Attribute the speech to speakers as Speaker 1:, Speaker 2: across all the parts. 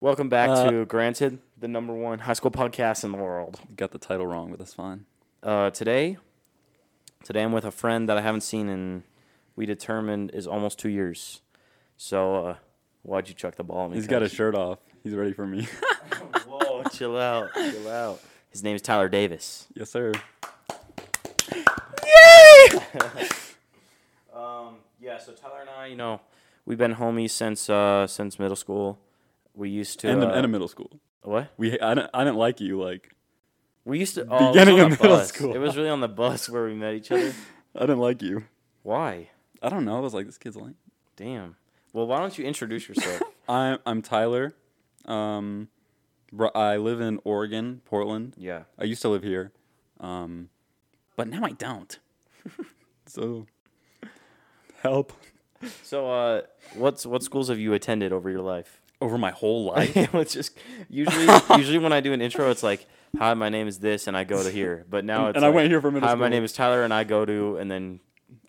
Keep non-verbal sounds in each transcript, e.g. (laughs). Speaker 1: Welcome back
Speaker 2: Uh,
Speaker 1: to Granted, the number one high school podcast in the world.
Speaker 2: Got the title wrong, but that's fine.
Speaker 1: Uh, today, today I'm with a friend that I haven't seen in we determined is almost two years. So uh, why'd you chuck the ball? at me,
Speaker 2: He's got his
Speaker 1: Coach?
Speaker 2: shirt off. He's ready for me. (laughs)
Speaker 1: (laughs) Whoa, chill out, chill out. His name is Tyler Davis.
Speaker 2: yes, sir.
Speaker 1: Um, yeah. So Tyler and I, you know, we've been homies since uh, since middle school. We used to
Speaker 2: and,
Speaker 1: uh,
Speaker 2: and in middle school.
Speaker 1: what?
Speaker 2: We I didn't, I didn't like you. Like
Speaker 1: We used to oh, it was
Speaker 2: Beginning
Speaker 1: on
Speaker 2: of
Speaker 1: the
Speaker 2: middle
Speaker 1: bus.
Speaker 2: school.
Speaker 1: It was really on the bus where we met each
Speaker 2: (laughs)
Speaker 1: other.
Speaker 2: I didn't like you.
Speaker 1: Why?
Speaker 2: I don't know. I was like, this kid's lame.
Speaker 1: Damn. Well, why don't you introduce
Speaker 2: (laughs)
Speaker 1: yourself?
Speaker 2: I'm I'm Tyler. Um, bro, I live in Oregon, Portland.
Speaker 1: yeah.
Speaker 2: I used to live here, um, but now I don't. (laughs) so help.
Speaker 1: So, uh, what's what schools have you attended over your life? (laughs)
Speaker 2: Over my whole life.
Speaker 1: Let's just
Speaker 2: (laughs)
Speaker 1: usually usually when I do an intro, it's like, "Hi, my name is this," and I go to here. But now it's
Speaker 2: and I
Speaker 1: like,
Speaker 2: went here for middle
Speaker 1: Hi, my
Speaker 2: school."
Speaker 1: name is Tyler, and I go to, and then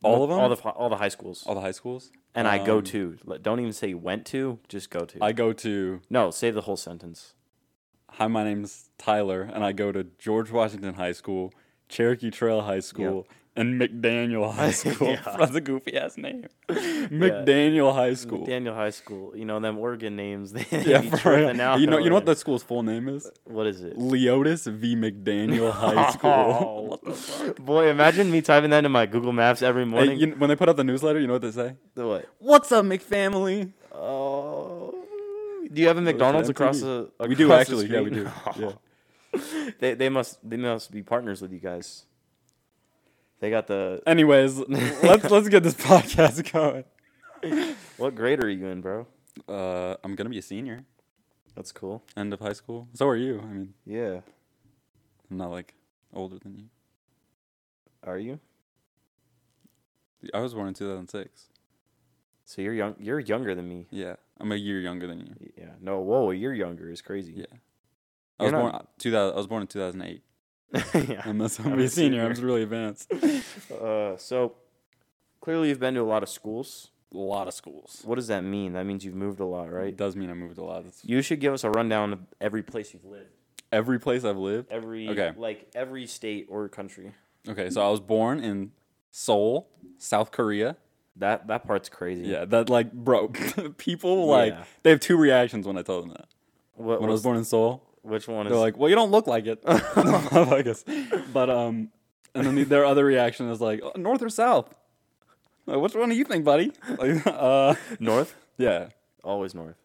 Speaker 2: All of 'em?
Speaker 1: all the all the high schools,
Speaker 2: (laughs) All the high schools.
Speaker 1: and I go
Speaker 2: Um,
Speaker 1: to. Like, Don't even say you went to, just go to.
Speaker 2: I go to
Speaker 1: no, say the whole sentence.
Speaker 2: Hi, my name's Tyler, and I go to George Washington High School, Cherokee Trail High School, and McDaniel High (laughs) School.
Speaker 1: Yeah.
Speaker 2: That's a goofy ass name. McDaniel High School.
Speaker 1: Daniel High School, you know them Oregon names. (laughs) They
Speaker 2: yeah,
Speaker 1: be
Speaker 2: for real.
Speaker 1: tripping out
Speaker 2: You know, you know what
Speaker 1: over
Speaker 2: that school's full name is?
Speaker 1: it. What is it?
Speaker 2: Leotis V. (laughs) McDaniel High (laughs) School. What the fuck?
Speaker 1: Boy, imagine me typing that into my Google Maps every
Speaker 2: Hey,
Speaker 1: morning.
Speaker 2: you kn- when they put out the newsletter, you know what they say?
Speaker 1: The what?
Speaker 2: What's up, McFamily?
Speaker 1: Oh. Do you have a McDonald's across the? Across
Speaker 2: We do
Speaker 1: the
Speaker 2: actually. Yeah, we do.
Speaker 1: street? (laughs) Oh.
Speaker 2: (laughs) Yeah.
Speaker 1: they they must they must be partners with you guys. They got the
Speaker 2: Anyways, let's let's get this (laughs) podcast (laughs) going.
Speaker 1: what grade are you in, bro?
Speaker 2: Uh, I'm gonna be a senior,
Speaker 1: That's cool.
Speaker 2: end of high school. So are you? I mean.
Speaker 1: Yeah.
Speaker 2: I'm not like older than you.
Speaker 1: Are you?
Speaker 2: I was born in 2006.
Speaker 1: So you're young. You're younger than me.
Speaker 2: Yeah, I'm a year younger than you.
Speaker 1: Yeah. No. Whoa. You're younger. Is crazy.
Speaker 2: Yeah, I
Speaker 1: You're
Speaker 2: was
Speaker 1: not-
Speaker 2: born 2000. I was born in (laughs) 2008.
Speaker 1: (laughs) Yeah.
Speaker 2: I'm
Speaker 1: I'm
Speaker 2: a, I'm a
Speaker 1: a
Speaker 2: senior.
Speaker 1: senior.
Speaker 2: I'm just really advanced.
Speaker 1: Uh, so clearly you've been to a lot of schools.
Speaker 2: A lot of schools.
Speaker 1: What does that mean? That means you've moved a lot,
Speaker 2: Right.
Speaker 1: right?
Speaker 2: It does mean I moved a lot. That's
Speaker 1: You should give us a rundown of every place you've lived,
Speaker 2: every place I've lived.
Speaker 1: every
Speaker 2: Okay.
Speaker 1: like every state or country.
Speaker 2: Okay, so I was born in Seoul, South Korea.
Speaker 1: That that part's crazy.
Speaker 2: Yeah, that like, bro, (laughs) people like
Speaker 1: Yeah.
Speaker 2: they have two reactions when I tell them that.
Speaker 1: What,
Speaker 2: When I was
Speaker 1: what's-
Speaker 2: born in Seoul,
Speaker 1: which one is
Speaker 2: They're like, well, you don't look like it. (laughs) I guess. But um, and then the, their other reaction is like, "Oh, north or south? Like, which one do you think, buddy? Like, (laughs) uh,
Speaker 1: (laughs) north?
Speaker 2: yeah,
Speaker 1: Always north.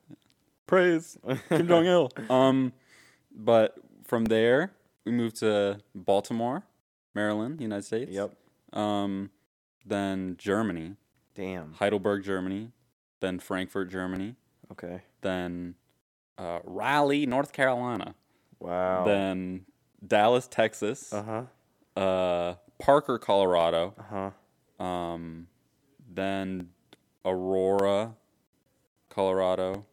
Speaker 2: praise
Speaker 1: (laughs)
Speaker 2: Kim Jong Il. (laughs) Um, but from there we moved to Baltimore, Maryland, United States.
Speaker 1: Yep.
Speaker 2: Um, then Germany,
Speaker 1: Damn.
Speaker 2: Heidelberg, Germany, then Frankfurt, Germany,
Speaker 1: Okay.
Speaker 2: then uh, Raleigh, North Carolina,
Speaker 1: Wow.
Speaker 2: then Dallas, Texas.
Speaker 1: uh huh.
Speaker 2: uh, Parker, Colorado,
Speaker 1: Uh huh.
Speaker 2: um, then Aurora, Colorado,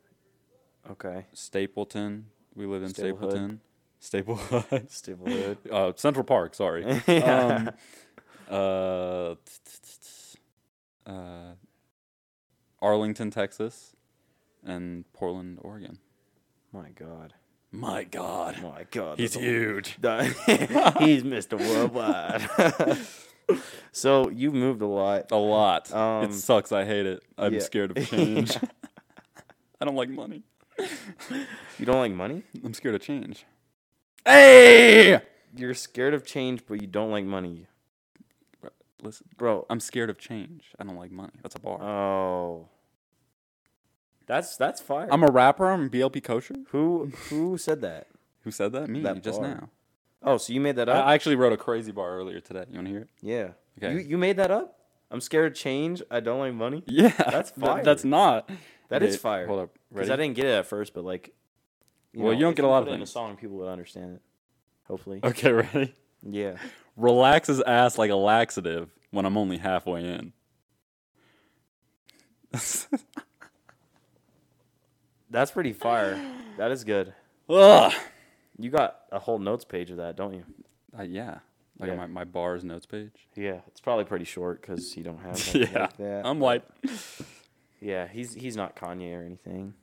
Speaker 1: Okay.
Speaker 2: Stapleton. We live in
Speaker 1: Staplehood.
Speaker 2: Stapleton. Staplehood.
Speaker 1: Stable (laughs) hood.
Speaker 2: (laughs) uh, Central Park, sorry.
Speaker 1: (laughs)
Speaker 2: um, uh, t- t- t- t- uh, Arlington, Texas, and Portland, Oregon.
Speaker 1: My God.
Speaker 2: My God.
Speaker 1: My God.
Speaker 2: He's
Speaker 1: that's
Speaker 2: huge.
Speaker 1: a- (laughs) He's Mr. Worldwide. (laughs) so you've moved a lot.
Speaker 2: A lot.
Speaker 1: Um,
Speaker 2: it sucks. I hate it. I'm
Speaker 1: yeah.
Speaker 2: scared of change. (laughs) I don't like money. (laughs)
Speaker 1: You don't like money?
Speaker 2: I'm scared of change. Hey!
Speaker 1: You're scared of change, but you don't like money,
Speaker 2: Listen,
Speaker 1: bro.
Speaker 2: I'm scared of change. I don't like money. That's a bar.
Speaker 1: Oh. That's that's fire.
Speaker 2: I'm a rapper. I'm BLP kosher.
Speaker 1: who who said that?
Speaker 2: Who said that? Me,
Speaker 1: That
Speaker 2: just
Speaker 1: bar.
Speaker 2: now.
Speaker 1: Oh, so you made that
Speaker 2: I,
Speaker 1: up?
Speaker 2: I actually wrote a crazy bar earlier today. You want to hear it?
Speaker 1: Yeah.
Speaker 2: Okay.
Speaker 1: You you made that up? I'm scared of change. I don't like money.
Speaker 2: Yeah.
Speaker 1: That's
Speaker 2: Th-
Speaker 1: fire.
Speaker 2: (laughs) that's not.
Speaker 1: That
Speaker 2: That
Speaker 1: is
Speaker 2: is
Speaker 1: fire.
Speaker 2: Hold up.
Speaker 1: Because
Speaker 2: Ready?
Speaker 1: I didn't get it at first, but like,
Speaker 2: Well, you don't
Speaker 1: if
Speaker 2: get a lot
Speaker 1: put
Speaker 2: of
Speaker 1: it in a
Speaker 2: things.
Speaker 1: song, people would understand it. Hopefully.
Speaker 2: okay, ready?
Speaker 1: Yeah.
Speaker 2: Relax his ass like a laxative when I'm only halfway in. (laughs)
Speaker 1: That's pretty
Speaker 2: (sighs)
Speaker 1: fire. that is good.
Speaker 2: Ugh.
Speaker 1: You got a whole notes page of that, don't you?
Speaker 2: Uh, yeah. Like
Speaker 1: Yeah.
Speaker 2: My, my bar's notes page.
Speaker 1: Yeah. It's probably pretty short because you don't
Speaker 2: (laughs)
Speaker 1: have that.
Speaker 2: yeah. Um,
Speaker 1: Like that.
Speaker 2: I'm like,
Speaker 1: yeah. He's he's not Kanye or anything.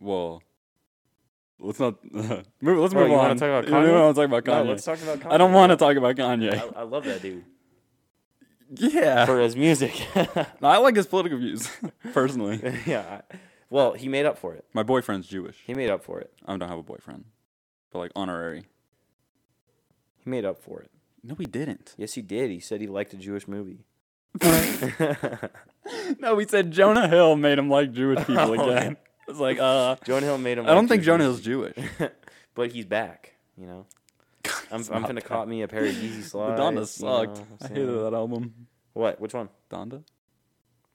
Speaker 2: well, Let's not. (laughs) move, let's
Speaker 1: Oh,
Speaker 2: move
Speaker 1: you wanna
Speaker 2: on.
Speaker 1: talk about
Speaker 2: You don't
Speaker 1: Kanye?
Speaker 2: want to talk about Kanye.
Speaker 1: No, let's talk about. Kanye.
Speaker 2: I don't want to talk about Kanye.
Speaker 1: I, I love that dude
Speaker 2: (laughs) yeah.
Speaker 1: for his music. (laughs)
Speaker 2: No, I like his political views, (laughs) personally.
Speaker 1: yeah. I- Well, he made up for it.
Speaker 2: My boyfriend's Jewish.
Speaker 1: He made up for it.
Speaker 2: I don't have a boyfriend, but like honorary.
Speaker 1: He made up for it.
Speaker 2: No, we didn't.
Speaker 1: Yes, he did. He said he liked a Jewish movie.
Speaker 2: (laughs) no, we said Jonah Hill made him like
Speaker 1: (laughs)
Speaker 2: Jewish people
Speaker 1: Oh,
Speaker 2: again. (laughs) It's like, uh,
Speaker 1: (laughs) Jonah Hill made him.
Speaker 2: I don't
Speaker 1: like
Speaker 2: think
Speaker 1: Jewish
Speaker 2: Jonah Hill's
Speaker 1: (laughs)
Speaker 2: Jewish.
Speaker 1: movies. but he's back. You know, I'm I'm
Speaker 2: not
Speaker 1: gonna caught me a pair of
Speaker 2: (laughs)
Speaker 1: Yeezy slides. you know,
Speaker 2: Donda sucked.
Speaker 1: I'm
Speaker 2: I
Speaker 1: saying?
Speaker 2: hated that album.
Speaker 1: What? Which one?
Speaker 2: Donda.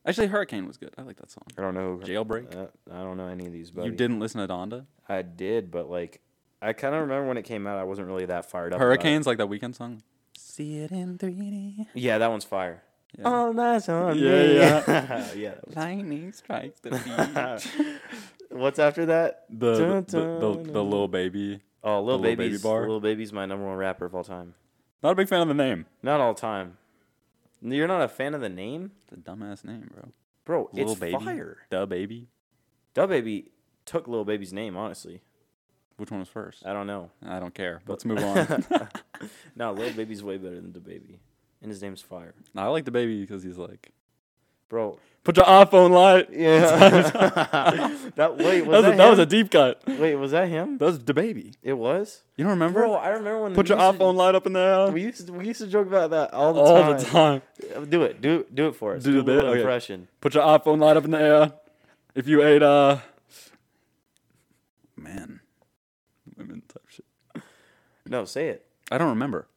Speaker 2: Actually, Hurricane was good. I like that song.
Speaker 1: I don't know.
Speaker 2: Jailbreak.
Speaker 1: Uh, I don't know any of these. Buddy.
Speaker 2: you didn't listen to Donda.
Speaker 1: I did, but like, I kind of remember when it came out. I wasn't really that fired up. about it.
Speaker 2: Hurricanes, like that weekend song. See it in 3D.
Speaker 1: Yeah, that one's fire.
Speaker 2: Yeah.
Speaker 1: Oh, that's on
Speaker 2: Yeah,
Speaker 1: me. (laughs)
Speaker 2: yeah.
Speaker 1: yeah.
Speaker 2: (laughs)
Speaker 1: that was-
Speaker 2: Lightning strikes (laughs) the beach.
Speaker 1: (laughs) What's after that?
Speaker 2: the, the,
Speaker 1: Dun,
Speaker 2: the, the,
Speaker 1: dun,
Speaker 2: the little baby.
Speaker 1: Oh, Lil
Speaker 2: Lil Baby
Speaker 1: Baby's
Speaker 2: bar?
Speaker 1: Lil Baby's my number one rapper of all time.
Speaker 2: Not a big fan of the name.
Speaker 1: Not all time. You're not a fan of the name,
Speaker 2: The dumbass name, bro.
Speaker 1: bro.
Speaker 2: Little
Speaker 1: it's
Speaker 2: baby.
Speaker 1: fire.
Speaker 2: The baby.
Speaker 1: Dub Baby took Lil Baby's name. Honestly,
Speaker 2: Which one was first?
Speaker 1: I don't know.
Speaker 2: I don't care.
Speaker 1: (laughs)
Speaker 2: Let's move (laughs) on.
Speaker 1: no, Lil Baby's way better than the baby, and his name's fire,
Speaker 2: I like the baby because he's like,
Speaker 1: bro.
Speaker 2: put your iPhone light.
Speaker 1: (laughs) that wait
Speaker 2: that,
Speaker 1: was
Speaker 2: was
Speaker 1: that,
Speaker 2: a, that was a
Speaker 1: him?
Speaker 2: deep cut.
Speaker 1: wait was that him?
Speaker 2: That was the baby.
Speaker 1: It was.
Speaker 2: You don't remember?
Speaker 1: Bro, I remember when
Speaker 2: put
Speaker 1: we
Speaker 2: your
Speaker 1: used to-
Speaker 2: iPhone light up in the air.
Speaker 1: (laughs) We used to, we used to joke about that all the
Speaker 2: all
Speaker 1: time. Uh,
Speaker 2: the time.
Speaker 1: Do it. Do do it for us.
Speaker 2: Do
Speaker 1: Do,
Speaker 2: the
Speaker 1: a
Speaker 2: bit?
Speaker 1: little
Speaker 2: Okay.
Speaker 1: impression.
Speaker 2: Put your iPhone light up in the air. If you ate, uh, man, women type shit.
Speaker 1: No, say it.
Speaker 2: I don't remember.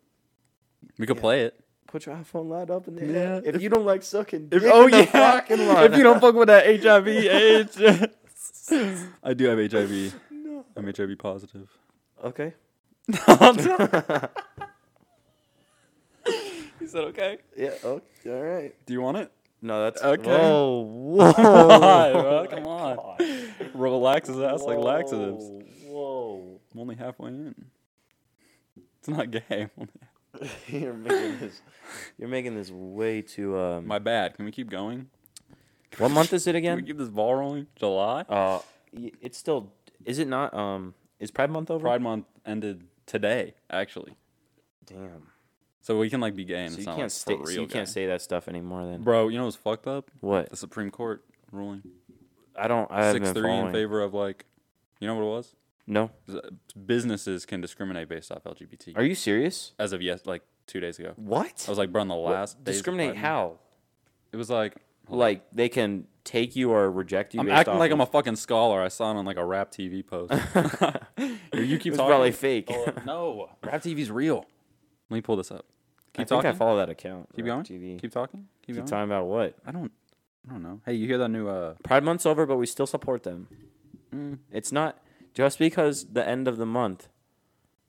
Speaker 2: We could play it.
Speaker 1: Put your iPhone light up in there.
Speaker 2: Yeah,
Speaker 1: If,
Speaker 2: if-
Speaker 1: you don't like sucking dick
Speaker 2: If, oh
Speaker 1: in the
Speaker 2: yeah.
Speaker 1: parking lot.
Speaker 2: (laughs) If you don't fuck with that HIV, AIDS. (laughs) I do have HIV.
Speaker 1: No.
Speaker 2: I'm HIV (laughs) positive.
Speaker 1: Okay.
Speaker 2: he said, "Okay,
Speaker 1: Yeah. Okay. All right.
Speaker 2: do you want it?
Speaker 1: No, that's
Speaker 2: Okay.
Speaker 1: Whoa. Whoa.
Speaker 2: Oh. (laughs) bro, come on. Relax his ass like laxatives.
Speaker 1: Whoa. (laughs)
Speaker 2: I'm only halfway in. It's not gay. (laughs)
Speaker 1: you're making this. You're making this way too. Um,
Speaker 2: My bad. Can we keep going?
Speaker 1: what month is it
Speaker 2: Can we
Speaker 1: again?
Speaker 2: keep this ball rolling? July.
Speaker 1: Uh, y- it's still. Is it not? Um, is Pride Month over?
Speaker 2: Pride Month ended today, actually.
Speaker 1: Damn.
Speaker 2: So we can like be gay and
Speaker 1: So
Speaker 2: it's
Speaker 1: you
Speaker 2: not
Speaker 1: can't
Speaker 2: like,
Speaker 1: stay,
Speaker 2: for
Speaker 1: so
Speaker 2: real.
Speaker 1: you can't
Speaker 2: gay.
Speaker 1: say that stuff anymore. Then
Speaker 2: Bro, you know what's fucked up?
Speaker 1: what?
Speaker 2: The Supreme Court ruling
Speaker 1: I don't. I haven't
Speaker 2: six
Speaker 1: been
Speaker 2: three in
Speaker 1: following.
Speaker 2: favor of like, you know what it was?
Speaker 1: No.
Speaker 2: Businesses can discriminate based off LGBT.
Speaker 1: Are you serious?
Speaker 2: as of yes, like two days ago.
Speaker 1: What?
Speaker 2: I was like, bro, on the last days of
Speaker 1: discriminate
Speaker 2: Pride Month-
Speaker 1: how?
Speaker 2: It was like,
Speaker 1: Like they can take you or reject you.
Speaker 2: I'm
Speaker 1: based
Speaker 2: acting
Speaker 1: off
Speaker 2: like I'm
Speaker 1: of-
Speaker 2: a fucking scholar. I saw it on like a rap TV
Speaker 1: (laughs)
Speaker 2: post. (laughs) you keep
Speaker 1: It's
Speaker 2: talking.
Speaker 1: probably fake. (laughs)
Speaker 2: Oh, no, rap TV's real. Let me pull this up. Keep
Speaker 1: I think
Speaker 2: talking.
Speaker 1: I follow that account.
Speaker 2: keep
Speaker 1: Rap
Speaker 2: going.
Speaker 1: TV. Keep,
Speaker 2: Keep talking. Keep, going.
Speaker 1: talking about what?
Speaker 2: I don't. I don't know. Hey, you hear that new? uh
Speaker 1: Pride Month's over, but we still support them.
Speaker 2: mm,
Speaker 1: It's not just because the end of the month.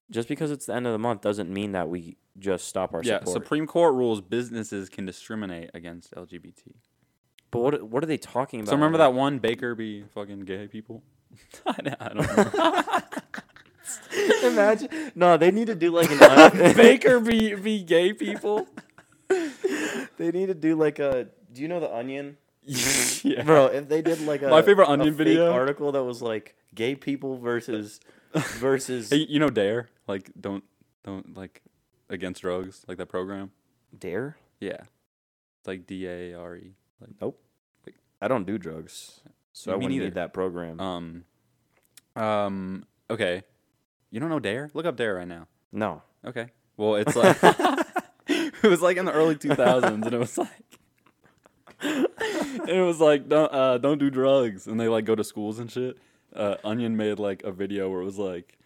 Speaker 1: Just because it's the end of the month doesn't mean that we just stop our
Speaker 2: Yeah,
Speaker 1: support.
Speaker 2: Supreme Court rules businesses can discriminate against LGBT.
Speaker 1: but what what are they talking about?
Speaker 2: So remember that one Baker be fucking gay people? (laughs) I don't- I don't
Speaker 1: (laughs)
Speaker 2: remember.
Speaker 1: that? Imagine. No, they need to do like
Speaker 2: (laughs)
Speaker 1: an. un-
Speaker 2: Baker be be gay
Speaker 1: (laughs)
Speaker 2: people?
Speaker 1: they need to do like a. Do you know the Onion?
Speaker 2: yeah.
Speaker 1: Bro, if they did
Speaker 2: (laughs)
Speaker 1: like a
Speaker 2: My favorite
Speaker 1: a
Speaker 2: Onion
Speaker 1: fake
Speaker 2: video-
Speaker 1: article that was like gay people
Speaker 2: (laughs)
Speaker 1: versus versus
Speaker 2: Hey, you know Dare? Like don't don't like against drugs, like that program?
Speaker 1: dare.
Speaker 2: Yeah. It's like D A R E. Like
Speaker 1: I don't do drugs, so
Speaker 2: Me
Speaker 1: I wouldn't
Speaker 2: neither.
Speaker 1: need that program.
Speaker 2: um um okay. You don't know Dare? Look up Dare right now.
Speaker 1: no,
Speaker 2: Okay. Well, it's like (laughs) it was like in the early 2000s and it was like and it was like don't uh, don't do drugs and they like go to schools and shit. Uh, Onion made like a video where it was like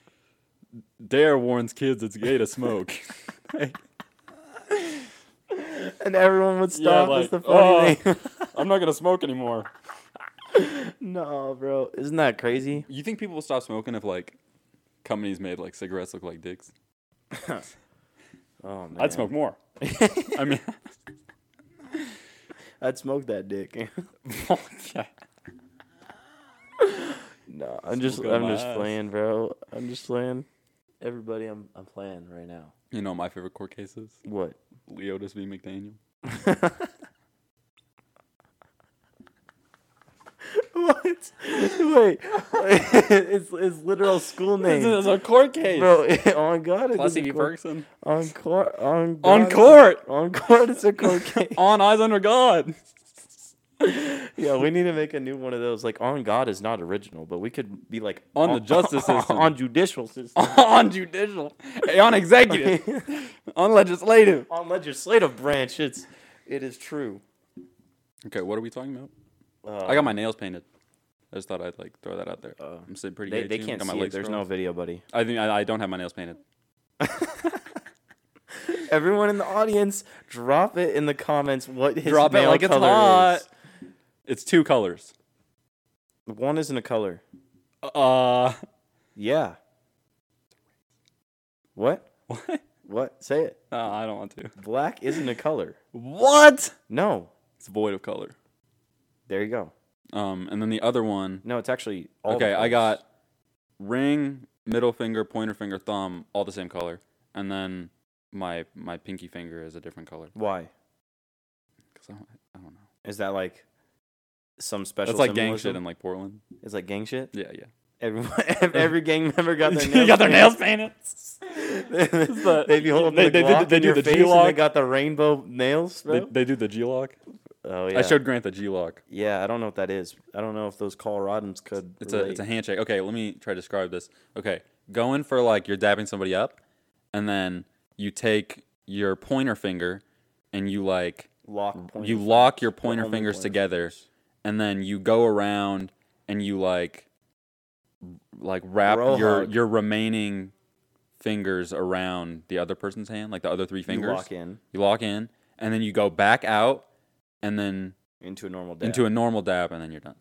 Speaker 2: Dare warns kids it's gay to smoke. (laughs) Like,
Speaker 1: and everyone would
Speaker 2: Yeah,
Speaker 1: stop.
Speaker 2: like,
Speaker 1: That's the funny
Speaker 2: "Oh."
Speaker 1: thing.
Speaker 2: I'm not gonna smoke anymore.
Speaker 1: no, bro, isn't that crazy?
Speaker 2: You think people will stop smoking if like companies made like cigarettes look like dicks?
Speaker 1: Oh man,
Speaker 2: I'd smoke more. (laughs) I (laughs) mean,
Speaker 1: I'd smoke that dick. (laughs)
Speaker 2: yeah.
Speaker 1: no, I'm just
Speaker 2: Smoke on
Speaker 1: I'm
Speaker 2: my
Speaker 1: just
Speaker 2: ass.
Speaker 1: playing, bro. I'm just playing. Everybody, I'm I'm playing right now.
Speaker 2: You know my favorite court cases:
Speaker 1: What?
Speaker 2: Leotis v. McDaniel.
Speaker 1: (laughs) what? Wait, (laughs) it's it's literal school
Speaker 2: This
Speaker 1: name,
Speaker 2: is a court case.
Speaker 1: bro. (laughs) on God, it
Speaker 2: Plus
Speaker 1: is a
Speaker 2: E.
Speaker 1: court-
Speaker 2: Ferguson.
Speaker 1: on court, on
Speaker 2: On
Speaker 1: God,
Speaker 2: court.
Speaker 1: on court. It's a (laughs) court case.
Speaker 2: On Eyes Under God.
Speaker 1: yeah, we need to make a new one of those. Like on God is not original, but we could be like (laughs)
Speaker 2: On the justice system.
Speaker 1: on judicial
Speaker 2: (laughs)
Speaker 1: system,
Speaker 2: (laughs) on judicial. Hey, on executive. (laughs) on legislative.
Speaker 1: on legislative branch. It's it is true.
Speaker 2: Okay, what are we talking about?
Speaker 1: Uh,
Speaker 2: I got my nails painted. I just thought I'd like throw that out there. I'm sitting pretty
Speaker 1: They,
Speaker 2: gay,
Speaker 1: they
Speaker 2: too.
Speaker 1: can't
Speaker 2: Got my
Speaker 1: see it.
Speaker 2: legs
Speaker 1: There's no
Speaker 2: curled.
Speaker 1: video, buddy.
Speaker 2: I think I, I don't have my nails painted.
Speaker 1: Everyone in the audience, drop it in the comments what his
Speaker 2: Drop it
Speaker 1: nail
Speaker 2: like it's
Speaker 1: color
Speaker 2: hot.
Speaker 1: is.
Speaker 2: It's two colors.
Speaker 1: One isn't a color.
Speaker 2: Uh, (laughs)
Speaker 1: Yeah. What?
Speaker 2: what?
Speaker 1: What? Say it.
Speaker 2: No, I don't want to.
Speaker 1: Black isn't a color.
Speaker 2: What?
Speaker 1: No.
Speaker 2: It's void of color.
Speaker 1: There you go.
Speaker 2: Um, and then the other one.
Speaker 1: No, it's actually all the
Speaker 2: okay, I
Speaker 1: colors.
Speaker 2: got ring, middle finger, pointer finger, thumb, all the same color, and then my my pinky finger is a different color.
Speaker 1: Why?
Speaker 2: 'Cause I don't, I don't know.
Speaker 1: Is that like some special?
Speaker 2: That's like gang shit
Speaker 1: symbolism?
Speaker 2: in like Portland.
Speaker 1: It's like gang shit.
Speaker 2: Yeah, yeah.
Speaker 1: Everyone, (laughs) every gang member
Speaker 2: (laughs)
Speaker 1: got their
Speaker 2: You
Speaker 1: nails.
Speaker 2: got their nails painted.
Speaker 1: nails.
Speaker 2: (laughs) the-
Speaker 1: they be holding
Speaker 2: they-
Speaker 1: the
Speaker 2: they do-
Speaker 1: Glock
Speaker 2: they
Speaker 1: in
Speaker 2: do
Speaker 1: your
Speaker 2: the
Speaker 1: face, and they
Speaker 2: G-lock.
Speaker 1: got the rainbow nails, bro.
Speaker 2: They, they do the G lock.
Speaker 1: oh yeah.
Speaker 2: I showed Grant the G lock.
Speaker 1: Yeah, I don't know what that is. I don't know if those Coloradans could.
Speaker 2: It's a it's a handshake. Okay, let me try to describe this. Okay, going for like you're dabbing somebody up, and then you take your pointer finger, and you like
Speaker 1: lock point.
Speaker 2: you lock your pointer
Speaker 1: only
Speaker 2: fingers
Speaker 1: pointer
Speaker 2: together, and then you go around and you like like wrap
Speaker 1: Bro
Speaker 2: your
Speaker 1: hug.
Speaker 2: your remaining fingers around the other person's hand, like the other three fingers.
Speaker 1: You lock in
Speaker 2: You lock in, and then you go back out, and then
Speaker 1: into a normal dab.
Speaker 2: into a normal dab, and then you're done.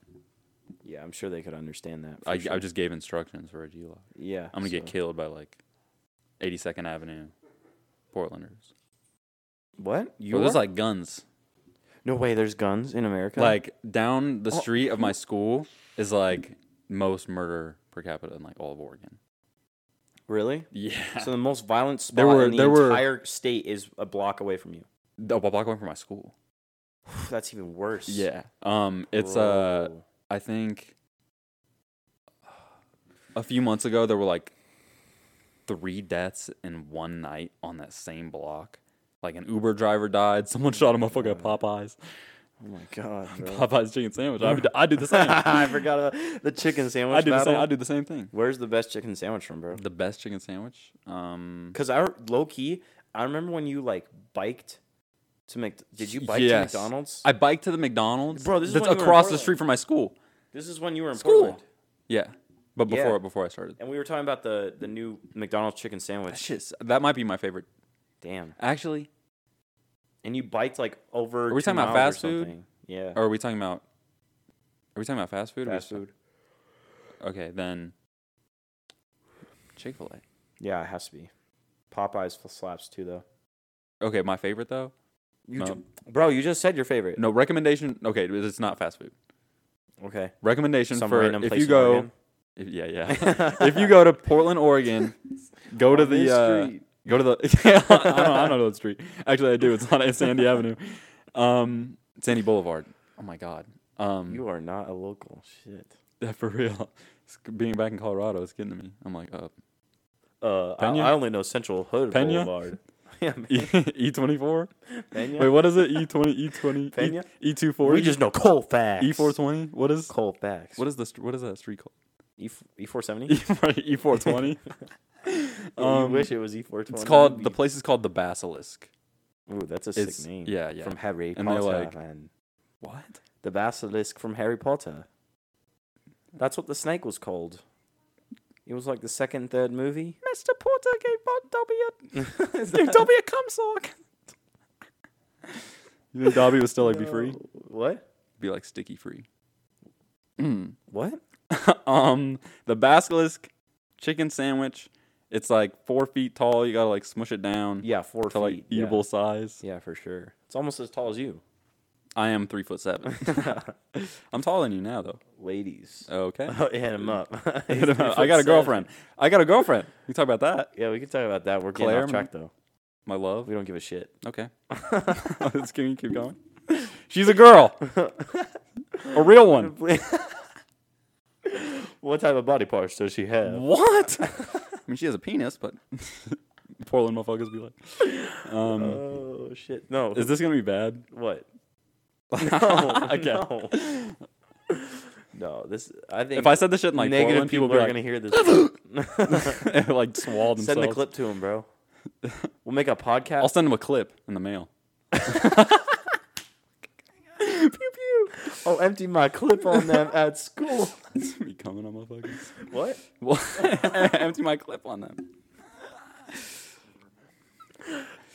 Speaker 1: yeah, I'm sure they could understand that. for
Speaker 2: I,
Speaker 1: sure.
Speaker 2: I just gave instructions for a G lock.
Speaker 1: yeah,
Speaker 2: I'm gonna get
Speaker 1: so-
Speaker 2: killed by like 82nd Avenue Portlanders.
Speaker 1: What? You
Speaker 2: Yo, there's
Speaker 1: are?
Speaker 2: like guns.
Speaker 1: no way. There's guns in America.
Speaker 2: Like (laughs) down
Speaker 1: Oh.
Speaker 2: the street of my school is like most murder per capita in like all of Oregon.
Speaker 1: really?
Speaker 2: (laughs) Yeah,
Speaker 1: So the most violent spot
Speaker 2: There were-
Speaker 1: in the
Speaker 2: there were-
Speaker 1: entire state is a block away from you.
Speaker 2: a block away from my school.
Speaker 1: That's even worse.
Speaker 2: Yeah, um, it's uh,
Speaker 1: Bro.
Speaker 2: I think a few months ago there were like three deaths in one night on that same block. Like an Uber driver died. (laughs) Someone shot him a fucking Popeyes.
Speaker 1: Oh my
Speaker 2: (laughs)
Speaker 1: god. bro.
Speaker 2: Popeyes chicken sandwich. I, I do the same.
Speaker 1: (laughs) I forgot about the chicken sandwich
Speaker 2: I do the
Speaker 1: battle.
Speaker 2: same. I do the same thing.
Speaker 1: Where's the best chicken sandwich from, bro?
Speaker 2: The best chicken sandwich. Um,
Speaker 1: Because I low key, I remember when you like biked to make. Did you bike
Speaker 2: yes.
Speaker 1: to McDonald's?
Speaker 2: I biked to the McDonald's.
Speaker 1: Bro, this is
Speaker 2: that's
Speaker 1: when you were in
Speaker 2: across the
Speaker 1: Portland.
Speaker 2: street from my school.
Speaker 1: this is when you were in
Speaker 2: School.
Speaker 1: Portland,
Speaker 2: Yeah, but
Speaker 1: Yeah.
Speaker 2: before before I started,
Speaker 1: and we were talking about the the new McDonald's chicken
Speaker 2: that
Speaker 1: sandwich.
Speaker 2: shit's that might be my favorite.
Speaker 1: Damn.
Speaker 2: Actually,
Speaker 1: And you biked like over.
Speaker 2: we
Speaker 1: two
Speaker 2: talking about
Speaker 1: miles
Speaker 2: fast
Speaker 1: or
Speaker 2: food?
Speaker 1: something. Yeah.
Speaker 2: or are we talking about? Are we talking about fast food? or we
Speaker 1: fast
Speaker 2: just-
Speaker 1: food.
Speaker 2: Okay, then Chick Fil A.
Speaker 1: Yeah, it has to be. Popeyes f- slaps too, though.
Speaker 2: Okay, my favorite though.
Speaker 1: You
Speaker 2: No.
Speaker 1: ju- bro, you just said your favorite.
Speaker 2: No recommendation. Okay, it's not fast food.
Speaker 1: Okay.
Speaker 2: Recommendation
Speaker 1: Some
Speaker 2: for
Speaker 1: random
Speaker 2: if
Speaker 1: place
Speaker 2: you
Speaker 1: in
Speaker 2: go.
Speaker 1: Oregon?
Speaker 2: If, yeah, yeah. (laughs) if you go to Portland, Oregon, go
Speaker 1: (laughs)
Speaker 2: to
Speaker 1: On this
Speaker 2: the uh,
Speaker 1: street.
Speaker 2: go to the. (laughs) I, don't, I don't
Speaker 1: (laughs)
Speaker 2: know the street. Actually, I do. It's on Sandy Avenue, um, Sandy Boulevard. Oh my God. Um,
Speaker 1: You are not a local. Shit.
Speaker 2: yeah, for real. It's g- Being back in Colorado is getting to me. I'm like, uh,
Speaker 1: Uh, I,
Speaker 2: Pena?
Speaker 1: I only know Central Hood
Speaker 2: Pena?
Speaker 1: Boulevard. (laughs) yeah,
Speaker 2: (laughs) E24.
Speaker 1: Pena.
Speaker 2: E Wait, what is it? E E20, E20,
Speaker 1: Pena?
Speaker 2: E,
Speaker 1: we
Speaker 2: E240,
Speaker 1: just know Colfax.
Speaker 2: E E420. What is
Speaker 1: Colfax.
Speaker 2: what is the st- what is that street called?
Speaker 1: E E four seventy?
Speaker 2: (laughs) E4- E420.
Speaker 1: You
Speaker 2: Um,
Speaker 1: wish it was E four twenty.
Speaker 2: E It's called the place is called the Basilisk.
Speaker 1: Ooh, that's a
Speaker 2: It's
Speaker 1: sick name.
Speaker 2: yeah, yeah.
Speaker 1: From Harry
Speaker 2: And they're
Speaker 1: Potter
Speaker 2: like-
Speaker 1: and
Speaker 2: what?
Speaker 1: the basilisk from Harry Potter. That's what the snake was called. It was like the second, and third (laughs) movie.
Speaker 2: Mr. Porter gave Dobby a
Speaker 1: Is
Speaker 2: gave
Speaker 1: that-
Speaker 2: Dobby a cum sock. (laughs) You think Dobby would still (laughs) like be free?
Speaker 1: What?
Speaker 2: Be like sticky free. Mm.
Speaker 1: What?
Speaker 2: (laughs) um, the basilisk chicken sandwich. It's like four feet tall. You gotta like smush it down
Speaker 1: Yeah, four
Speaker 2: to
Speaker 1: feet.
Speaker 2: like
Speaker 1: yeah.
Speaker 2: eatable size.
Speaker 1: Yeah, for sure. It's almost as tall as you.
Speaker 2: I am three
Speaker 1: (laughs)
Speaker 2: foot seven. (laughs) I'm taller than you now though.
Speaker 1: Ladies.
Speaker 2: Okay.
Speaker 1: (laughs)
Speaker 2: (laughs)
Speaker 1: hit him up. (laughs)
Speaker 2: Hit 'em up. I got a girlfriend. I got a girlfriend. You talk about that.
Speaker 1: Yeah, we can talk about that. We're
Speaker 2: Claire,
Speaker 1: getting off track though.
Speaker 2: My love.
Speaker 1: We don't give a
Speaker 2: (laughs)
Speaker 1: shit.
Speaker 2: Okay.
Speaker 1: (laughs)
Speaker 2: Let's keep, keep going. She's a girl. a real one.
Speaker 1: Please What type of body parts does she have?
Speaker 2: What? (laughs) I mean, she has a penis, but (laughs) Portland motherfuckers be like, um,
Speaker 1: Oh shit! No,
Speaker 2: is Oh, this gonna be bad? (laughs)
Speaker 1: what?
Speaker 2: No,
Speaker 1: (laughs) no. No, this. I think
Speaker 2: If I said this shit in like
Speaker 1: negative
Speaker 2: Portland,
Speaker 1: people,
Speaker 2: would
Speaker 1: are
Speaker 2: be
Speaker 1: gonna
Speaker 2: like,
Speaker 1: hear
Speaker 2: (laughs)
Speaker 1: this.
Speaker 2: gonna (laughs) like swallowed themselves.
Speaker 1: Send the clip to him,
Speaker 2: (laughs)
Speaker 1: bro. We'll make a podcast.
Speaker 2: I'll send them a clip in
Speaker 1: (laughs)
Speaker 2: the mail.
Speaker 1: pew pew. I'll Oh, empty my clip on them
Speaker 2: (laughs)
Speaker 1: at school.
Speaker 2: It's me coming on motherfuckers.
Speaker 1: What?
Speaker 2: Well, (laughs) empty my clip on them.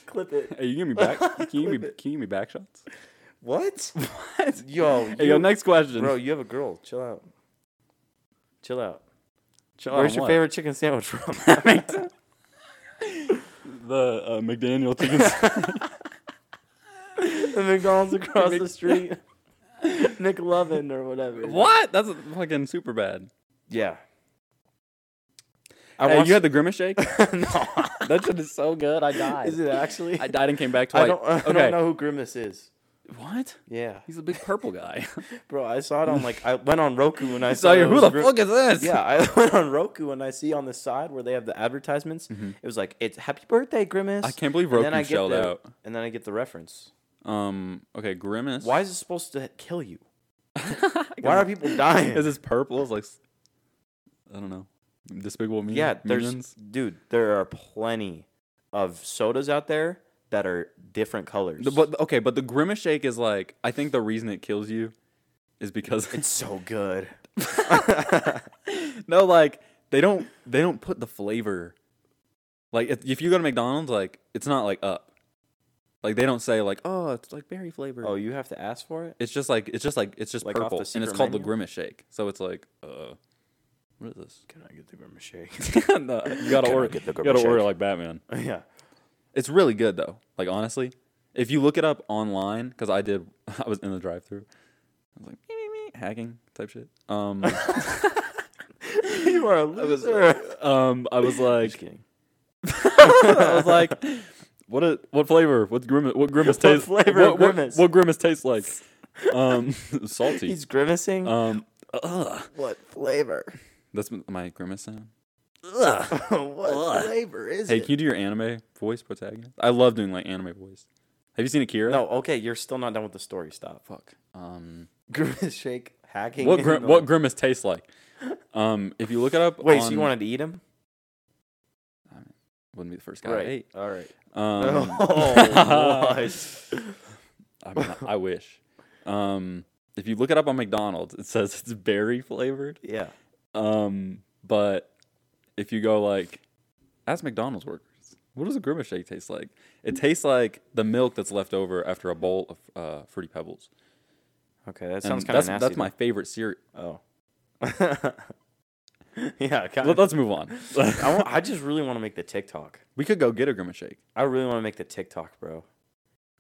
Speaker 1: Clip it.
Speaker 2: Hey, you give
Speaker 1: (laughs)
Speaker 2: me back. Can you give me?
Speaker 1: Clip it.
Speaker 2: Can you give me back shots?
Speaker 1: (laughs) What? Yo,
Speaker 2: Hey, yo,
Speaker 1: you-
Speaker 2: next question.
Speaker 1: bro, you have a girl. Chill out. Chill out.
Speaker 2: Chill out
Speaker 1: Where's
Speaker 2: on
Speaker 1: your
Speaker 2: what?
Speaker 1: favorite chicken sandwich from?
Speaker 2: The uh, McDaniel (laughs) chicken.
Speaker 1: the McDonald's across
Speaker 2: Mc-
Speaker 1: the street. (laughs) Nick Lovin or whatever.
Speaker 2: what? That's fucking super bad.
Speaker 1: Yeah. I
Speaker 2: Hey,
Speaker 1: watched-
Speaker 2: you had the
Speaker 1: (laughs)
Speaker 2: grimace
Speaker 1: (laughs)
Speaker 2: shake.
Speaker 1: no.
Speaker 2: that shit is so good. I died.
Speaker 1: Is it actually?
Speaker 2: I died and came back
Speaker 1: (laughs)
Speaker 2: to
Speaker 1: I
Speaker 2: like.
Speaker 1: don't. I
Speaker 2: okay.
Speaker 1: don't know who Grimace is.
Speaker 2: What?
Speaker 1: Yeah,
Speaker 2: He's a big
Speaker 1: (laughs)
Speaker 2: purple guy. (laughs)
Speaker 1: bro. I saw it on like I went on Roku and I
Speaker 2: so
Speaker 1: saw
Speaker 2: you're,
Speaker 1: it
Speaker 2: who
Speaker 1: was
Speaker 2: the
Speaker 1: Grim-
Speaker 2: fuck is this?
Speaker 1: Yeah, I (laughs) went on Roku and I see on the side where they have the advertisements. It was like it's Happy Birthday Grimace.
Speaker 2: Mm-hmm. I can't believe
Speaker 1: And
Speaker 2: Roku
Speaker 1: then I get
Speaker 2: shelled
Speaker 1: the-
Speaker 2: out.
Speaker 1: And then I get the reference.
Speaker 2: Um. Okay, grimace. (laughs)
Speaker 1: Why (laughs) is it supposed to kill you? Why are people dying?
Speaker 2: (laughs) Is this purple? It's like. s- I don't know. Despicable me.
Speaker 1: yeah, there's dude. There are plenty of sodas out there that are different colors.
Speaker 2: The, but okay, but the grimace shake is like I think the reason it kills you is because
Speaker 1: (laughs) it's so
Speaker 2: (laughs)
Speaker 1: good. (laughs)
Speaker 2: no, like they don't they don't put the flavor. Like if, if you go to McDonald's, like it's not like up. Like they don't say like oh it's like berry flavor.
Speaker 1: Oh, you have to ask for it.
Speaker 2: It's just like it's just like it's just
Speaker 1: Like off
Speaker 2: purple,
Speaker 1: the
Speaker 2: and it's
Speaker 1: secret
Speaker 2: called the
Speaker 1: menu?
Speaker 2: grimace shake. So it's like uh, what is this?
Speaker 1: (laughs)
Speaker 2: (laughs)
Speaker 1: Can I get the Grimace shake?
Speaker 2: No, you gotta
Speaker 1: I
Speaker 2: order.
Speaker 1: get the
Speaker 2: You gotta
Speaker 1: grimace
Speaker 2: order
Speaker 1: shake?
Speaker 2: like Batman. (laughs)
Speaker 1: yeah.
Speaker 2: It's really good though. Like honestly, if you look it up online, because I did, (laughs) I was in the drive-through. I was like "Meep, meep, meep," hacking type shit.
Speaker 1: (laughs)
Speaker 2: Um,
Speaker 1: you are a loser.
Speaker 2: um, I was
Speaker 1: (laughs) Just
Speaker 2: like,
Speaker 1: kidding.
Speaker 2: (laughs) I was like, what a, what flavor? What grimace? What grimace
Speaker 1: (laughs) What
Speaker 2: tastes?
Speaker 1: flavor
Speaker 2: what,
Speaker 1: of
Speaker 2: what-
Speaker 1: grimace?
Speaker 2: What, grimace tastes like?
Speaker 1: (laughs)
Speaker 2: Um, (laughs) salty.
Speaker 1: He's grimacing.
Speaker 2: um, ugh.
Speaker 1: what flavor?
Speaker 2: That's m- my grimace sound.
Speaker 1: (laughs) what flavor is
Speaker 2: Hey, can you do your anime voice protagonist? I love doing like anime voice. Have you seen Akira?
Speaker 1: No, okay, you're still not done with the story. Stop.
Speaker 2: Fuck. Um,
Speaker 1: Grimace shake hacking.
Speaker 2: what
Speaker 1: in
Speaker 2: gri-
Speaker 1: the-
Speaker 2: what grimace tastes like? Um, if you look it up,
Speaker 1: Wait, so you
Speaker 2: on-
Speaker 1: wanted to eat him?
Speaker 2: wouldn't be the first guy I ate.
Speaker 1: All right.
Speaker 2: Um,
Speaker 1: (laughs) Oh,
Speaker 2: (laughs)
Speaker 1: what?
Speaker 2: I, mean, I- I wish. Um, if you look it up on McDonald's, it says it's berry flavored.
Speaker 1: yeah.
Speaker 2: Um, but if you go like, ask McDonald's workers, what does a grimace shake taste like? It tastes like the milk that's left over after a bowl of uh, fruity pebbles.
Speaker 1: Okay, that
Speaker 2: And
Speaker 1: sounds kind
Speaker 2: that's
Speaker 1: of nasty.
Speaker 2: that's my favorite cereal.
Speaker 1: (laughs) though. Oh. yeah, kind of.
Speaker 2: Let, us move on.
Speaker 1: (laughs) I, want, I just really want to make the TikTok.
Speaker 2: (laughs) we could go get a grimace shake.
Speaker 1: I really want to make the TikTok, bro.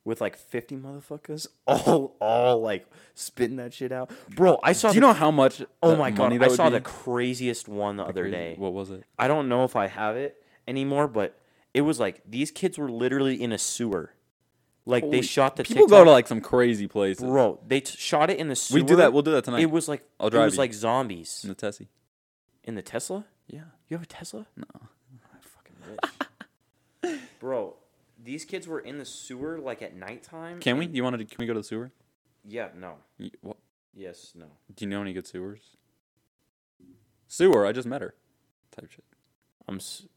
Speaker 1: With like 50 motherfuckers, (laughs) all all like spitting that shit out, bro. I saw.
Speaker 2: Do you
Speaker 1: the-
Speaker 2: know how much?
Speaker 1: Oh
Speaker 2: that
Speaker 1: my
Speaker 2: money
Speaker 1: god,
Speaker 2: that
Speaker 1: I
Speaker 2: would
Speaker 1: saw
Speaker 2: be?
Speaker 1: the craziest one the other
Speaker 2: Crazy.
Speaker 1: day.
Speaker 2: What was it?
Speaker 1: I don't know if I have it anymore, but it was like these kids were literally in a sewer. Like they
Speaker 2: Holy-
Speaker 1: shot the
Speaker 2: people
Speaker 1: TikTok.
Speaker 2: go to like some crazy places.
Speaker 1: bro. They t- shot it in the sewer.
Speaker 2: we do that. We'll do that tonight.
Speaker 1: It was like
Speaker 2: I'll
Speaker 1: it
Speaker 2: drive
Speaker 1: was
Speaker 2: you. Mm.
Speaker 1: like zombies
Speaker 2: in the Tessie.
Speaker 1: in the Tesla.
Speaker 2: Yeah.
Speaker 1: You have a Tesla?
Speaker 2: No.
Speaker 1: I'm fucking rich, (laughs) bro. These kids were in the sewer like at nighttime.
Speaker 2: Can we?
Speaker 1: and-
Speaker 2: You want to? Can we go to the sewer?
Speaker 1: Yeah. No.
Speaker 2: You, what,
Speaker 1: Yes. No.
Speaker 2: do you know any good sewers? Sewer. I just met her. Type shit.
Speaker 1: I'm s-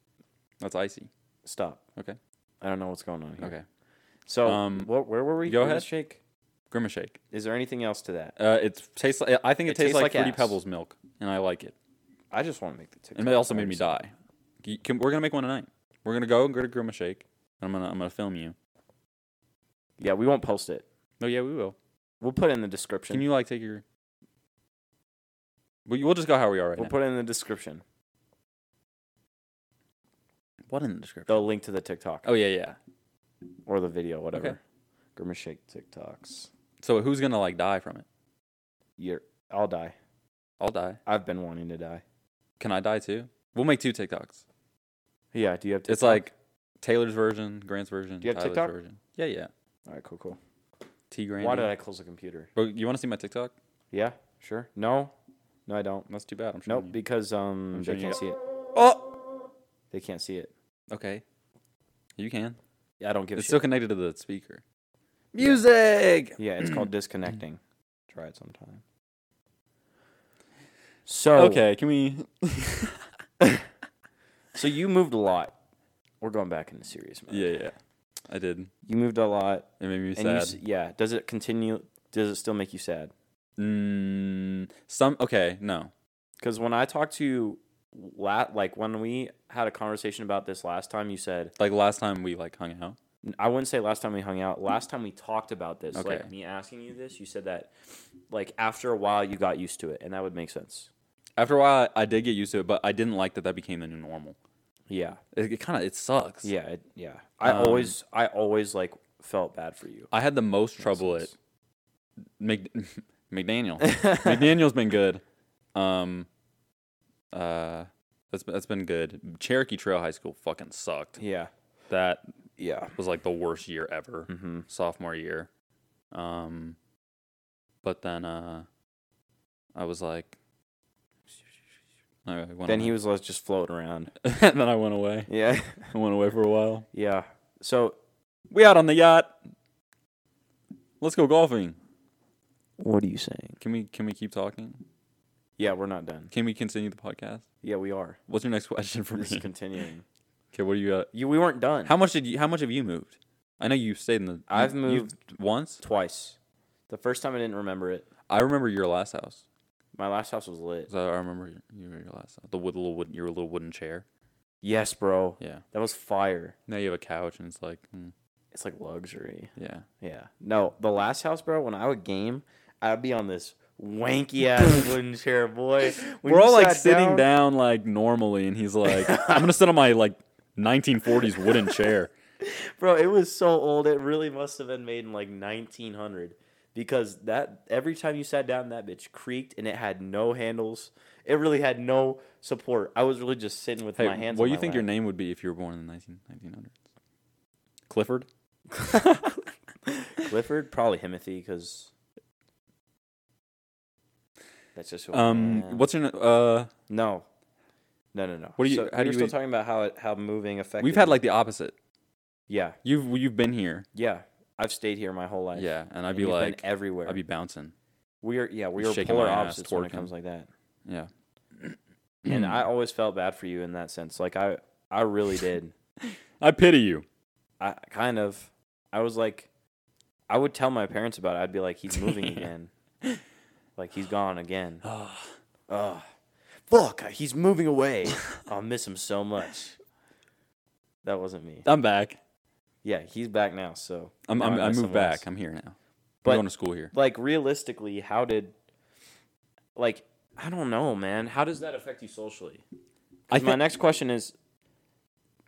Speaker 2: That's icy.
Speaker 1: stop.
Speaker 2: Okay.
Speaker 1: I don't know what's going on here.
Speaker 2: Okay.
Speaker 1: So
Speaker 2: Um,
Speaker 1: what, where were we?
Speaker 2: go
Speaker 1: Grimace
Speaker 2: ahead.
Speaker 1: Shake.
Speaker 2: Grimace shake.
Speaker 1: Is there anything else to that?
Speaker 2: Uh, it tastes. Like, I think it,
Speaker 1: It
Speaker 2: tastes,
Speaker 1: tastes
Speaker 2: like,
Speaker 1: like
Speaker 2: Fruity
Speaker 1: ass.
Speaker 2: Pebbles milk, and I like it.
Speaker 1: I just want to make the TikTok.
Speaker 2: And it also made me
Speaker 1: obviously.
Speaker 2: die. You can- we're gonna make one tonight. We're gonna go and go to Grimace shake. And I'm gonna I'm gonna film you.
Speaker 1: Yeah, we won't post it.
Speaker 2: No, Oh, yeah, we will.
Speaker 1: We'll put it in the description.
Speaker 2: Can you like take your? We, we'll just go how we are right
Speaker 1: we'll
Speaker 2: now.
Speaker 1: put it in the description.
Speaker 2: what in the description?
Speaker 1: The link to the TikTok
Speaker 2: Oh yeah, yeah.
Speaker 1: or the video, whatever.
Speaker 2: Okay.
Speaker 1: Grimace Shake TikToks.
Speaker 2: So who's gonna like die from it?
Speaker 1: You're, I'll die.
Speaker 2: I'll die.
Speaker 1: I've been wanting to die.
Speaker 2: Can I die too? We'll make two TikToks.
Speaker 1: Yeah, do you have TikTok?
Speaker 2: It's like Taylor's version, Grant's version,
Speaker 1: Do you have
Speaker 2: Tyler's
Speaker 1: TikTok?
Speaker 2: version. Yeah, yeah.
Speaker 1: All right, cool, cool.
Speaker 2: T Grant.
Speaker 1: Why did I close the computer?
Speaker 2: Bro, you want to see my TikTok?
Speaker 1: Yeah, sure. No? No, I don't.
Speaker 2: That's too bad. I'm sure.
Speaker 1: Nope, because um,
Speaker 2: I'm
Speaker 1: they
Speaker 2: showing you.
Speaker 1: can't see it.
Speaker 2: Oh.
Speaker 1: They can't see it.
Speaker 2: Okay. You can.
Speaker 1: I don't give
Speaker 2: It's
Speaker 1: a
Speaker 2: still
Speaker 1: shit.
Speaker 2: connected to the speaker.
Speaker 1: Yeah.
Speaker 2: Music.
Speaker 1: yeah, it's
Speaker 2: (clears throat)
Speaker 1: called disconnecting. Try it sometime. So
Speaker 2: Okay. Can we?
Speaker 1: so you moved a lot. We're going back into serious mode.
Speaker 2: Yeah, yeah. I did.
Speaker 1: You moved a lot,
Speaker 2: It made me
Speaker 1: and you,
Speaker 2: sad.
Speaker 1: s- yeah. Does it continue? Does it still make you sad?
Speaker 2: Mm, some okay, no.
Speaker 1: Because when I talked to you, la- like when we had a conversation about this last time, you said
Speaker 2: Like last time we like hung out.
Speaker 1: I wouldn't say last time we hung out. Last time we talked about this,
Speaker 2: Okay.
Speaker 1: like me asking you this, you said that like after a while you got used to it, and that would make sense.
Speaker 2: After a while, I did get used to it, but I didn't like that that became the new normal.
Speaker 1: Yeah,
Speaker 2: It, it kind of it sucks.
Speaker 1: yeah, it, yeah. I
Speaker 2: Um,
Speaker 1: always, I always like felt bad for you.
Speaker 2: I had the most trouble
Speaker 1: (laughs)
Speaker 2: at Mc, (laughs) McDaniel. McDaniel's been good. Um, uh, that's that's been good. Cherokee Trail High School fucking sucked.
Speaker 1: (laughs) Yeah,
Speaker 2: That
Speaker 1: yeah.
Speaker 2: was like the worst year ever.
Speaker 1: Mm-hmm.
Speaker 2: sophomore year. Um, but then uh, I was like, I went
Speaker 1: Then he
Speaker 2: away.
Speaker 1: was let's just float around.
Speaker 2: and (laughs) then I went away.
Speaker 1: Yeah, (laughs)
Speaker 2: I went away for a while.
Speaker 1: yeah. So
Speaker 2: We out on the yacht. Let's go golfing.
Speaker 1: what are you saying?
Speaker 2: Can we can we keep talking?
Speaker 1: Yeah, we're not done.
Speaker 2: Can we continue the podcast?
Speaker 1: Yeah, we
Speaker 2: (laughs)
Speaker 1: are.
Speaker 2: What's your next question for
Speaker 1: This is
Speaker 2: me?
Speaker 1: continuing.
Speaker 2: okay, what do you got?
Speaker 1: You, we weren't done.
Speaker 2: How much did you? How much have you moved? I know you stayed in the.
Speaker 1: I've
Speaker 2: you-
Speaker 1: moved-
Speaker 2: you've once.
Speaker 1: Twice. The first time I didn't remember it.
Speaker 2: I remember your last house.
Speaker 1: My last house was lit.
Speaker 2: 'Cause I I remember your, your last house. The wood, little wood, your little wooden chair.
Speaker 1: Yes, bro.
Speaker 2: Yeah.
Speaker 1: That was fire.
Speaker 2: Now you have a couch, and it's like, mm,
Speaker 1: It's like luxury.
Speaker 2: yeah.
Speaker 1: Yeah. No, the last house, bro, when I would game, I'd be on this wanky ass
Speaker 2: (laughs)
Speaker 1: wooden chair, boy. When
Speaker 2: We're
Speaker 1: you
Speaker 2: all like
Speaker 1: sat
Speaker 2: sitting down like normally, and
Speaker 1: (laughs)
Speaker 2: he's like, "I'm gonna sit on my like 1940s
Speaker 1: (laughs)
Speaker 2: wooden chair."
Speaker 1: Bro, it was so old. It really must have been made in like 1900 because that every time you sat down, that bitch creaked and it had no handles. It really had no support. I was really just sitting with
Speaker 2: Hey,
Speaker 1: my hands.
Speaker 2: what
Speaker 1: on
Speaker 2: do you
Speaker 1: my
Speaker 2: think
Speaker 1: lap.
Speaker 2: your name would be if you were born in the 19, 1900s?
Speaker 1: (laughs)
Speaker 2: Clifford.
Speaker 1: Clifford, probably Himothy, because that's just who I
Speaker 2: Um,
Speaker 1: am.
Speaker 2: what's your na- uh?
Speaker 1: no, no, no, no.
Speaker 2: What do you-
Speaker 1: So
Speaker 2: how do
Speaker 1: you're
Speaker 2: you- e
Speaker 1: still talking about how it, how moving affected?
Speaker 2: We've had
Speaker 1: me.
Speaker 2: like the opposite.
Speaker 1: yeah,
Speaker 2: You've you've been here,
Speaker 1: yeah. I've stayed here my whole life.
Speaker 2: yeah, and I'd
Speaker 1: And
Speaker 2: be
Speaker 1: you've been
Speaker 2: like,
Speaker 1: everywhere.
Speaker 2: I'd be bouncing,
Speaker 1: we are, yeah, we are
Speaker 2: shaking
Speaker 1: polar
Speaker 2: my ass
Speaker 1: opposites when
Speaker 2: toward
Speaker 1: it comes
Speaker 2: him.
Speaker 1: like
Speaker 2: (clears throat)
Speaker 1: that.
Speaker 2: yeah.
Speaker 1: And I always felt bad for you in that sense. Like I, I really
Speaker 2: (laughs)
Speaker 1: did.
Speaker 2: I pity you.
Speaker 1: I kind of, I was like, I would tell my parents about it. I'd be like, he's
Speaker 2: (laughs)
Speaker 1: moving again. Like he's gone again. Ugh. Fuck, he's moving away.
Speaker 2: (laughs)
Speaker 1: I'll miss him so much. That wasn't me.
Speaker 2: (sighs) I'm back.
Speaker 1: Yeah, he's back now, so.
Speaker 2: I'm,
Speaker 1: now
Speaker 2: I'm
Speaker 1: miss
Speaker 2: I moved
Speaker 1: someone
Speaker 2: back.
Speaker 1: else.
Speaker 2: I'm here now.
Speaker 1: But-
Speaker 2: I'm going to school here.
Speaker 1: Like, realistically, how did. Like, I don't know, man. How does that affect you socially? 'Cause my
Speaker 2: I think
Speaker 1: next question is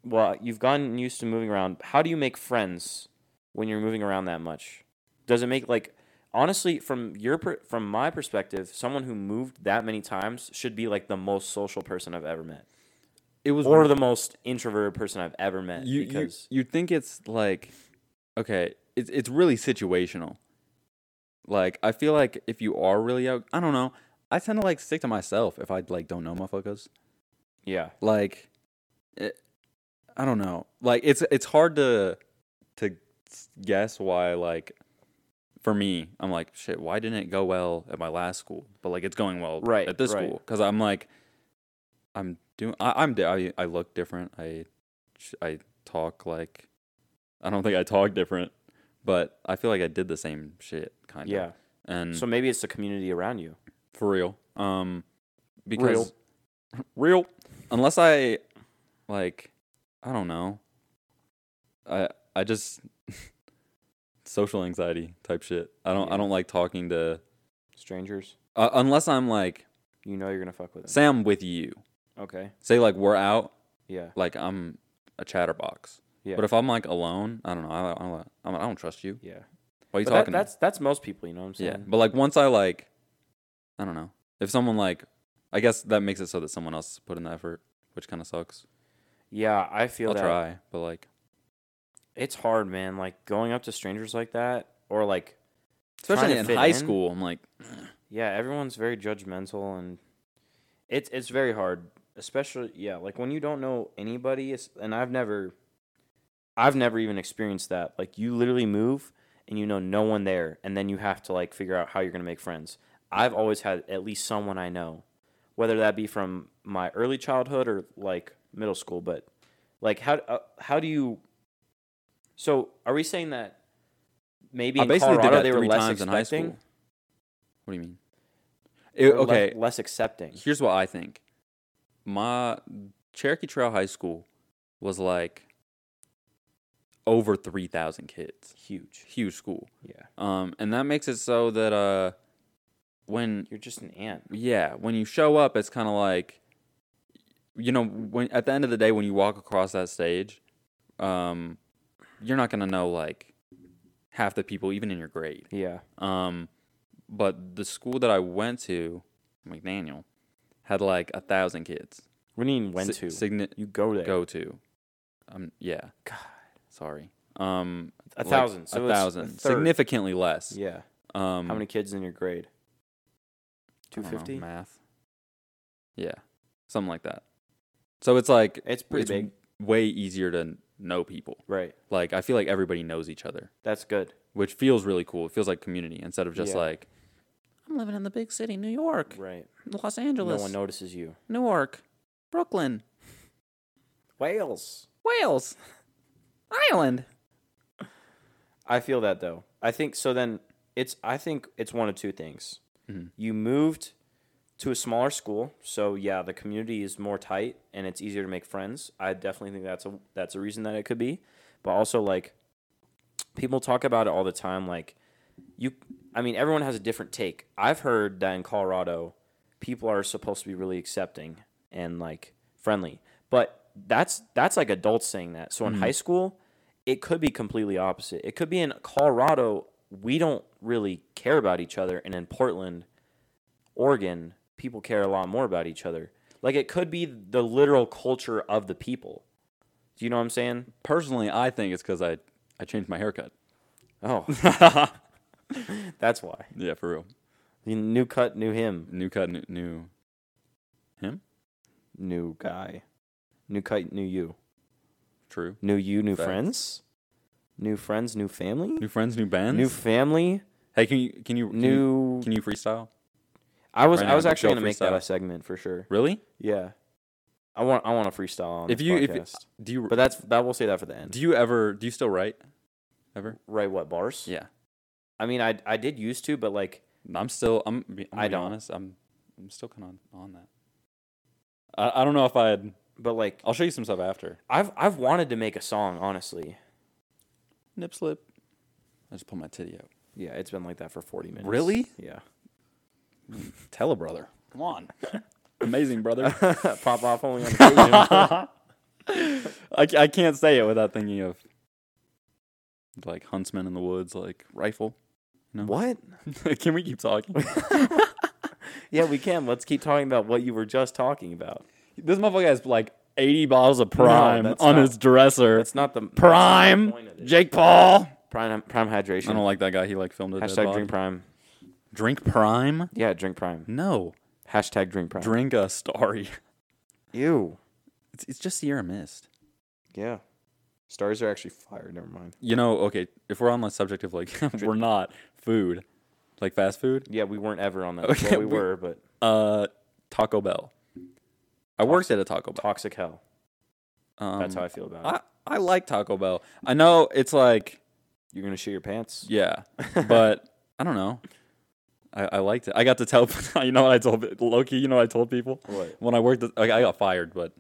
Speaker 1: well, you've gotten used to moving around. How do you make friends when you're moving around that much? Does it make, like. Honestly, from your per- from my perspective, someone who moved that many times should be like the most social person I've ever met.
Speaker 2: it was
Speaker 1: or the most introverted person I've ever met.
Speaker 2: you, you
Speaker 1: because
Speaker 2: you think it's like okay, it's it's really situational. Like I feel like if you are really out, I don't know. I tend to like stick to myself if I like don't know motherfuckers.
Speaker 1: yeah,
Speaker 2: Like, it, I don't know. Like it's it's hard to to s- guess why. Like for me, I'm like shit. Why didn't it go well at my last school? But like it's going well
Speaker 1: Right,
Speaker 2: at this
Speaker 1: right.
Speaker 2: school because I'm like I'm doing. I, I'm di- I I look different. I sh- I talk like I don't think I talk different, but I feel like I did the same shit kind of.
Speaker 1: yeah.
Speaker 2: And
Speaker 1: So maybe it's the community around you.
Speaker 2: for real. Um, because
Speaker 1: (laughs)
Speaker 2: real, unless I like, I don't know. I I just (laughs) social anxiety type shit. I don't I
Speaker 1: Yeah.
Speaker 2: don't like talking to
Speaker 1: Strangers,
Speaker 2: uh, unless I'm like
Speaker 1: you know you're gonna fuck with them.
Speaker 2: say I'm with you.
Speaker 1: Okay.
Speaker 2: Say like we're out.
Speaker 1: Yeah.
Speaker 2: Like I'm a chatterbox.
Speaker 1: Yeah.
Speaker 2: But if I'm like alone, I don't know. I I don't, I don't trust you.
Speaker 1: Yeah.
Speaker 2: Why are
Speaker 1: But
Speaker 2: you
Speaker 1: that,
Speaker 2: talking? to me?
Speaker 1: that's that's most people. You know what I'm saying?
Speaker 2: Yeah, but like once I like, I don't know if someone like, I guess that makes it so that someone else put in the effort, which kind of sucks.
Speaker 1: Yeah, I feel
Speaker 2: I'll
Speaker 1: that
Speaker 2: try, but like
Speaker 1: it's hard, man. Like going up to strangers like that, or like
Speaker 2: especially
Speaker 1: to
Speaker 2: in
Speaker 1: fit
Speaker 2: high
Speaker 1: in?
Speaker 2: school, I'm like,
Speaker 1: yeah, everyone's very judgmental and It's it's very hard, especially yeah, like when you don't know anybody. it's- And I've never, I've never even experienced that. Like you literally move and you know no one there, and then you have to like figure out how you're gonna make friends. I've always had at least someone I know, whether that be from my early childhood or like middle school. But like how uh, how do you? So are we saying that maybe
Speaker 2: I
Speaker 1: in
Speaker 2: basically
Speaker 1: Colorado
Speaker 2: did that
Speaker 1: they
Speaker 2: three
Speaker 1: were less
Speaker 2: times in high
Speaker 1: expecting?
Speaker 2: school. What do you mean? It-
Speaker 1: or le-
Speaker 2: okay,
Speaker 1: less accepting.
Speaker 2: here's what I think. My Cherokee Trail High School was like over 3,000 kids.
Speaker 1: Huge.
Speaker 2: Huge school.
Speaker 1: Yeah.
Speaker 2: Um, and that makes it so that uh, when
Speaker 1: You're just an ant.
Speaker 2: yeah, when you show up, it's kind of like, you know, when at the end of the day, when you walk across that stage, um, you're not gonna know like half the people, even in your grade.
Speaker 1: Yeah.
Speaker 2: Um, but the school that I went to, McDaniel, had like a thousand kids.
Speaker 1: What do you mean went
Speaker 2: Si-
Speaker 1: to?
Speaker 2: signi-
Speaker 1: you go there.
Speaker 2: go to, um, yeah.
Speaker 1: God.
Speaker 2: Sorry. Um,
Speaker 1: A
Speaker 2: like,
Speaker 1: thousand. So
Speaker 2: a
Speaker 1: it's
Speaker 2: thousand.
Speaker 1: third.
Speaker 2: Significantly less.
Speaker 1: Yeah.
Speaker 2: Um,
Speaker 1: How many kids in your grade?
Speaker 2: I
Speaker 1: Two
Speaker 2: don't know,
Speaker 1: fifty.
Speaker 2: math. Yeah, something like that. So it's like
Speaker 1: It's pretty
Speaker 2: it's
Speaker 1: big.
Speaker 2: way easier to know people.
Speaker 1: Right.
Speaker 2: Like I feel like everybody knows each other,
Speaker 1: That's good.
Speaker 2: which feels really cool. It feels like community instead of just
Speaker 1: Yeah.
Speaker 2: like I'm living in the big city, New York,
Speaker 1: Right.
Speaker 2: Los
Speaker 1: No
Speaker 2: Angeles,
Speaker 1: one notices you.
Speaker 2: Newark, Brooklyn,
Speaker 1: Wales.
Speaker 2: Wales, Ireland.
Speaker 1: I feel that though. I think so. Then it's. I think it's one of two things.
Speaker 2: Mhm.
Speaker 1: You moved to a smaller school, so yeah, the community is more tight and it's easier to make friends. I definitely think that's a that's a reason that it could be, but also like people talk about it all the time. Like you, I mean, everyone has a different take. I've heard that in Colorado, people are supposed to be really accepting and like friendly, but that's that's like adults saying that. So in high school, it could be completely opposite. It could be in Colorado, we don't really care about each other, and in Portland, Oregon, people care a lot more about each other. Like it could be the literal culture of the people. Do you know what I'm saying?
Speaker 2: Personally, I think it's because I I changed my (laughs) haircut.
Speaker 1: Oh, (laughs) that's why.
Speaker 2: Yeah, for real.
Speaker 1: New cut, new him,
Speaker 2: New cut, new, new him.
Speaker 1: new guy. New cut, new you.
Speaker 2: True.
Speaker 1: New you, new
Speaker 2: Facts.
Speaker 1: friends. New friends, new family.
Speaker 2: New friends, new bands.
Speaker 1: New family,
Speaker 2: hey, can you can you can you-
Speaker 1: new.
Speaker 2: Can you freestyle?
Speaker 1: I was
Speaker 2: right
Speaker 1: I
Speaker 2: now,
Speaker 1: was
Speaker 2: go
Speaker 1: actually gonna make that
Speaker 2: freestyle.
Speaker 1: a segment for sure.
Speaker 2: Really?
Speaker 1: Yeah, I want I want to freestyle on
Speaker 2: If
Speaker 1: this
Speaker 2: you- if you-
Speaker 1: podcast.
Speaker 2: Do you
Speaker 1: but that's that we'll say that for the end.
Speaker 2: do you ever do you still write? Ever?
Speaker 1: Right? What bars?
Speaker 2: Yeah.
Speaker 1: I mean, I I did used to, but like
Speaker 2: I'm still I'm, I'm gonna
Speaker 1: I
Speaker 2: be
Speaker 1: don't.
Speaker 2: honest. I'm I'm still kind of on that. I, I don't know if I'd
Speaker 1: but like
Speaker 2: I'll show you some stuff after.
Speaker 1: I've I've wanted to make a song honestly.
Speaker 2: Nip slip. I just pulled my titty out. (laughs)
Speaker 1: Yeah, it's been like that for forty minutes.
Speaker 2: Really? (laughs)
Speaker 1: Yeah.
Speaker 2: Tell a brother. Come on. (laughs) Amazing (laughs) brother.
Speaker 1: Pop off only
Speaker 2: (laughs)
Speaker 1: on occasion.
Speaker 2: I, ca- I can't say it without thinking of like huntsman in the woods, like rifle. (laughs)
Speaker 1: what?
Speaker 2: Can we keep talking?
Speaker 1: Yeah, we can. Let's keep talking about what you were just talking about.
Speaker 2: this motherfucker has like 80 bottles of prime
Speaker 1: that's
Speaker 2: on
Speaker 1: not-
Speaker 2: his dresser.
Speaker 1: It's not the that's not the
Speaker 2: Prime,
Speaker 1: point of it.
Speaker 2: Jake Paul.
Speaker 1: Prime prime hydration.
Speaker 2: I don't like that guy. He like filmed a dead
Speaker 1: Hashtag
Speaker 2: body.
Speaker 1: drink prime.
Speaker 2: Drink prime?
Speaker 1: Yeah, drink prime.
Speaker 2: No,
Speaker 1: Hashtag drink prime.
Speaker 2: drink a starry. (laughs)
Speaker 1: Ew.
Speaker 2: It's, it's just Sierra Mist.
Speaker 1: Yeah. Stars are actually fire. Never mind.
Speaker 2: You know, okay. If we're on the subject of like, (laughs) we're not food, like fast food.
Speaker 1: Yeah, we weren't ever on that.
Speaker 2: Okay,
Speaker 1: well, we,
Speaker 2: we-
Speaker 1: were, but
Speaker 2: Uh, Taco Bell. I worked at a Taco Bell.
Speaker 1: toxic hell.
Speaker 2: Um,
Speaker 1: That's how I feel about it.
Speaker 2: I I like Taco Bell. I know it's like
Speaker 1: You're gonna shit your (laughs) pants.
Speaker 2: yeah, but I don't know. I, I liked it. I got to tell. (laughs) You know what I told Loki. You know what I told people
Speaker 1: What?
Speaker 2: when I worked. At, like, I got fired, but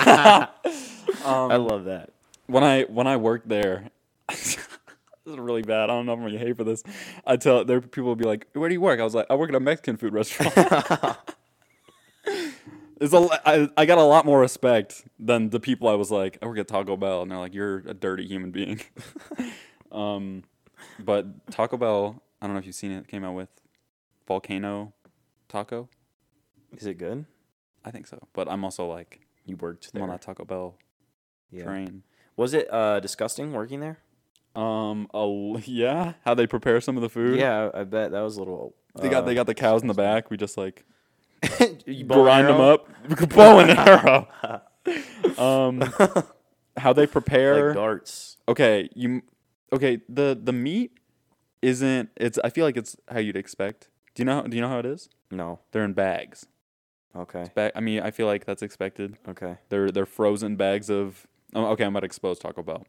Speaker 1: (laughs) I love that.
Speaker 2: when I when I worked there, (laughs) this is really bad. I don't know if I'm gonna get hate for this. I tell there people would be like, "Where do you work?" I was like, "I work at a Mexican food restaurant." (laughs) It's a, lo- I, I got a lot more respect than the people I was like, I work at Taco Bell, and they're like, you're a dirty human being. (laughs) um, but Taco Bell, I don't know if you've seen it, came out with Volcano Taco.
Speaker 1: Is it good?
Speaker 2: I think so. But I'm also like,
Speaker 1: You worked
Speaker 2: I'm
Speaker 1: there.
Speaker 2: on that Taco Bell
Speaker 1: yeah.
Speaker 2: train.
Speaker 1: Was it uh, disgusting working there?
Speaker 2: Um, a l (laughs) yeah, how they prepare some of the food.
Speaker 1: Yeah, I I bet that was a little.
Speaker 2: They got
Speaker 1: uh,
Speaker 2: they got the cows in the back. We just like
Speaker 1: (laughs) You bow and
Speaker 2: grind them
Speaker 1: arrow?
Speaker 2: up, (laughs) bow and arrow. (laughs) Um,
Speaker 1: (laughs)
Speaker 2: how they prepare?
Speaker 1: like darts.
Speaker 2: okay, you. Okay, the the meat isn't. It's. I feel like it's how you'd expect. Do you know? Do you know how it is?
Speaker 1: No.
Speaker 2: They're in bags.
Speaker 1: Okay.
Speaker 2: Bag, I mean, I feel like that's expected.
Speaker 1: Okay.
Speaker 2: They're they're frozen bags of. Oh, okay, I'm about to expose Taco Bell.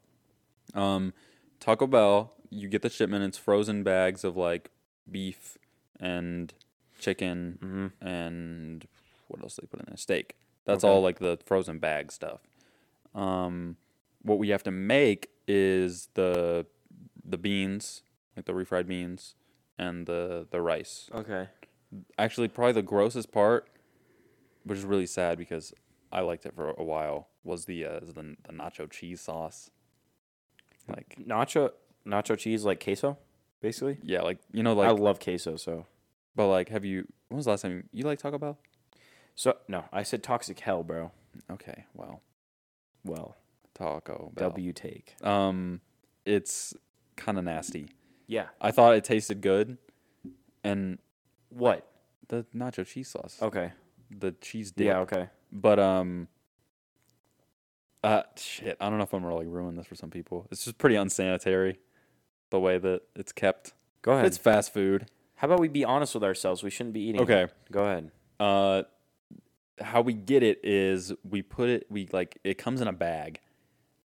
Speaker 2: Um, Taco Bell, you get the shipment. It's frozen bags of like beef and chicken
Speaker 1: hmm
Speaker 2: and what else they put in there? Steak. That's
Speaker 1: Okay.
Speaker 2: all like the frozen bag stuff. Um, what we have to make is the the beans, like the refried beans, and the the rice.
Speaker 1: Okay.
Speaker 2: Actually, probably the grossest part, which is really sad because I liked it for a while, was the uh, is the the nacho cheese sauce. Like
Speaker 1: Nacho nacho cheese like queso, basically.
Speaker 2: yeah, like you know, like
Speaker 1: I love queso, so
Speaker 2: but like, have you? When was the last time you, you like Taco Bell?
Speaker 1: so no, I said toxic hell, bro.
Speaker 2: Okay, well,
Speaker 1: Well,
Speaker 2: Taco Bell.
Speaker 1: W take.
Speaker 2: Um, it's kind of nasty.
Speaker 1: Yeah.
Speaker 2: I thought it tasted good, and
Speaker 1: What?
Speaker 2: the nacho cheese sauce,
Speaker 1: Okay.
Speaker 2: the cheese dip.
Speaker 1: Oh, Yeah. Okay.
Speaker 2: But um, uh, shit. I don't know if I'm really ruining this for some people. It's just pretty unsanitary, the way that it's kept.
Speaker 1: Go ahead.
Speaker 2: It's fast food.
Speaker 1: How about we be honest with ourselves? We shouldn't be eating. it.
Speaker 2: Okay.
Speaker 1: Go ahead.
Speaker 2: Uh, how we get it is we put it. We like it comes in a bag,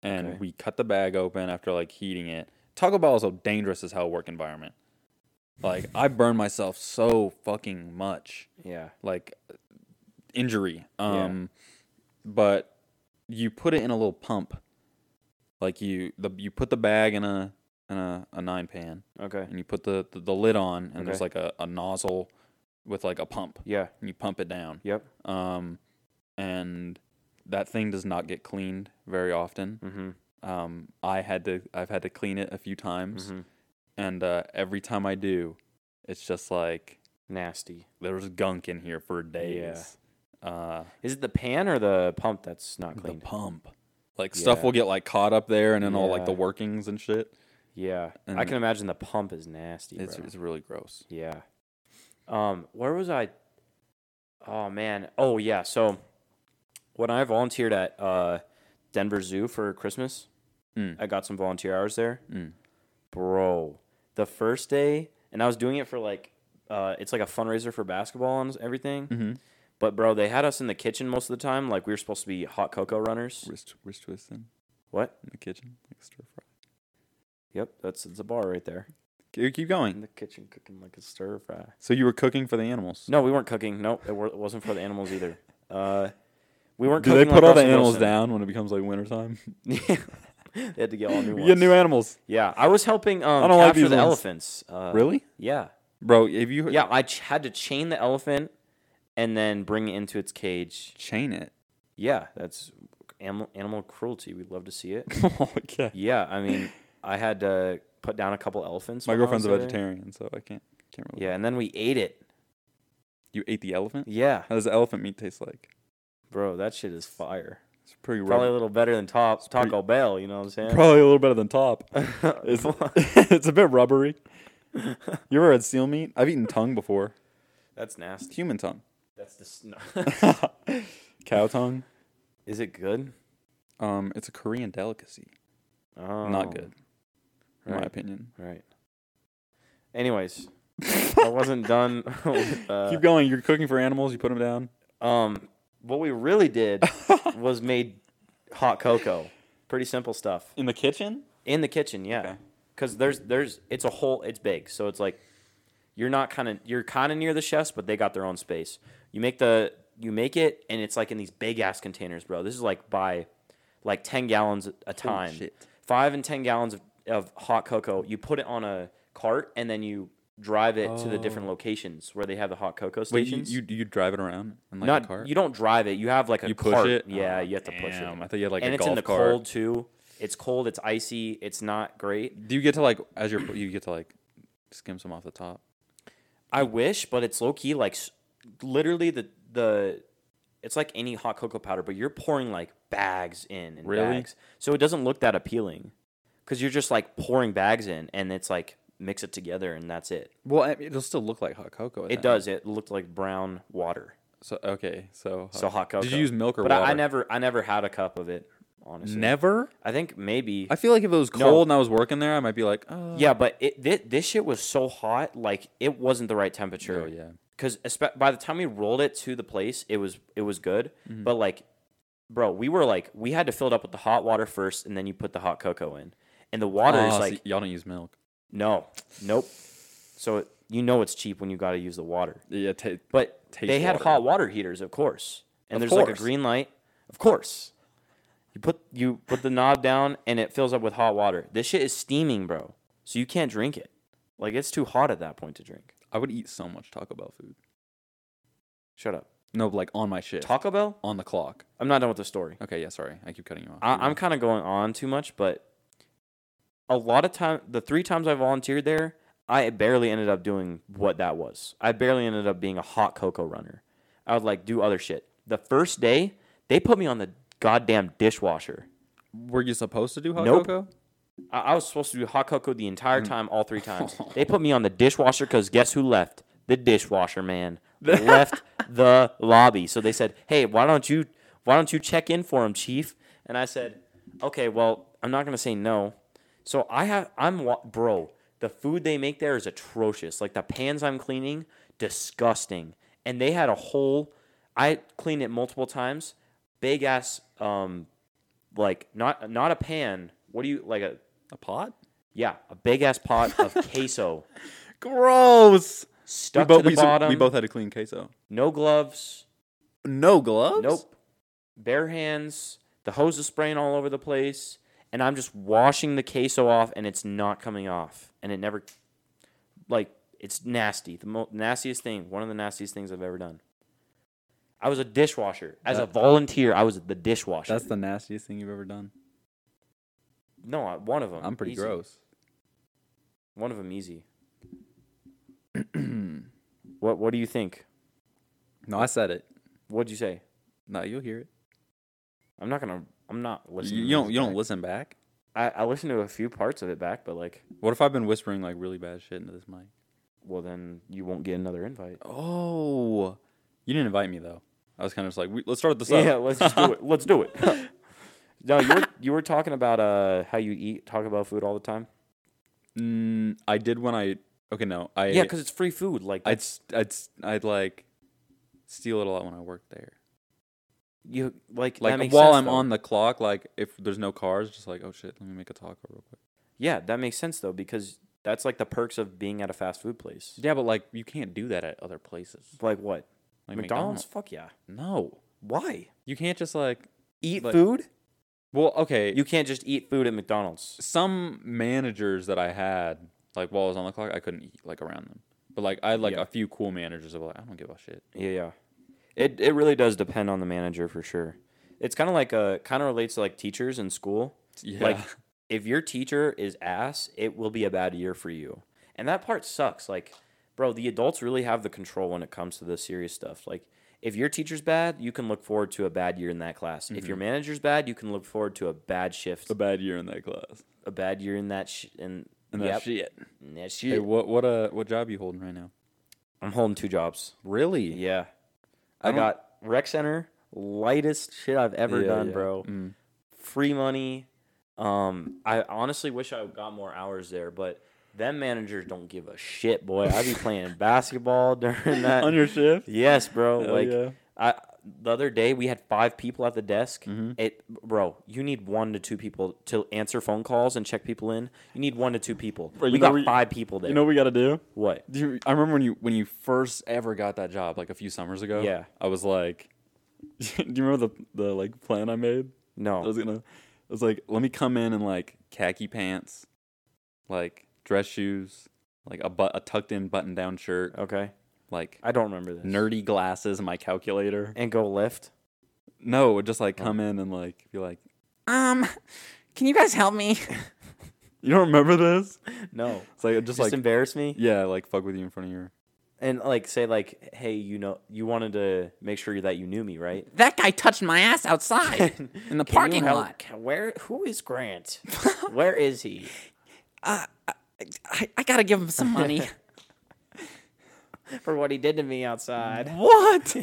Speaker 2: and
Speaker 1: Okay.
Speaker 2: we cut the bag open after like heating it. Taco Bell is a dangerous as hell work environment. Like I burn myself so fucking much.
Speaker 1: Yeah.
Speaker 2: like injury.
Speaker 1: Yeah.
Speaker 2: Um, but you put it in a little pump, like you the you put the bag in a in a, a nine pan,
Speaker 1: Okay.
Speaker 2: and you put the the, the lid on, and there's
Speaker 1: Okay.
Speaker 2: like a, a nozzle with like a pump,
Speaker 1: Yeah.
Speaker 2: and you pump it down.
Speaker 1: Yep.
Speaker 2: Um, and that thing does not get cleaned very often.
Speaker 1: Mm-hmm.
Speaker 2: Um, I had to I've had to clean it a few times,
Speaker 1: mm-hmm.
Speaker 2: and uh, every time I do, it's just like
Speaker 1: Nasty.
Speaker 2: there's gunk in here for days. Uh,
Speaker 1: Is it the pan or the pump that's not
Speaker 2: the
Speaker 1: clean?
Speaker 2: pump. Like stuff
Speaker 1: Yeah.
Speaker 2: will get like caught up there and then all like the
Speaker 1: Yeah.
Speaker 2: workings and shit.
Speaker 1: Yeah. I
Speaker 2: And-
Speaker 1: can imagine the pump is nasty.
Speaker 2: It's
Speaker 1: bro.
Speaker 2: it's really gross.
Speaker 1: Yeah. Um, where was I? Oh man. Oh yeah. So when I volunteered at uh, Denver Zoo for Christmas,
Speaker 2: Mm.
Speaker 1: I got some volunteer hours there.
Speaker 2: Mm.
Speaker 1: Bro, the first day, and I was doing it for like, uh, it's like a fundraiser for basketball and everything.
Speaker 2: Mhm.
Speaker 1: But bro, they had us in the kitchen most of the time. Like we were supposed to be hot cocoa runners.
Speaker 2: Wrist wrist twisting
Speaker 1: What?
Speaker 2: in the kitchen, like stir fry.
Speaker 1: Yep, that's it's a bar right there
Speaker 2: Keep, keep
Speaker 1: in
Speaker 2: going.
Speaker 1: the kitchen cooking like a stir fry.
Speaker 2: So you were cooking for the animals.
Speaker 1: No, we weren't cooking. Nope, it, were, it wasn't for the animals either. Uh, we weren't.
Speaker 2: Do they
Speaker 1: cooking
Speaker 2: put
Speaker 1: like
Speaker 2: all the
Speaker 1: Russell
Speaker 2: animals
Speaker 1: Wilson.
Speaker 2: down when it becomes
Speaker 1: (laughs)
Speaker 2: like wintertime?
Speaker 1: Yeah, they had to get all new
Speaker 2: we
Speaker 1: ones.
Speaker 2: get new animals.
Speaker 1: yeah, I was helping um,
Speaker 2: I don't like
Speaker 1: capture
Speaker 2: these
Speaker 1: the
Speaker 2: ones.
Speaker 1: elephants. Uh,
Speaker 2: really?
Speaker 1: Yeah,
Speaker 2: Bro, if you
Speaker 1: yeah. I ch- had to chain the elephant and then bring it into its cage.
Speaker 2: (laughs)
Speaker 1: (laughs)
Speaker 2: chain it.
Speaker 1: Yeah, that's animal animal cruelty. We'd love to see it.
Speaker 2: okay.
Speaker 1: Yeah, I mean, I had to put down a couple elephants.
Speaker 2: My
Speaker 1: when I
Speaker 2: girlfriend's a
Speaker 1: was there.
Speaker 2: vegetarian, so I can't can't really
Speaker 1: Yeah, and then we ate it.
Speaker 2: You ate the elephant?
Speaker 1: Yeah,
Speaker 2: How does elephant meat taste like?
Speaker 1: bro, that shit is fire.
Speaker 2: It's pretty
Speaker 1: Probably a
Speaker 2: rough.
Speaker 1: little better than top, Taco
Speaker 2: pretty-
Speaker 1: Bell. You know what I'm saying? (laughs)
Speaker 2: Probably a little better than top. (laughs) It's, (laughs) it's a bit rubbery. You ever had seal meat? I've eaten tongue before.
Speaker 1: That's nasty.
Speaker 2: Human (laughs) tongue.
Speaker 1: That's just. No.
Speaker 2: Cow tongue.
Speaker 1: (laughs) Is it good?
Speaker 2: Um, it's a Korean delicacy.
Speaker 1: Oh,
Speaker 2: Not good, in my
Speaker 1: Right.
Speaker 2: (laughs) opinion.
Speaker 1: Right. Anyways, I wasn't done. (laughs) with, uh,
Speaker 2: Keep going. You're cooking for animals. You put them down.
Speaker 1: um, what we really did was made hot cocoa. Pretty simple stuff
Speaker 2: In the kitchen?
Speaker 1: in the kitchen. Yeah,
Speaker 2: Okay.
Speaker 1: because there's there's it's a whole it's big, so it's like you're not kind of you're kind of near the chefs, but they got their own space. You make the you make it, and it's like in these big ass containers, bro. This is like by like ten gallons a time.
Speaker 2: shit.
Speaker 1: Five and ten gallons of, of hot cocoa. You put it on a cart, and then you drive it to the different locations where they have the hot cocoa
Speaker 2: Oh. Wait, you,
Speaker 1: stations.
Speaker 2: you you drive it around in like a
Speaker 1: not
Speaker 2: cart?
Speaker 1: you don't drive it. You have like a
Speaker 2: You push
Speaker 1: cart.
Speaker 2: it?
Speaker 1: Yeah,
Speaker 2: Oh,
Speaker 1: you have to push it.
Speaker 2: damn. I thought you had, like,
Speaker 1: and
Speaker 2: a
Speaker 1: it's in
Speaker 2: golf
Speaker 1: the
Speaker 2: cart.
Speaker 1: cold too. It's cold. It's icy. It's not great.
Speaker 2: Do you get to like as you're you get to like skim some off the top?
Speaker 1: I wish, but it's low key like s- literally the the it's like any hot cocoa powder, but you're pouring like bags in and
Speaker 2: Really?
Speaker 1: bags. So it doesn't look that appealing cuz you're just like pouring bags in and it's like mix it together and that's it.
Speaker 2: Well, I- it'll still look like hot cocoa. at
Speaker 1: It
Speaker 2: that
Speaker 1: does. It looked like brown water.
Speaker 2: point. So okay, so
Speaker 1: So hot cocoa.
Speaker 2: Did you use milk or
Speaker 1: but
Speaker 2: water?
Speaker 1: I, I never I never had a cup of it, honestly.
Speaker 2: Never.
Speaker 1: I think maybe
Speaker 2: I feel like if it was
Speaker 1: No.
Speaker 2: cold and I was working there, I might be like, oh,
Speaker 1: Yeah, but it this, this shit was so hot, like it wasn't the right temperature.
Speaker 2: oh yeah.
Speaker 1: Cuz by the time we rolled it to the place, it was it was good,
Speaker 2: Mm-hmm.
Speaker 1: but like bro, we were like we had to fill it up with the hot water first and then you put the hot cocoa in. And the water
Speaker 2: Ah,
Speaker 1: is
Speaker 2: so
Speaker 1: like
Speaker 2: y'all don't use milk.
Speaker 1: no. Nope. So it, you know it's cheap when you got to use the water.
Speaker 2: Yeah, ta-
Speaker 1: But
Speaker 2: Taste
Speaker 1: they had
Speaker 2: water.
Speaker 1: hot water heaters, of course. And
Speaker 2: Of
Speaker 1: there's like
Speaker 2: course.
Speaker 1: a green light. Of course. You put you put the knob down and it fills up with hot water. This shit is steaming, bro. So you can't drink it. Like it's too hot at that point to drink.
Speaker 2: I would eat so much Taco Bell food.
Speaker 1: Shut up.
Speaker 2: No, but, like on my shit,
Speaker 1: Taco Bell?
Speaker 2: on the clock.
Speaker 1: I'm not done with the story.
Speaker 2: Okay, yeah, sorry, I keep cutting you off.
Speaker 1: I,
Speaker 2: Keep
Speaker 1: I'm kind of going on too much, but a lot of time, the three times I volunteered there, I barely ended up doing what that was. I barely ended up being a hot cocoa runner. I would like do other shit. The first day, they put me on the goddamn dishwasher.
Speaker 2: going. were you supposed to do hot
Speaker 1: Nope.
Speaker 2: cocoa?
Speaker 1: I, I was supposed to do hot cocoa the entire time, all three times. They put me on the dishwasher because guess who left? The dishwasher man left the lobby. So they said, "Hey, why don't you why don't you check in for him, chief?" And I said, "Okay, well, I'm not gonna say no." So I have I'm wa- bro. The food they make there is atrocious. Like the pans I'm cleaning, disgusting. And they had a whole. I cleaned it multiple times. Big ass um, like not not a pan. What do you like a
Speaker 2: A pot?
Speaker 1: yeah a big ass pot of queso
Speaker 2: Gross.
Speaker 1: stuck
Speaker 2: we, both,
Speaker 1: to the
Speaker 2: we, so-
Speaker 1: bottom.
Speaker 2: we both had a clean queso.
Speaker 1: no gloves.
Speaker 2: No gloves.
Speaker 1: Nope. Bare hands. The hose is spraying all over the place, and I'm just washing the queso off, and it's not coming off, and it never like it's nasty. The mo- nastiest thing. One of the nastiest things I've ever done. I was a dishwasher as a
Speaker 2: That-
Speaker 1: volunteer. I was the dishwasher.
Speaker 2: That's the nastiest thing you've ever done.
Speaker 1: no I- one of them.
Speaker 2: I'm pretty
Speaker 1: easy.
Speaker 2: gross.
Speaker 1: One of them
Speaker 2: (clears throat)
Speaker 1: easy. what What do you think?
Speaker 2: No, I said it.
Speaker 1: What'd you say?
Speaker 2: No, you'll hear it.
Speaker 1: I'm not gonna. I'm not
Speaker 2: You,
Speaker 1: listening.
Speaker 2: you don't. You don't listen back.
Speaker 1: I I listened to a few parts of it back, but like,
Speaker 2: What if I've been whispering like really bad shit into this mic?
Speaker 1: well, then you won't get another invite.
Speaker 2: Oh, you didn't invite me though. I was kind of just like, we, let's start this up.
Speaker 1: yeah, let's just do it. Let's do it. no, you were you were talking about uh how you eat, talk about food all the time.
Speaker 2: (laughs) Mm, I did when I. Okay, no, I.
Speaker 1: Yeah, because it's free food. Like
Speaker 2: I'd s- I'd s- I'd like steal it a lot when I worked there.
Speaker 1: you like that
Speaker 2: Like
Speaker 1: makes
Speaker 2: while
Speaker 1: sense,
Speaker 2: I'm
Speaker 1: though.
Speaker 2: on the clock, like if there's no cars, just like oh shit, let me make a taco real quick.
Speaker 1: Yeah, that makes sense though because that's like the perks of being at a fast food place.
Speaker 2: Yeah, but like you can't do that at other places.
Speaker 1: Like what?
Speaker 2: Like
Speaker 1: McDonald's? Fuck yeah.
Speaker 2: No,
Speaker 1: Why?
Speaker 2: you can't just like.
Speaker 1: Eat
Speaker 2: Like-
Speaker 1: food?
Speaker 2: Well, okay.
Speaker 1: You can't just eat food at McDonald's.
Speaker 2: some managers that I had, like while I was on the clock, I couldn't eat like around them. But like I had like
Speaker 1: Yeah.
Speaker 2: a few cool managers that were like, I don't give a shit.
Speaker 1: Yeah, yeah. It it really does depend on the manager for sure. It's kind of like uh kind of relates to like teachers in school.
Speaker 2: Yeah.
Speaker 1: Like if your teacher is ass, it will be a bad year for you. And that part sucks. Like, bro, the adults really have the control when it comes to the serious stuff. Like if your teacher's bad, you can look forward to a bad year in that class. If
Speaker 2: Mm-hmm.
Speaker 1: your manager's bad, you can look forward to a bad shift,
Speaker 2: a bad year in that class.
Speaker 1: a bad year in that sh- in,
Speaker 2: And
Speaker 1: yep,
Speaker 2: that shit.
Speaker 1: in that shit.
Speaker 2: Hey, what what uh what job you holding right now?
Speaker 1: I'm holding two jobs.
Speaker 2: Really? Yeah.
Speaker 1: Yeah. I,
Speaker 2: I don't-
Speaker 1: got rec center, lightest shit I've ever
Speaker 2: Yeah,
Speaker 1: done,
Speaker 2: yeah. Mm.
Speaker 1: bro. Free money. Um, I honestly wish I got more hours there, but them managers don't give a shit, boy. I be
Speaker 2: (laughs)
Speaker 1: playing basketball during that.
Speaker 2: On your shift?
Speaker 1: yes, bro.
Speaker 2: Hell
Speaker 1: like
Speaker 2: yeah.
Speaker 1: I the other day we had five people at the desk.
Speaker 2: Mm-hmm.
Speaker 1: It bro, you need one to two people to answer phone calls and check people in. You need one to two people.
Speaker 2: you
Speaker 1: we
Speaker 2: know
Speaker 1: got
Speaker 2: we-
Speaker 1: five people there.
Speaker 2: You know what we gotta do?
Speaker 1: what?
Speaker 2: Do you, I remember when you when you first ever got that job, like a few summers ago.
Speaker 1: Yeah.
Speaker 2: I was like, (laughs) do you remember the the like plan I made?
Speaker 1: No.
Speaker 2: I was gonna. I was like, let me come in in like khaki pants, like dress shoes, like a but a tucked in button down shirt,
Speaker 1: okay.
Speaker 2: like
Speaker 1: I don't remember this.
Speaker 2: nerdy glasses, and my calculator.
Speaker 1: and go lift.
Speaker 2: No, just like come in and like be like, um, can you guys help me? you don't remember this?
Speaker 1: (laughs) No.
Speaker 2: It's like just,
Speaker 1: just,
Speaker 2: like
Speaker 1: embarrass me
Speaker 2: yeah, like fuck with you in front of your.
Speaker 1: and like say like hey you know you wanted to make sure that you knew me right
Speaker 3: That guy touched my ass (laughs) outside in the parking lot.
Speaker 1: where who is (laughs) grant where is he
Speaker 3: I, I gotta give him (laughs) some money.
Speaker 1: for what he did to me outside
Speaker 2: (laughs)
Speaker 3: what?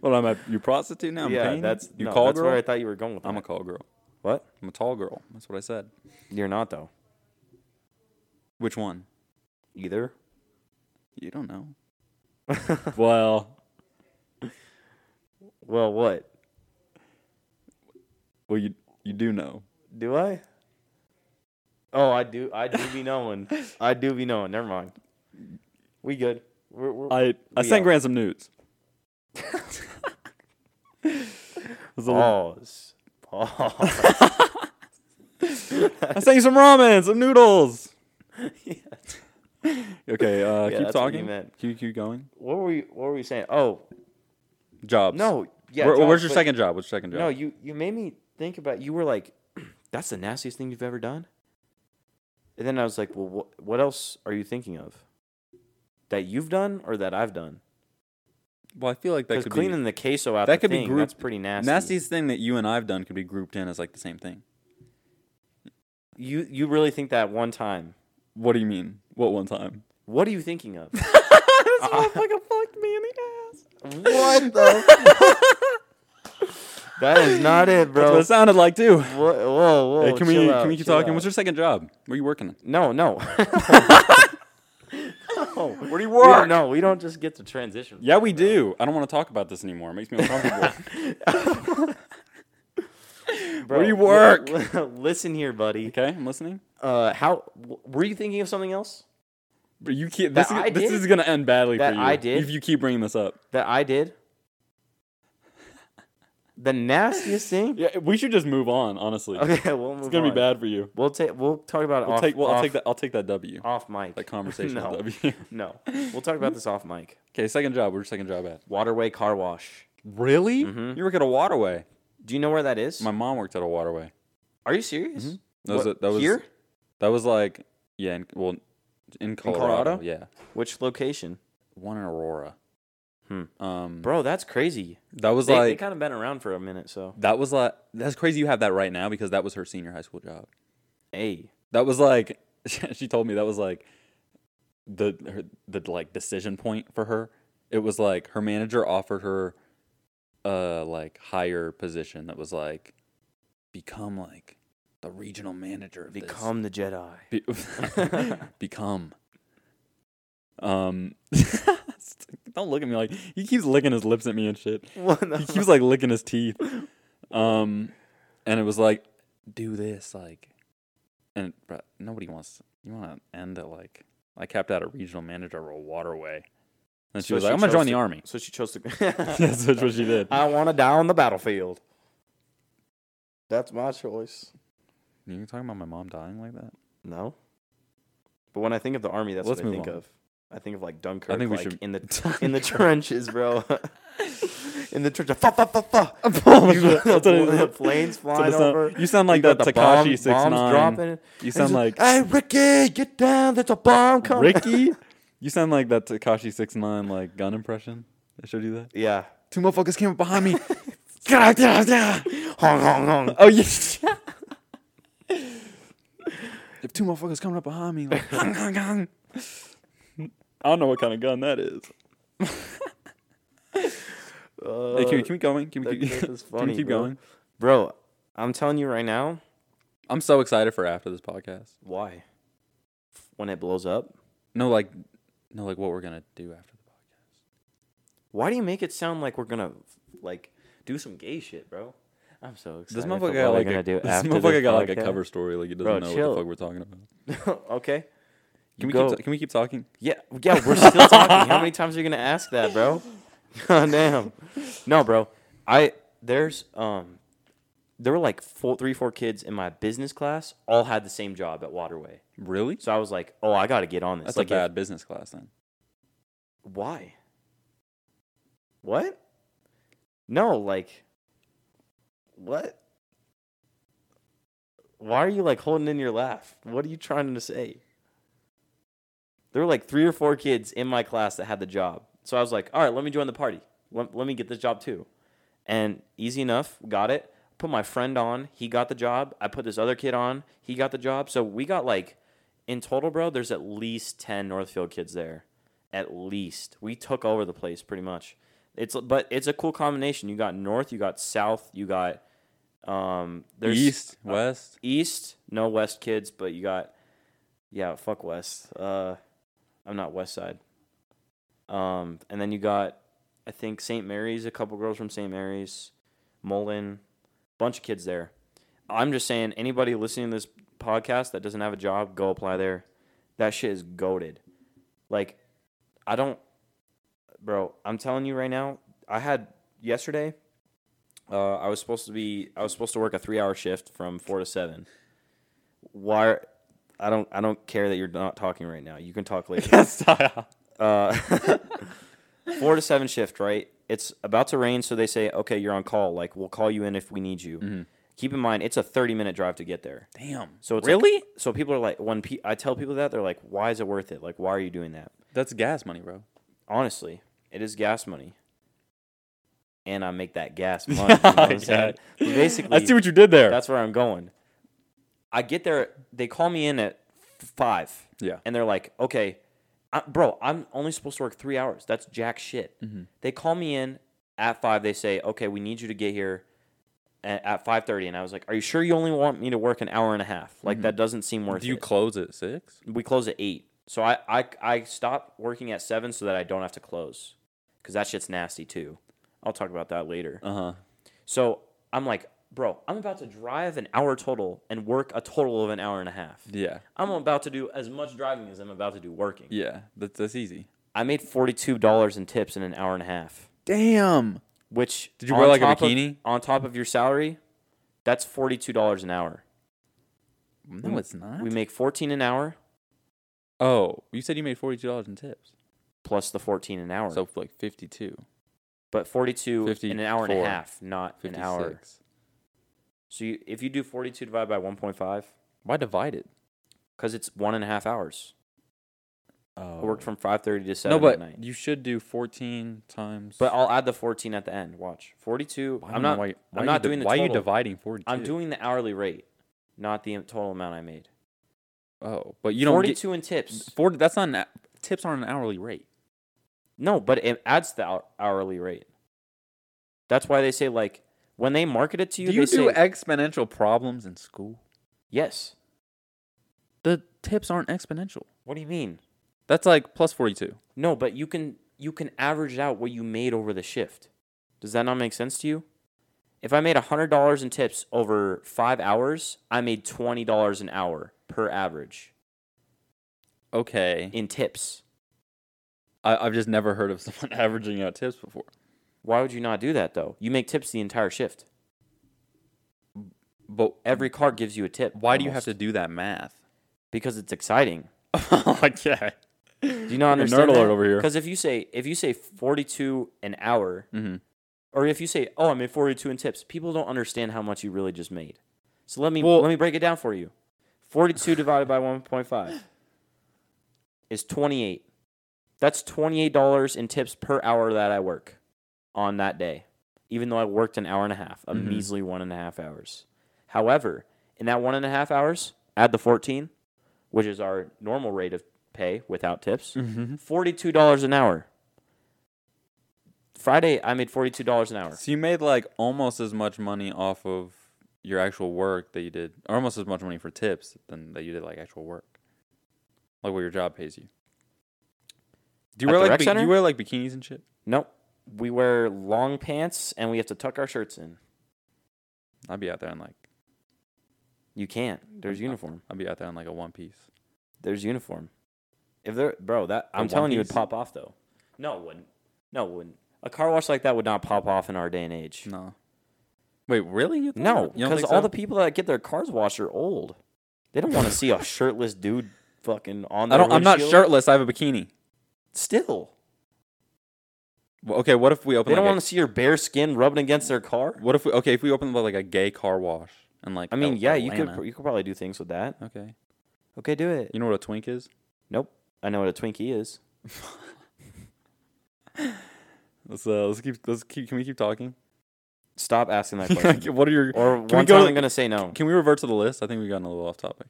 Speaker 2: what am I? You prostitute now? I'm
Speaker 1: yeah,
Speaker 2: paying you?
Speaker 1: that's
Speaker 2: you
Speaker 1: no,
Speaker 2: call
Speaker 1: that's
Speaker 2: girl.
Speaker 1: where I thought you were going with.
Speaker 2: I'm a
Speaker 1: that.
Speaker 2: call girl.
Speaker 1: what?
Speaker 2: I'm a tall girl. That's what I said.
Speaker 1: You're not though.
Speaker 2: Which one?
Speaker 1: Either.
Speaker 2: You
Speaker 1: (laughs)
Speaker 2: don't know.
Speaker 1: well. Well, what
Speaker 2: Well, you you do know.
Speaker 1: do I? Oh, I do. I do be knowing. I do be knowing. Never mind. We good. We're, we're,
Speaker 2: I I
Speaker 1: We
Speaker 2: sent
Speaker 1: are.
Speaker 2: Grant some nudes.
Speaker 1: (laughs)
Speaker 2: It was a little-
Speaker 1: pause. Pause.
Speaker 2: I sent you some ramen,
Speaker 1: (laughs)
Speaker 2: some noodles. (laughs) Okay, uh,
Speaker 1: Yeah, that's what
Speaker 2: keep
Speaker 1: you
Speaker 2: talking.
Speaker 1: meant.
Speaker 2: Keep keep going.
Speaker 1: What were we? What were we saying? Oh
Speaker 2: Jobs.
Speaker 1: no, yeah.
Speaker 2: Where-
Speaker 1: Josh,
Speaker 2: where's your
Speaker 1: but-
Speaker 2: second job? What's your second job?
Speaker 1: No, you you made me think about. You were like, (clears throat) "That's the nastiest thing you've ever done," and then I was like, "Well, wh- what else are you thinking of that you've done or that I've done?"
Speaker 2: well, I feel like that
Speaker 1: Because
Speaker 2: could
Speaker 1: cleaning
Speaker 2: be
Speaker 1: the queso out
Speaker 2: that
Speaker 1: that
Speaker 2: could be
Speaker 1: thing,
Speaker 2: group-
Speaker 1: that's pretty nasty.
Speaker 2: nastiest thing that you and I've done could be grouped in as like the same thing.
Speaker 1: You you really think that one time?
Speaker 2: What do you mean? What one time?
Speaker 1: What are you thinking
Speaker 2: (laughs)
Speaker 1: of?
Speaker 2: this (laughs) motherfucker fucked me in the ass.
Speaker 1: what the? (laughs) that is not it,
Speaker 2: That's
Speaker 1: bro.
Speaker 2: what it sounded like too.
Speaker 1: Whoa, whoa, whoa!
Speaker 2: Hey, can we
Speaker 1: chill out,
Speaker 2: can we keep
Speaker 1: chill
Speaker 2: talking?
Speaker 1: out.
Speaker 2: What's your second job? Where you working?
Speaker 1: No,
Speaker 2: (laughs)
Speaker 1: no. (laughs) no.
Speaker 2: Where do you
Speaker 1: We don't, no, we don't just get to transition.
Speaker 2: Yeah, we do. I don't want to talk about this anymore. It makes me uncomfortable. (laughs)
Speaker 1: Bro,
Speaker 2: Where do you work?
Speaker 1: li- (laughs) Listen here, buddy.
Speaker 2: okay, I'm listening.
Speaker 1: Uh, how w- were you thinking of something else
Speaker 2: But you can't.
Speaker 1: That
Speaker 2: This, is,
Speaker 1: I
Speaker 2: this
Speaker 1: did?
Speaker 2: is gonna end badly
Speaker 1: That
Speaker 2: for you.
Speaker 1: I did?
Speaker 2: If you keep bringing this up,
Speaker 1: that I
Speaker 2: (laughs)
Speaker 1: did? The nastiest thing.
Speaker 2: (laughs) yeah, we should just move on. Honestly,
Speaker 1: Okay, we'll move
Speaker 2: it's gonna
Speaker 1: on.
Speaker 2: be bad for you.
Speaker 1: We'll take. We'll talk about it
Speaker 2: I'll
Speaker 1: off.
Speaker 2: take. Well,
Speaker 1: off,
Speaker 2: I'll take that. I'll take that W.
Speaker 1: off mic.
Speaker 2: That
Speaker 1: (laughs)
Speaker 2: conversation (laughs)
Speaker 1: No,
Speaker 2: W.
Speaker 1: no. We'll talk about this off mic.
Speaker 2: okay, second job. Where's your second job at?
Speaker 1: Waterway car wash.
Speaker 2: Really? You work at a waterway.
Speaker 1: Do you know where that is?
Speaker 2: My mom worked at a waterway.
Speaker 1: Are you serious?
Speaker 2: That was
Speaker 1: What,
Speaker 2: a- that was-
Speaker 1: here.
Speaker 2: That was like, yeah, in, well, in Colorado,
Speaker 1: Colorado?
Speaker 2: Yeah,
Speaker 1: Which location,
Speaker 2: one in Aurora.
Speaker 1: Hmm.
Speaker 2: Um,
Speaker 1: bro? That's crazy.
Speaker 2: that was
Speaker 1: They,
Speaker 2: like
Speaker 1: they kind of been around for a minute, so
Speaker 2: that was like that's crazy. You have that right now because that was her senior high school job.
Speaker 1: hey,
Speaker 2: That was like (laughs) she told me that was like the her, the like decision point for her. It was like her manager offered her a like higher position that was like become like the regional manager of this.
Speaker 1: become the Jedi.
Speaker 2: (laughs)
Speaker 1: (laughs)
Speaker 2: Be- become. Um, (laughs) don't look at me like he keeps licking his lips at me and shit.
Speaker 1: What the
Speaker 2: (laughs) He keeps like licking his teeth. Um, and it was like, do this like, and but nobody wants. You want to end it like I capped out a regional manager of a waterway, and she
Speaker 1: So
Speaker 2: was like,
Speaker 1: she
Speaker 2: I'm gonna
Speaker 1: chose
Speaker 2: join the
Speaker 1: to-
Speaker 2: army.
Speaker 1: So she chose to.
Speaker 2: (laughs) Yes, that's what she did.
Speaker 1: I want to die on the battlefield. That's my choice.
Speaker 2: You're talking about my mom dying like that?
Speaker 1: No. But when I think of the army, that's
Speaker 2: Let's
Speaker 1: what I
Speaker 2: move
Speaker 1: think
Speaker 2: on.
Speaker 1: of. I think of like Dunkirk,
Speaker 2: we
Speaker 1: like
Speaker 2: should- (laughs)
Speaker 1: in the in the trenches, bro. in the trenches, fa fa fa fa. You got
Speaker 2: (laughs) That's what it
Speaker 1: the
Speaker 2: is.
Speaker 1: planes
Speaker 2: That's
Speaker 1: flying
Speaker 2: what it sound-
Speaker 1: over.
Speaker 2: You sound like
Speaker 1: got
Speaker 2: that
Speaker 1: the bomb-
Speaker 2: Takashi six
Speaker 1: bombs
Speaker 2: nine.
Speaker 1: dropping.
Speaker 2: You
Speaker 1: And
Speaker 2: sound
Speaker 1: he's
Speaker 2: like
Speaker 1: "Hey Ricky, get down! There's a bomb coming."
Speaker 2: Ricky? you sound like that Takashi six nine like gun impression. I showed you that. (laughs)
Speaker 1: yeah.
Speaker 2: Two motherfuckers came up behind me.
Speaker 1: Hong hong hong.
Speaker 2: oh yes. (laughs) if two motherfuckers coming up behind me, (laughs) like "Hong, hong, hong." I don't know what kind of gun that is. Hey, can we keep going? Can
Speaker 1: that
Speaker 2: we keep,
Speaker 1: clip is
Speaker 2: (laughs) can
Speaker 1: funny,
Speaker 2: we keep
Speaker 1: bro.
Speaker 2: going?
Speaker 1: Bro, I'm telling you right now.
Speaker 2: I'm so excited for after this podcast.
Speaker 1: Why? When it blows up.
Speaker 2: No, like, no, like what we're gonna do after the podcast.
Speaker 1: Why do you make it sound like we're gonna like do some gay shit, bro? I'm so excited.
Speaker 2: This
Speaker 1: for
Speaker 2: motherfucker
Speaker 1: what
Speaker 2: got
Speaker 1: we're
Speaker 2: like
Speaker 1: gonna
Speaker 2: a,
Speaker 1: do
Speaker 2: this
Speaker 1: after
Speaker 2: motherfucker
Speaker 1: this
Speaker 2: got like a
Speaker 1: podcast.
Speaker 2: cover story. Like he doesn't
Speaker 1: Bro,
Speaker 2: know
Speaker 1: chill.
Speaker 2: what the fuck we're talking
Speaker 1: (laughs)
Speaker 2: about.
Speaker 1: okay. You
Speaker 2: Can we
Speaker 1: go.
Speaker 2: keep? ta- can we keep talking?
Speaker 1: yeah, yeah. We're still talking. How many times are you gonna ask that, bro? (laughs) Damn. No, bro. I there's um there were like four, three, four kids in my business class. All had the same job at Waterway.
Speaker 2: Really?
Speaker 1: So I was like, oh, I gotta get on this.
Speaker 2: That's
Speaker 1: like,
Speaker 2: a bad business class then.
Speaker 1: if- why? What? No, like, what? Why are you like holding in your laugh? What are you trying to say? There were like three or four kids in my class that had the job. So I was like, all right, let me join the party. Let, let me get this job too. And easy enough, got it. Put my friend on. He got the job. I put this other kid on. He got the job. So we got like, in total, bro, there's at least 10 Northfield kids there. At least. We took over the place pretty much. It's but it's a cool combination. You got north, you got south, you got um there's
Speaker 2: East,
Speaker 1: uh,
Speaker 2: (laughs) West.
Speaker 1: east, no west kids, but you got yeah, fuck west. Uh I'm not west side. Um and then you got I think St. Mary's, a couple girls from St. Mary's, Mullen, bunch of kids there. I'm just saying anybody listening to this podcast that doesn't have a job, go apply there. That shit is goaded. Like I don't bro, I'm telling you right now, I had yesterday uh, I was supposed to be I was supposed to work a three hour shift from four to seven. Why I don't I don't care that you're not talking right now. You can talk later.
Speaker 2: (laughs)
Speaker 1: Uh, four to seven shift, right? It's about to rain, so they say, okay, you're on call. Like we'll call you in if we need you. Keep in mind, it's a 30 minute drive to get there.
Speaker 2: Damn.
Speaker 1: So it's like-
Speaker 2: really?
Speaker 1: so people are like, when pe- I tell people that, they're like, why is it worth it? Like, why are you doing that?
Speaker 2: That's gas money, (laughs) bro.
Speaker 1: honestly, it is gas money. And I make that gas money. You know what
Speaker 2: (laughs)
Speaker 1: I'm saying? But basically,
Speaker 2: I see what you did there.
Speaker 1: that's where I'm going. I get there, they call me in at five.
Speaker 2: Yeah.
Speaker 1: And they're like, okay, I, bro, I'm only supposed to work three hours. That's jack shit.
Speaker 2: Mm-hmm.
Speaker 1: They call me in at five. They say, okay, we need you to get here at, at 5.30. And I was like, are you sure you only want me to work an hour and a half? Like, that doesn't seem worth
Speaker 2: Mm-hmm. Do
Speaker 1: it
Speaker 2: you close at six?
Speaker 1: we close at eight. So I I I stop working at seven so that I don't have to close, because that shit's nasty too. I'll talk about that later.
Speaker 2: Uh huh.
Speaker 1: So I'm like, bro, I'm about to drive an hour total and work a total of an hour and a half.
Speaker 2: Yeah.
Speaker 1: I'm about to do as much driving as I'm about to do working.
Speaker 2: Yeah. That's that's easy.
Speaker 1: I made forty two dollars in tips in an hour and a half.
Speaker 2: Damn.
Speaker 1: Which
Speaker 2: Did you
Speaker 1: on
Speaker 2: wear, like, a
Speaker 1: top of-
Speaker 2: bikini?
Speaker 1: on top of your salary? That's forty two dollars an hour.
Speaker 2: No, it's not.
Speaker 1: We make fourteen an hour
Speaker 2: oh, you said you made forty two dollars in tips.
Speaker 1: plus the fourteen an hour.
Speaker 2: So like fifty two.
Speaker 1: but 42 in an hour and a
Speaker 2: 54,
Speaker 1: half, not
Speaker 2: Fifty
Speaker 1: an hour.
Speaker 2: six.
Speaker 1: So you, if you do 42 divided by 1.5,
Speaker 2: Why divide it?
Speaker 1: because it's one and a half hours.
Speaker 2: Oh.
Speaker 1: I worked from 5.30 to 7
Speaker 2: no, but
Speaker 1: at night.
Speaker 2: you should do fourteen times.
Speaker 1: But I'll add the 14 at the end. Watch. 42.
Speaker 2: I don't
Speaker 1: I'm
Speaker 2: know
Speaker 1: not,
Speaker 2: Why, why
Speaker 1: I'm
Speaker 2: you
Speaker 1: not
Speaker 2: di-
Speaker 1: doing the
Speaker 2: Why
Speaker 1: total.
Speaker 2: are you dividing forty two?
Speaker 1: I'm doing the hourly rate, not the total amount I made.
Speaker 2: Oh, but you don't get
Speaker 1: 42 in tips.
Speaker 2: forty. That's not an, a- tips aren't an hourly rate.
Speaker 1: No, but it adds the hou- hourly rate. That's why they say, like, when they market it to you,
Speaker 2: do you
Speaker 1: they
Speaker 2: do
Speaker 1: say,
Speaker 2: exponential problems in school?
Speaker 1: yes.
Speaker 2: The tips aren't exponential.
Speaker 1: What do you mean?
Speaker 2: That's like plus forty two.
Speaker 1: No, but you can you can average out what you made over the shift. Does that not make sense to you? If I made hundred dollars in tips over five hours, I made twenty dollars an hour per average
Speaker 2: Okay.
Speaker 1: in tips.
Speaker 2: I, I've just never heard of (laughs) someone averaging out tips before.
Speaker 1: Why would you not do that though? You make tips the entire shift.
Speaker 2: But
Speaker 1: Every card gives you a tip.
Speaker 2: why do you have to
Speaker 1: almost.
Speaker 2: do that math?
Speaker 1: Because it's exciting.
Speaker 2: (laughs) okay.
Speaker 1: Do you not
Speaker 2: A nerd
Speaker 1: understand?
Speaker 2: alert over here.
Speaker 1: Because if you say if you say forty two an hour,
Speaker 2: Mm-hmm.
Speaker 1: or if you say, "Oh, I made 42 in tips," people don't understand how much you really just made. So let me
Speaker 2: Well-
Speaker 1: let me break it down for you. 42 divided by 1.5 is 28. That's $28 in tips per hour that I work on that day, even though I worked an hour and a half, a measly one and a half hours. However, in that one and a half hours, add the 14, which is our normal rate of pay without tips,
Speaker 2: Mm-hmm.
Speaker 1: $42 an hour. Friday, I made $42 an hour.
Speaker 2: So you made like almost as much money off of your actual work that you did, or almost as much money for tips than that you did like actual work, like what your job pays you. Do you
Speaker 1: At
Speaker 2: wear
Speaker 1: the
Speaker 2: like
Speaker 1: rec
Speaker 2: bi- do
Speaker 1: center?
Speaker 2: you wear like bikinis and shit?
Speaker 1: Nope. We wear long pants and we have to tuck our shirts in.
Speaker 2: I'd be out there in like
Speaker 1: You can't.
Speaker 2: Mm-hmm.
Speaker 1: There's uniform.
Speaker 2: I'd be out there in like a one piece.
Speaker 1: There's uniform. If there, bro, that I'm
Speaker 2: one
Speaker 1: telling you, it'd
Speaker 2: piece?
Speaker 1: pop off though. No, it wouldn't. No, it wouldn't. A car wash like that would not pop off in our day and age.
Speaker 2: No. Wait, really? You think-
Speaker 1: No,
Speaker 2: you don't
Speaker 1: because
Speaker 2: think
Speaker 1: all
Speaker 2: so?
Speaker 1: the people that get their cars washed are old. They don't want to
Speaker 2: (laughs)
Speaker 1: see a shirtless dude fucking on.
Speaker 2: I
Speaker 1: Their
Speaker 2: don't. I'm not
Speaker 1: windshield.
Speaker 2: shirtless. I have a bikini.
Speaker 1: Still,
Speaker 2: Well, okay, what if we open?
Speaker 1: they don't
Speaker 2: like, a-
Speaker 1: want to see your bare skin rubbing against their car.
Speaker 2: What if we okay if we open like a gay car wash and like
Speaker 1: I mean,
Speaker 2: Al-
Speaker 1: yeah, you could
Speaker 2: Atlanta.
Speaker 1: you could probably do things with that.
Speaker 2: okay
Speaker 1: Okay, do it.
Speaker 2: you know what a
Speaker 1: (laughs)
Speaker 2: twink is
Speaker 1: Nope, I know what a Twinkie is.
Speaker 2: let's uh, let's keep let's keep can we keep talking
Speaker 1: Stop asking
Speaker 2: (laughs)
Speaker 1: that question.
Speaker 2: what are your
Speaker 1: Or
Speaker 2: we
Speaker 1: one
Speaker 2: go
Speaker 1: time
Speaker 2: to-
Speaker 1: I'm gonna say no.
Speaker 2: can we revert to the list I think we've gotten a little off topic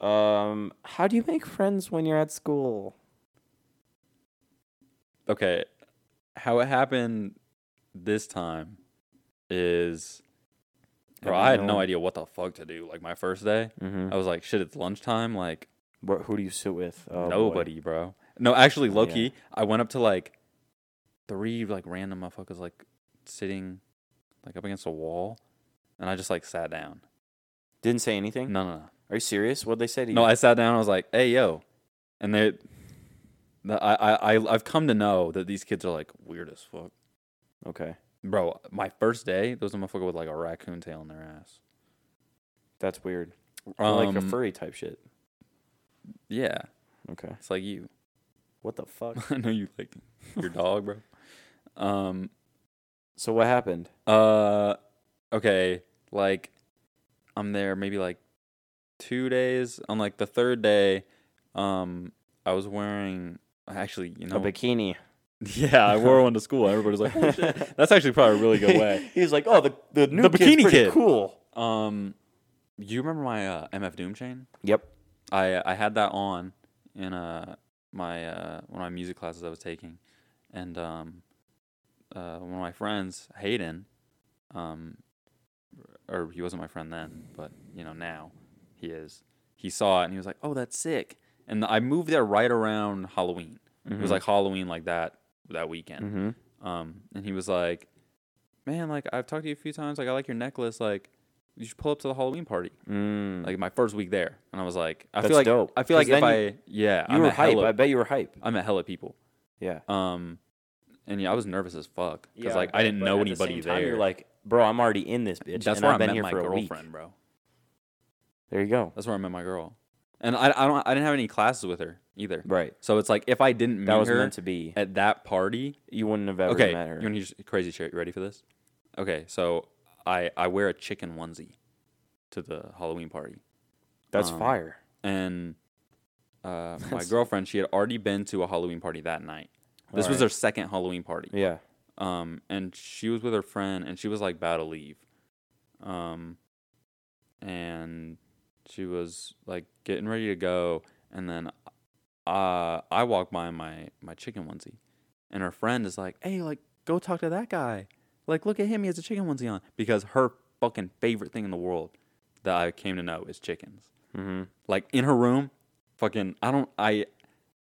Speaker 1: Um, how do you make friends when you're at school?
Speaker 2: okay how it happened this time is bro,
Speaker 1: Have you
Speaker 2: I had
Speaker 1: known-
Speaker 2: no idea what the fuck to do. Like my first day,
Speaker 1: Mm-hmm.
Speaker 2: I was like, shit, it's lunchtime. Like
Speaker 1: What, who do you sit with? Oh, boy.
Speaker 2: nobody, bro. No, actually, low
Speaker 1: Yeah.
Speaker 2: key, I went up to like three like random motherfuckers like sitting like up against a wall, and I just like sat down.
Speaker 1: Didn't say anything.
Speaker 2: No, no, no.
Speaker 1: Are you serious? What'd they say to you?
Speaker 2: No, I sat down. I was like, "Hey, yo," and they, the, I, I, I, I've come to know that these kids are like weird as fuck,
Speaker 1: okay,
Speaker 2: bro. My first day, there was a motherfucker with like a raccoon tail in their ass.
Speaker 1: that's weird. Or like a
Speaker 2: Um,
Speaker 1: furry type shit.
Speaker 2: Yeah,
Speaker 1: Okay,
Speaker 2: it's like you. (laughs)
Speaker 1: what the fuck? (laughs)
Speaker 2: I know you like your dog, bro. Um,
Speaker 1: so what happened?
Speaker 2: uh, okay, like I'm there maybe like two days. On like the third day, um, I was wearing actually, you know,
Speaker 1: A bikini.
Speaker 2: (laughs) yeah, I wore one to school. Everybody's like,
Speaker 1: (laughs)
Speaker 2: "Holy shit." that's actually probably a really good way.
Speaker 1: he was like, oh, the the new
Speaker 2: The
Speaker 1: kid's
Speaker 2: bikini
Speaker 1: pretty
Speaker 2: kid.
Speaker 1: cool.
Speaker 2: Um, you remember my uh, MF Doom chain?
Speaker 1: Yep.
Speaker 2: I I had that on in uh my uh one of my music classes I was taking, and um uh one of my friends Hayden, um, or he wasn't my friend then, but you know now he is. He saw it and he was like, "Oh, that's sick!" And I moved there right around Halloween. It was like Halloween like that that weekend.
Speaker 1: Mm-hmm.
Speaker 2: Um, and he was like, "Man, like I've talked to you a few times. Like I like your necklace. Like you should pull up to the Halloween party.
Speaker 1: Mm.
Speaker 2: Like my first week there." And I was like, "I
Speaker 1: That's
Speaker 2: feel like
Speaker 1: dope,
Speaker 2: I feel like
Speaker 1: 'cause
Speaker 2: if I
Speaker 1: then
Speaker 2: yeah,
Speaker 1: you
Speaker 2: I'm
Speaker 1: were
Speaker 2: at
Speaker 1: hype.
Speaker 2: hella,
Speaker 1: I bet you were hype.
Speaker 2: I'm at hella people.
Speaker 1: Yeah.
Speaker 2: Um, and yeah, I was nervous as fuck because like I didn't know anybody there.
Speaker 1: You're like, bro, I'm already in this bitch.
Speaker 2: that's
Speaker 1: and
Speaker 2: where
Speaker 1: I've
Speaker 2: I
Speaker 1: been
Speaker 2: met
Speaker 1: here
Speaker 2: my
Speaker 1: for a week.
Speaker 2: girlfriend, bro.
Speaker 1: There you go.
Speaker 2: That's where I met my girl. And I I don't I didn't have any classes with her either.
Speaker 1: Right.
Speaker 2: So it's like if I didn't meet
Speaker 1: That was
Speaker 2: her
Speaker 1: meant to be.
Speaker 2: at that party,
Speaker 1: You wouldn't have ever
Speaker 2: okay,
Speaker 1: met her.
Speaker 2: you want to hear crazy shit? You ready for this? Okay, so I I wear a chicken onesie to the Halloween party,
Speaker 1: That's
Speaker 2: um,
Speaker 1: fire.
Speaker 2: and uh, my
Speaker 1: That's-
Speaker 2: girlfriend she had already been to a Halloween party that night. This was
Speaker 1: Alright.
Speaker 2: her second Halloween party,
Speaker 1: Yeah.
Speaker 2: um, and she was with her friend, and she was like about to leave, um, and she was like getting ready to go, and then uh, I walk by my my chicken onesie, and her friend is like, "Hey, like go talk to that guy, like look at him, he has a chicken onesie on," because her fucking favorite thing in the world that I came to know is chickens
Speaker 1: Mm-hmm.
Speaker 2: like in her room fucking i don't i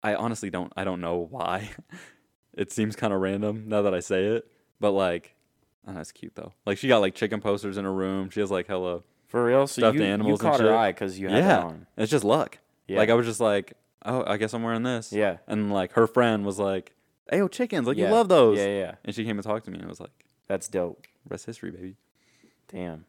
Speaker 2: i honestly don't i don't know why (laughs) it seems kind of random now that i say it but like oh, that's cute though like she got like chicken posters in her room she has like hello
Speaker 1: For real. So
Speaker 2: Stuffed
Speaker 1: you,
Speaker 2: animals
Speaker 1: you
Speaker 2: and
Speaker 1: caught her
Speaker 2: shit.
Speaker 1: eye because you had that
Speaker 2: yeah
Speaker 1: on.
Speaker 2: it's just luck
Speaker 1: Yeah.
Speaker 2: like i was just like oh i guess i'm wearing this
Speaker 1: Yeah.
Speaker 2: and like her friend was like hey yo chickens like
Speaker 1: Yeah.
Speaker 2: you love those
Speaker 1: Yeah, yeah.
Speaker 2: and she came and talked to me and it was like
Speaker 1: That's dope.
Speaker 2: rest history baby
Speaker 1: Damn.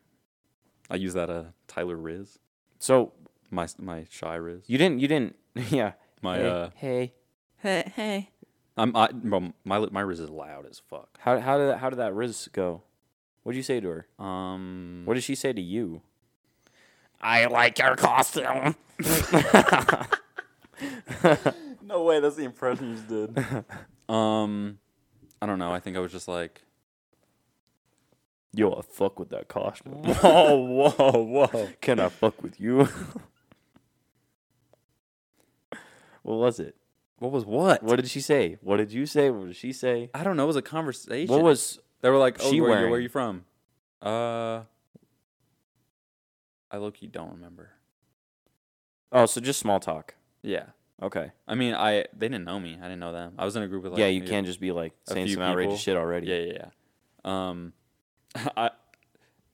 Speaker 2: i use that uh tyler riz
Speaker 1: So
Speaker 2: my my shy riz
Speaker 1: you didn't. You didn't. (laughs) Yeah.
Speaker 2: my
Speaker 1: hey,
Speaker 2: uh
Speaker 1: hey.
Speaker 3: Hey, hey.
Speaker 2: i'm I, bro, my my riz is loud as fuck
Speaker 1: How how did that, how did that riz go? What did you say to her?
Speaker 2: um
Speaker 1: What did she say to you?
Speaker 3: I like your costume.
Speaker 2: No way, that's the impression you did. um, I don't know. I think I was just like, (laughs)
Speaker 1: Yo, I fuck with that
Speaker 2: (laughs)
Speaker 1: costume. (laughs)
Speaker 2: whoa, whoa, whoa.
Speaker 1: Can I fuck with you? (laughs) what was it?
Speaker 2: What was what?
Speaker 1: What did she say? What did you say? What did she say?
Speaker 2: I don't know. It was a conversation.
Speaker 1: What was
Speaker 2: they were like? Oh,
Speaker 1: she
Speaker 2: where, you-
Speaker 1: wearing?
Speaker 2: where are you from? Uh, I look. You don't remember.
Speaker 1: Oh, so just small talk.
Speaker 2: Yeah.
Speaker 1: Okay.
Speaker 2: I mean, I they didn't know me. I didn't know them. I was in a group with like
Speaker 1: yeah, you
Speaker 2: maybe-
Speaker 1: can't just be like
Speaker 2: a
Speaker 1: saying
Speaker 2: few
Speaker 1: some outrageous
Speaker 2: people.
Speaker 1: shit already.
Speaker 2: Yeah, yeah, yeah. Um, (laughs) I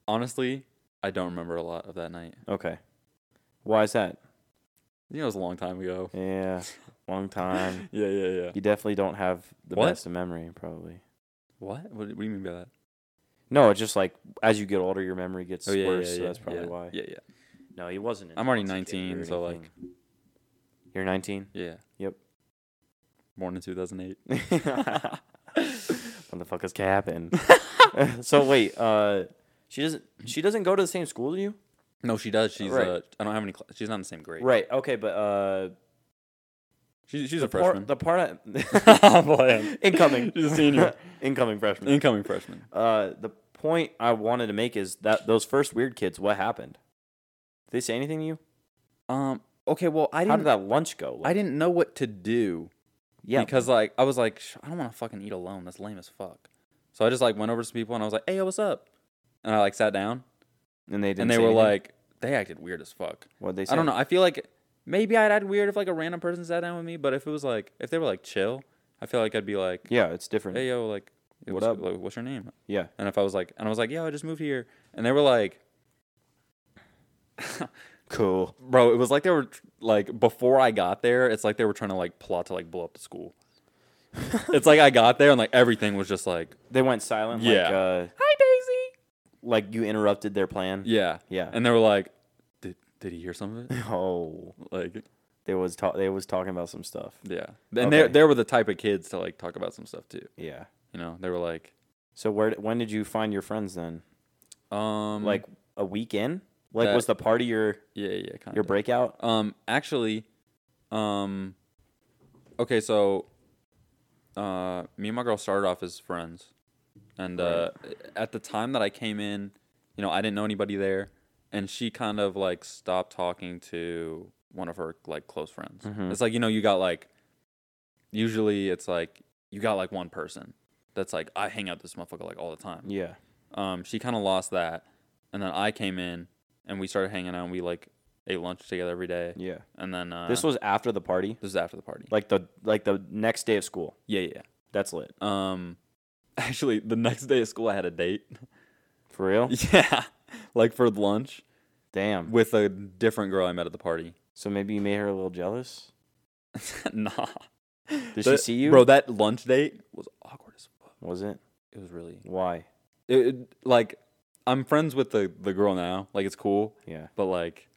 Speaker 2: honestly I don't remember a lot of that night.
Speaker 1: Okay. Why is that?
Speaker 2: You know, it was a long time
Speaker 1: (laughs)
Speaker 2: ago.
Speaker 1: Yeah. Long
Speaker 2: (laughs)
Speaker 1: time.
Speaker 2: Yeah, yeah, yeah.
Speaker 1: You definitely don't have the
Speaker 2: What?
Speaker 1: best of memory, probably.
Speaker 2: What? What, what do you mean by that?
Speaker 1: No, it's just like as you get older, your memory gets
Speaker 2: Oh yeah,
Speaker 1: worse.
Speaker 2: yeah,
Speaker 1: so
Speaker 2: yeah,
Speaker 1: that's probably
Speaker 2: yeah,
Speaker 1: why.
Speaker 2: Yeah, yeah.
Speaker 1: No, he wasn't.
Speaker 2: I'm already
Speaker 1: intoxicated
Speaker 2: 19,
Speaker 1: or
Speaker 2: so, like-
Speaker 1: anything. You're 19.
Speaker 2: Yeah.
Speaker 1: Yep.
Speaker 2: Born in 2008.
Speaker 1: What the fuck is capping? (laughs) so wait, uh, she doesn't. She doesn't go to the same school as you.
Speaker 2: No, she does. She's
Speaker 1: Right.
Speaker 2: uh, I don't have any. Cl- she's not in the same grade.
Speaker 1: Right. Okay, but uh,
Speaker 2: She's she's
Speaker 1: the
Speaker 2: a freshman.
Speaker 1: part. The part.
Speaker 2: (laughs)
Speaker 1: I, (laughs)
Speaker 2: I'm playing.
Speaker 1: incoming.
Speaker 2: She's a senior.
Speaker 1: (laughs) incoming freshman.
Speaker 2: Incoming freshman.
Speaker 1: Uh, the point I wanted to make is that those first weird kids. What happened? Did they say anything to you?
Speaker 2: Um. Okay. Well, I
Speaker 1: How
Speaker 2: didn't.
Speaker 1: did that lunch go?
Speaker 2: I didn't know what to do.
Speaker 1: Yeah.
Speaker 2: Because like I was like, "Sh- I don't want to fucking eat alone. That's lame as fuck. So I just like went over to some people and I was like, Hey, yo, what's up? And I like sat down
Speaker 1: and they didn't
Speaker 2: and they
Speaker 1: say
Speaker 2: were
Speaker 1: anything?
Speaker 2: like, they acted weird as fuck.
Speaker 1: what they say?
Speaker 2: I don't know. I feel like maybe I'd act weird if like a random person sat down with me, but if it was like if they were like chill, I feel like I'd be like,
Speaker 1: Yeah, it's different.
Speaker 2: Hey, yo, like,
Speaker 1: What
Speaker 2: what's,
Speaker 1: up?
Speaker 2: like, what's your name?
Speaker 1: Yeah.
Speaker 2: And if I was like, and I was like, yo, I just moved here, and they were like,
Speaker 1: Cool.
Speaker 2: bro, it was like they were like before I got there, it's like they were trying to like plot to like blow up
Speaker 1: (laughs)
Speaker 2: the school. it's like I got there and like everything was just like,
Speaker 1: They went silent.
Speaker 2: Yeah.
Speaker 1: Like, uh,
Speaker 2: hi Daisy.
Speaker 1: like you interrupted their plan.
Speaker 2: Yeah,
Speaker 1: Yeah.
Speaker 2: And they were like, did did he hear some
Speaker 1: (laughs)
Speaker 2: of it?
Speaker 1: Oh,
Speaker 2: like,
Speaker 1: they was ta- they was talking about some stuff.
Speaker 2: yeah. And they
Speaker 1: Okay.
Speaker 2: they were the type of kids to like talk about some stuff too.
Speaker 1: Yeah.
Speaker 2: You know, they were like,
Speaker 1: So where d- when did you find your friends then?
Speaker 2: um,
Speaker 1: Like a week in? Like
Speaker 2: That-
Speaker 1: was the party your
Speaker 2: yeah, yeah, kind
Speaker 1: your
Speaker 2: of.
Speaker 1: breakout?
Speaker 2: Um, actually, um, okay, so, uh, me and my girl started off as friends, and uh, at the time that I came in, you know, I didn't know anybody there, and she kind of like stopped talking to one of her like close friends.
Speaker 1: Mhm.
Speaker 2: It's like you know you got like, usually it's like you got like one person that's like I hang out with this motherfucker like all the time
Speaker 1: Yeah.
Speaker 2: um, she kind of lost that, and then I came in and we started hanging out. and We like ate lunch together every day,
Speaker 1: Yeah.
Speaker 2: and then uh,
Speaker 1: this was after the party.
Speaker 2: this is after the party.
Speaker 1: Like the like the next day of school.
Speaker 2: yeah, yeah.
Speaker 1: That's lit.
Speaker 2: yeah. Um, (laughs) actually, the next day at school, I had a (laughs) date.
Speaker 1: For
Speaker 2: (laughs)
Speaker 1: real?
Speaker 2: yeah, like for lunch
Speaker 1: Damn.
Speaker 2: with a different girl I met at the party.
Speaker 1: So maybe you made her a little jealous?
Speaker 2: (laughs) nah,
Speaker 1: Did she
Speaker 2: That-
Speaker 1: see you?
Speaker 2: bro? That lunch date was awkward as fuck.
Speaker 1: Was it?
Speaker 2: It was really
Speaker 1: Why?
Speaker 2: it, it- like I'm friends with the the girl now. Like it's cool,
Speaker 1: Yeah.
Speaker 2: but like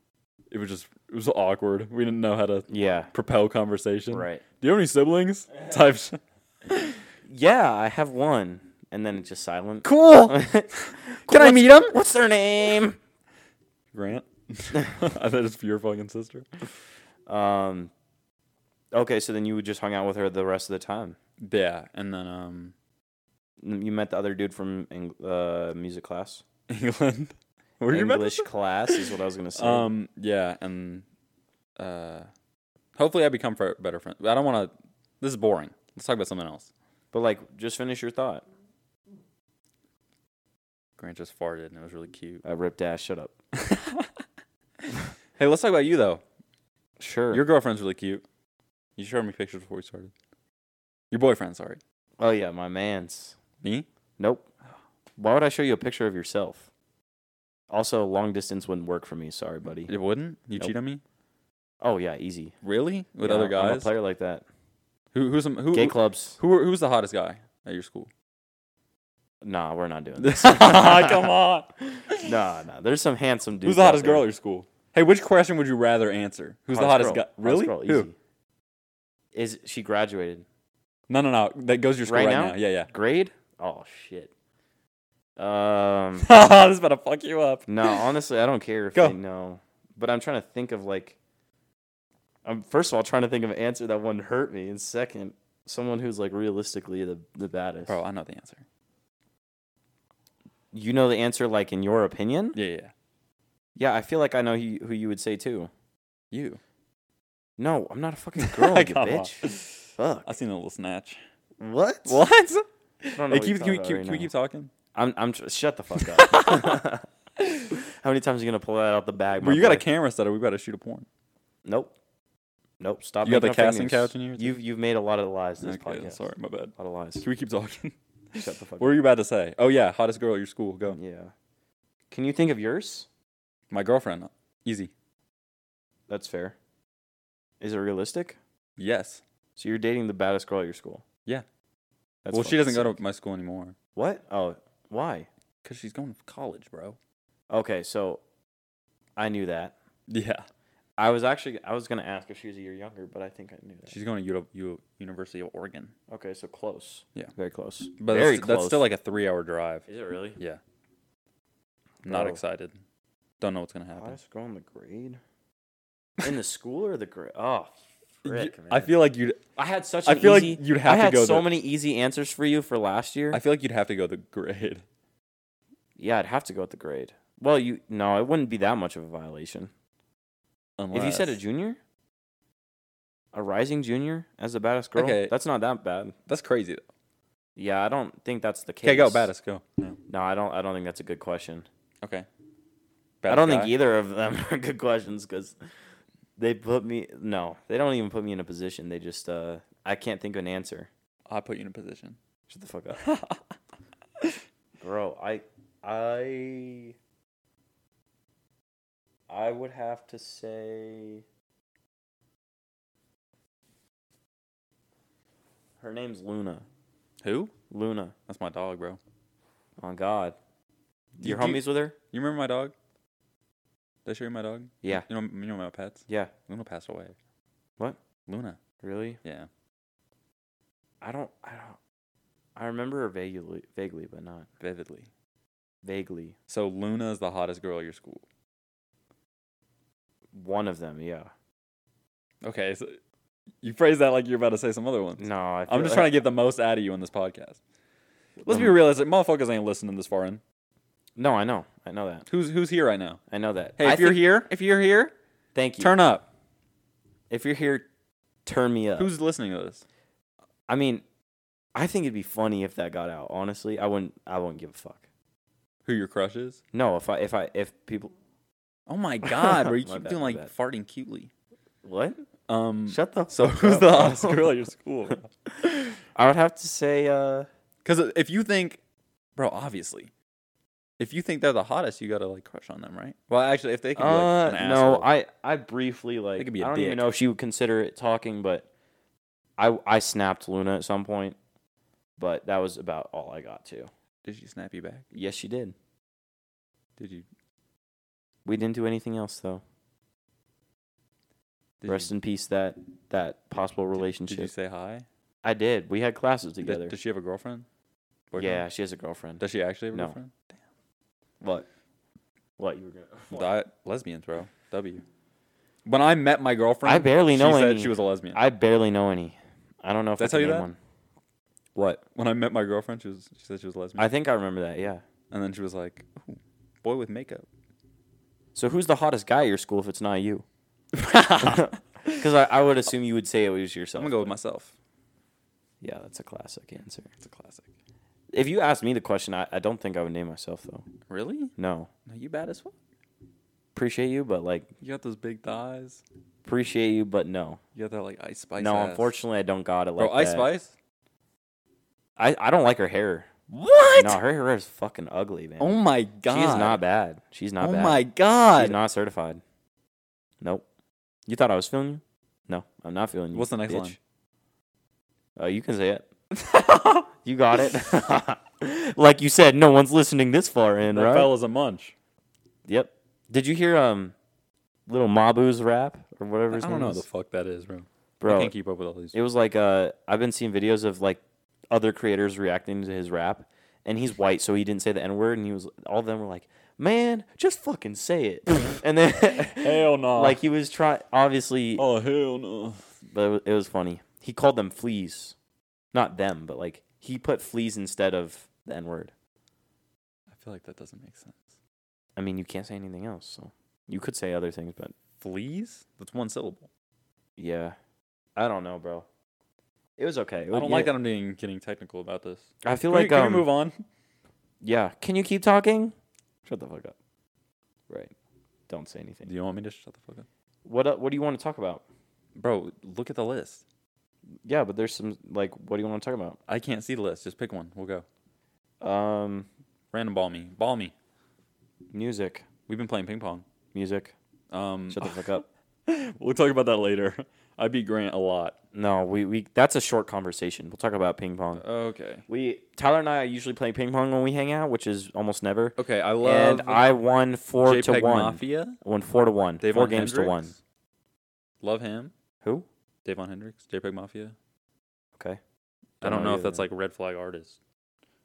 Speaker 2: it was just it was awkward. We didn't know how to
Speaker 1: Yeah.
Speaker 2: propel conversation.
Speaker 1: Right.
Speaker 2: Do you have any (laughs) siblings? Type. sh-
Speaker 1: Yeah, I have one. And then it's just silent. (laughs)
Speaker 2: Cool. Can I meet him?
Speaker 1: What's their name?
Speaker 2: (laughs) Grant. I thought it's for your fucking sister.
Speaker 1: Um Okay, so then you just hung out with her the rest of the time.
Speaker 2: Yeah, and then um, (laughs)
Speaker 1: N- You met the other dude from Eng- uh, music class.
Speaker 2: England. Were you about to
Speaker 1: English
Speaker 2: say-
Speaker 1: class is what I was gonna say.
Speaker 2: Um. Yeah, and uh, hopefully I become fr- better friends. I don't want to. This is boring. Let's talk about something else.
Speaker 1: but like, just finish your thought.
Speaker 2: Grant just farted, and it was really cute.
Speaker 1: I ripped ass. Shut up.
Speaker 2: Hey, let's talk about you though.
Speaker 1: Sure.
Speaker 2: Your girlfriend's really cute. You showed me pictures before we started. Your boyfriend, sorry.
Speaker 1: oh yeah, my man's.
Speaker 2: Me?
Speaker 1: Nope. Why would I show you a picture of yourself? Also, long distance wouldn't work for me. Sorry, buddy.
Speaker 2: It wouldn't. You
Speaker 1: Nope.
Speaker 2: cheat on me?
Speaker 1: Oh yeah, easy.
Speaker 2: Really? With
Speaker 1: Yeah, I'm-
Speaker 2: other
Speaker 1: I'm a
Speaker 2: guys?
Speaker 1: player like that.
Speaker 2: Who, who's some, who,
Speaker 1: Gay
Speaker 2: who-
Speaker 1: clubs.
Speaker 2: Who who's the hottest guy at
Speaker 1: (laughs)
Speaker 2: your school? (laughs)
Speaker 1: Nah, we're not doing this.
Speaker 2: Come on.
Speaker 1: (laughs) Nah, nah. There's some handsome dudes.
Speaker 2: Who's the
Speaker 1: out
Speaker 2: hottest
Speaker 1: there.
Speaker 2: girl at your school? Hey, which question would you rather answer? Who's the hottest
Speaker 1: girl.
Speaker 2: guy? Really?
Speaker 1: Hottest
Speaker 2: Who?
Speaker 1: girl, easy. Is she graduated?
Speaker 2: No, no, no. That goes to your school
Speaker 1: Right
Speaker 2: right,
Speaker 1: now?
Speaker 2: now? Yeah, yeah.
Speaker 1: Grade? Oh shit. Um. (laughs)
Speaker 2: (laughs) this is about to fuck you up. (laughs)
Speaker 1: No, honestly, I don't care if
Speaker 2: Go.
Speaker 1: they know. But I'm trying to think of like I'm first of all trying to think of an answer that wouldn't hurt me, and second, someone who's like realistically the the baddest.
Speaker 2: Bro, I know the answer.
Speaker 1: You know the answer like in your opinion?
Speaker 2: Yeah, yeah. yeah.
Speaker 1: Yeah, I feel like I know who, who you would say too.
Speaker 2: You.
Speaker 1: No, I'm not a
Speaker 2: (laughs)
Speaker 1: fucking girl, you
Speaker 2: Come on.
Speaker 1: bitch. Fuck.
Speaker 2: I seen a little snatch.
Speaker 1: (laughs) What?
Speaker 2: What?
Speaker 1: I don't know
Speaker 2: Hey,
Speaker 1: what
Speaker 2: can,
Speaker 1: you're talking
Speaker 2: we- can, we, can, we-
Speaker 1: about
Speaker 2: can we
Speaker 1: right
Speaker 2: keep
Speaker 1: now.
Speaker 2: talking?
Speaker 1: I'm I'm tr- shut the fuck
Speaker 2: (laughs)
Speaker 1: up. (laughs) How many times are you gonna pull that out the bag?
Speaker 2: Well,
Speaker 1: my
Speaker 2: you got a
Speaker 1: boy?
Speaker 2: camera set up. We gotta shoot a porn.
Speaker 1: Nope. Nope. Stop.
Speaker 2: You got the
Speaker 1: making up fake
Speaker 2: casting
Speaker 1: news.
Speaker 2: couch in here?
Speaker 1: You've you've made a lot of lies this
Speaker 2: Okay,
Speaker 1: podcast.
Speaker 2: sorry, my bad.
Speaker 1: A lot of lies.
Speaker 2: Can we keep talking? (laughs)
Speaker 1: Shut the fuck
Speaker 2: what were you about to say? Oh yeah, hottest girl at your school. Go.
Speaker 1: Yeah. Can you think of yours?
Speaker 2: My girlfriend. Easy.
Speaker 1: That's fair. Is it realistic?
Speaker 2: Yes.
Speaker 1: So you're dating the baddest girl at your school?
Speaker 2: Yeah.
Speaker 1: That's
Speaker 2: well, she doesn't
Speaker 1: fucking
Speaker 2: go
Speaker 1: sick.
Speaker 2: to my school anymore
Speaker 1: What? Oh, why?
Speaker 2: because she's going to college, bro.
Speaker 1: Okay, so I knew that.
Speaker 2: Yeah,
Speaker 1: I was actually I was gonna ask if she was a year younger, but I think I knew that.
Speaker 2: she's going to U- U- University of Oregon,
Speaker 1: okay, so close.
Speaker 2: Yeah.
Speaker 1: very close.
Speaker 2: but
Speaker 1: very
Speaker 2: that's,
Speaker 1: close.
Speaker 2: that's still like a three-hour drive.
Speaker 1: Is it really?
Speaker 2: Yeah, not
Speaker 1: Bro.
Speaker 2: excited. Don't know what's gonna happen.
Speaker 1: Highest girl in the grade. In the school or the grade? Oh, frick,
Speaker 2: You-
Speaker 1: man.
Speaker 2: I feel like you'd.
Speaker 1: I had such.
Speaker 2: I
Speaker 1: An
Speaker 2: feel like
Speaker 1: easy-
Speaker 2: you'd have
Speaker 1: I
Speaker 2: to
Speaker 1: had
Speaker 2: go
Speaker 1: so
Speaker 2: the-
Speaker 1: many easy answers for you for last year.
Speaker 2: I feel like you'd have to go the grade.
Speaker 1: Yeah, I'd have to go with the grade. Well, you no, it wouldn't be that much of a violation.
Speaker 2: (laughs) Unless
Speaker 1: If you said a junior, a rising junior as the baddest girl.
Speaker 2: Okay.
Speaker 1: That's not that bad.
Speaker 2: That's crazy. though.
Speaker 1: Yeah, I don't think that's the case.
Speaker 2: Okay, go baddest. Go. No.
Speaker 1: No, I don't. I don't think that's a good question.
Speaker 2: Okay.
Speaker 1: I don't
Speaker 2: Baddest
Speaker 1: think
Speaker 2: guy?
Speaker 1: either of them (laughs) are good questions because they put me. No, they don't even put me in a position. They just. uh I can't think of an answer.
Speaker 2: I put you in a position.
Speaker 1: Shut the fuck up, bro. I. I. I would have to say. Her name's Luna.
Speaker 2: (laughs) Who?
Speaker 1: Luna.
Speaker 2: That's my dog, bro.
Speaker 1: On God. Your
Speaker 2: Do you-
Speaker 1: homies with her?
Speaker 2: You remember my dog? Did I show you my dog?
Speaker 1: Yeah.
Speaker 2: You know, you know my pets.
Speaker 1: Yeah.
Speaker 2: Luna passed away.
Speaker 1: What?
Speaker 2: Luna.
Speaker 1: Really?
Speaker 2: Yeah.
Speaker 1: I don't. I don't. I remember her vaguely, vaguely, but not
Speaker 2: Vividly.
Speaker 1: vaguely.
Speaker 2: So Luna is the hottest girl at your school.
Speaker 1: One of them, yeah.
Speaker 2: Okay. So you phrase that like you're about to say some other ones.
Speaker 1: No, I
Speaker 2: I'm just trying to get the most out of you in this podcast. Let's be
Speaker 1: Um,
Speaker 2: realistic. Motherfuckers ain't listening this far in.
Speaker 1: No, I know. I know that.
Speaker 2: Who's who's here right now?
Speaker 1: I know that.
Speaker 2: Hey,
Speaker 1: I
Speaker 2: if you're
Speaker 1: think-
Speaker 2: here, if you're here,
Speaker 1: thank you.
Speaker 2: turn up.
Speaker 1: If you're here, turn me up.
Speaker 2: Who's listening to this?
Speaker 1: I mean, I think it'd be funny if that got out. Honestly, I wouldn't. I wouldn't give a fuck.
Speaker 2: Who your crush is?
Speaker 1: No, if I, if I, if people,
Speaker 2: Oh my (laughs) god, bro! You
Speaker 1: My
Speaker 2: keep
Speaker 1: bad,
Speaker 2: doing
Speaker 1: my
Speaker 2: like
Speaker 1: bad.
Speaker 2: farting cutely.
Speaker 1: what?
Speaker 2: Um,
Speaker 1: Shut the.
Speaker 2: so
Speaker 1: fuck
Speaker 2: who's
Speaker 1: up, (laughs)
Speaker 2: the
Speaker 1: bro.
Speaker 2: hottest girl at
Speaker 1: (laughs)
Speaker 2: your school?
Speaker 1: I would have to say, uh,
Speaker 2: Because if you think, bro, obviously, if you think they're the hottest, you gotta like crush on them, right? Well, actually, if they can, be,
Speaker 1: uh
Speaker 2: like, an
Speaker 1: no,
Speaker 2: asshole.
Speaker 1: I, I briefly like.
Speaker 2: could be a
Speaker 1: I don't
Speaker 2: dick.
Speaker 1: even know if she would consider it talking, but I, I snapped Luna at some point, but that was about all I got to.
Speaker 2: did she snap you back?
Speaker 1: Yes, she did.
Speaker 2: Did you?
Speaker 1: We didn't do anything else though.
Speaker 2: Did
Speaker 1: Rest
Speaker 2: you,
Speaker 1: in peace that that possible relationship.
Speaker 2: Did you say hi?
Speaker 1: I did. We had classes
Speaker 2: Did-
Speaker 1: together.
Speaker 2: Does she have a girlfriend?
Speaker 1: yeah,
Speaker 2: Boyfriend?
Speaker 1: she has a girlfriend.
Speaker 2: Does she actually have a
Speaker 1: No.
Speaker 2: girlfriend?
Speaker 1: What? What you were gonna?
Speaker 2: That lesbians, bro. W. When I met my girlfriend,
Speaker 1: I barely know
Speaker 2: she said
Speaker 1: any.
Speaker 2: she was a lesbian.
Speaker 1: I barely know any. I don't know if
Speaker 2: Did I
Speaker 1: I
Speaker 2: tell
Speaker 1: can
Speaker 2: you
Speaker 1: name
Speaker 2: that?
Speaker 1: one.
Speaker 2: what? When I met my girlfriend, she was she said she was a lesbian,
Speaker 1: I think I remember that. Yeah.
Speaker 2: and then she was like, Ooh, "Boy with makeup."
Speaker 1: So who's the hottest guy at your school if it's not
Speaker 2: (laughs)
Speaker 1: you? (laughs) Because I, I would assume you would say it was
Speaker 2: I'm
Speaker 1: yourself.
Speaker 2: gonna go with myself.
Speaker 1: Yeah, that's a classic answer.
Speaker 2: It's a classic.
Speaker 1: If you asked me the question, I, I don't think I would name myself though.
Speaker 2: Really?
Speaker 1: No,
Speaker 2: No, you bad as fuck.
Speaker 1: appreciate you, but like
Speaker 2: You got those big thighs.
Speaker 1: appreciate you, but no,
Speaker 2: You got that like ice spice.
Speaker 1: no.
Speaker 2: ass.
Speaker 1: Unfortunately, I don't got it. Like
Speaker 2: bro, ice
Speaker 1: that.
Speaker 2: spice.
Speaker 1: I, I don't like her hair.
Speaker 2: What?
Speaker 1: No, her hair is fucking ugly, man.
Speaker 2: oh my god.
Speaker 1: She's not bad. She's not
Speaker 2: oh
Speaker 1: bad.
Speaker 2: my
Speaker 1: She's
Speaker 2: god. (laughs)
Speaker 1: not certified. Nope. You thought I was feeling you? No, I'm not feeling you.
Speaker 2: What's the next
Speaker 1: bitch.
Speaker 2: line?
Speaker 1: Uh, you can say it. you got
Speaker 2: (laughs)
Speaker 1: it. (laughs) like you said, no one's listening this far in, right?
Speaker 2: Raphael is a munch.
Speaker 1: Yep. Did you hear um, little Mabu's rap or whatever
Speaker 2: I
Speaker 1: his
Speaker 2: don't
Speaker 1: name
Speaker 2: know what
Speaker 1: is?
Speaker 2: the fuck that is, bro. I
Speaker 1: Bro,
Speaker 2: can't keep up with all these.
Speaker 1: It was like uh, I've been seeing videos of like other creators reacting to his rap, and he's white, so he didn't say the N word, and he was all of them were like, "Man, just fucking say it," (laughs) and then
Speaker 2: Hell
Speaker 1: (laughs)
Speaker 2: no.
Speaker 1: like he was trying. Obviously,
Speaker 2: oh hell no.
Speaker 1: but it was, it was funny. He called them fleas, not them, but like he put fleas instead of the N word.
Speaker 2: I feel like that doesn't make sense.
Speaker 1: I mean, you can't say anything else, so you could say other things, but
Speaker 2: Fleas? That's one syllable.
Speaker 1: yeah, I don't know, bro. It was okay.
Speaker 2: I don't like that I'm being getting technical about this.
Speaker 1: I feel
Speaker 2: Can,
Speaker 1: like
Speaker 2: we, can
Speaker 1: um,
Speaker 2: we move on?
Speaker 1: Yeah. Can you keep talking? Shut the fuck up. Right. Don't say
Speaker 2: Do
Speaker 1: anything.
Speaker 2: you want me to shut the fuck up?
Speaker 1: What uh, What do you want to talk about?
Speaker 2: Bro, look at the list.
Speaker 1: Yeah, but there's some like, what do you want to talk
Speaker 2: I can't see the list. Just pick one. We'll go.
Speaker 1: about? Um,
Speaker 2: Random ball me. Ball me.
Speaker 1: music,
Speaker 2: We've been playing ping pong.
Speaker 1: music.
Speaker 2: Um,
Speaker 1: Shut the fuck up.
Speaker 2: (laughs) we'll talk about that later. I beat Grant a lot.
Speaker 1: (laughs) No, we we that's a short conversation. We'll talk about ping pong.
Speaker 2: Okay.
Speaker 1: We Tyler and I usually play ping pong when we hang out, which is almost never.
Speaker 2: Okay. I love
Speaker 1: And I won four
Speaker 2: JPEG
Speaker 1: to one.
Speaker 2: Mafia.
Speaker 1: I won four to one.
Speaker 2: Davon
Speaker 1: four games to one.
Speaker 2: Hendrix. Love him.
Speaker 1: Who?
Speaker 2: Davon Hendrix. JPEG Mafia.
Speaker 1: Okay,
Speaker 2: I don't know if that's
Speaker 1: either.
Speaker 2: like red flag artist.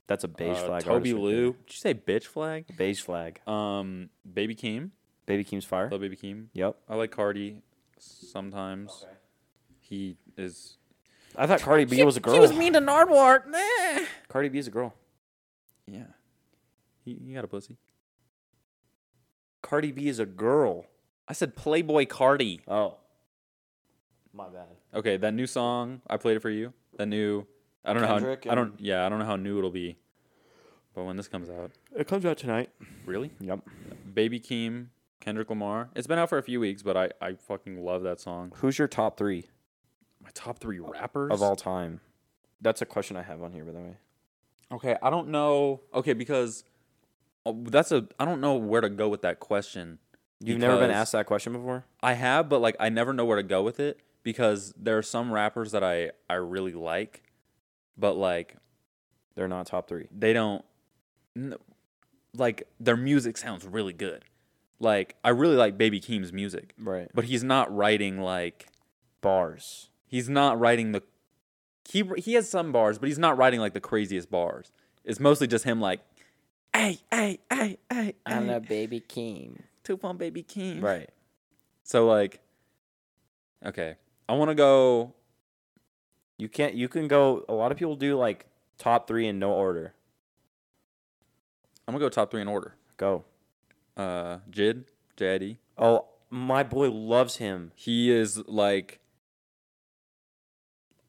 Speaker 1: that's a beige
Speaker 2: Uh,
Speaker 1: flag.
Speaker 2: Toby
Speaker 1: artist right
Speaker 2: Lou. Did you say bitch flag?
Speaker 1: there. Beige flag.
Speaker 2: Um, Baby Keem.
Speaker 1: Baby Keem's fire.
Speaker 2: Love Baby Keem.
Speaker 1: Yep.
Speaker 2: I like Cardi sometimes. He is.
Speaker 1: I thought Cardi B was a girl.
Speaker 3: She was mean to Nardwart. Nah.
Speaker 1: Cardi B's a girl.
Speaker 2: Yeah. He, he got a pussy.
Speaker 1: Cardi B is a girl.
Speaker 2: I said Playboy Cardi.
Speaker 1: Oh. My bad.
Speaker 2: Okay, that new song I played it for you. That new I don't
Speaker 1: Kendrick
Speaker 2: know how I don't
Speaker 1: and-
Speaker 2: yeah, I don't know how new it'll be. But when this comes out,
Speaker 1: It comes out tonight.
Speaker 2: really?
Speaker 1: Yep.
Speaker 2: Baby Keem, Kendrick Lamar. It's been out for a few weeks, but I I fucking love that song.
Speaker 1: Who's your top three
Speaker 2: My top 3 rappers
Speaker 1: of all time? That's a question I have on here, by the way.
Speaker 2: Okay, I don't know. Okay, because uh, that's a I don't know where to go with that question.
Speaker 1: You've never been
Speaker 2: Because-
Speaker 1: asked that question before.
Speaker 2: I have, but like I never know where to go with it because there are some rappers that I I really like, but like
Speaker 1: They're not top three.
Speaker 2: they don't n- like their music sounds really good. Like I really like Baby Keem's music,
Speaker 1: Right.
Speaker 2: but he's not writing like
Speaker 1: Bars.
Speaker 2: he's not writing the he he has some bars, but he's not writing like the craziest bars. It's mostly just him like hey hey hey hey
Speaker 3: I'm
Speaker 2: hey,
Speaker 3: a baby
Speaker 1: (laughs)
Speaker 3: king.
Speaker 2: two pump baby Keem.
Speaker 1: Right.
Speaker 2: So like okay, I want to go
Speaker 1: You can't. You can go. A lot of people do like top three in no order.
Speaker 2: I'm gonna go top three in order.
Speaker 1: Go.
Speaker 2: Uh, Jid, JID.
Speaker 1: Oh, my boy loves him.
Speaker 2: He is like,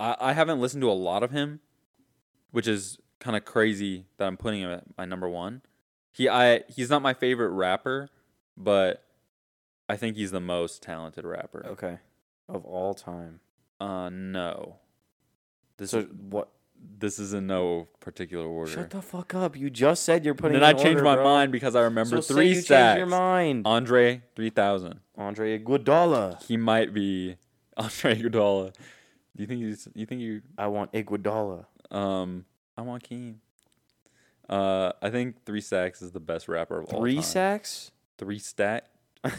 Speaker 2: I I haven't listened to a lot of him, which is kind of crazy that I'm putting him at my number one. He I he's not my favorite rapper, but I think he's the most talented rapper.
Speaker 1: Okay. Of all time.
Speaker 2: Uh, no, this
Speaker 1: So
Speaker 2: is,
Speaker 1: what?
Speaker 2: this is in no particular order.
Speaker 1: Shut the fuck up! You just said you're putting.
Speaker 2: then
Speaker 1: it
Speaker 2: I
Speaker 1: in
Speaker 2: changed
Speaker 1: order,
Speaker 2: my
Speaker 1: bro.
Speaker 2: mind because I remember
Speaker 1: So say
Speaker 2: three
Speaker 1: you
Speaker 2: stacks.
Speaker 1: Change your mind,
Speaker 2: Andre three thousand.
Speaker 1: Andre Iguodala.
Speaker 2: he might be (laughs) Andre Iguodala. Do you think he's? You think you?
Speaker 1: I want Iguodala.
Speaker 2: Um, I want Keem. Uh, I think Three Stacks is the best rapper of all
Speaker 1: Three
Speaker 2: time.
Speaker 1: sacks.
Speaker 2: Three (laughs) Stack.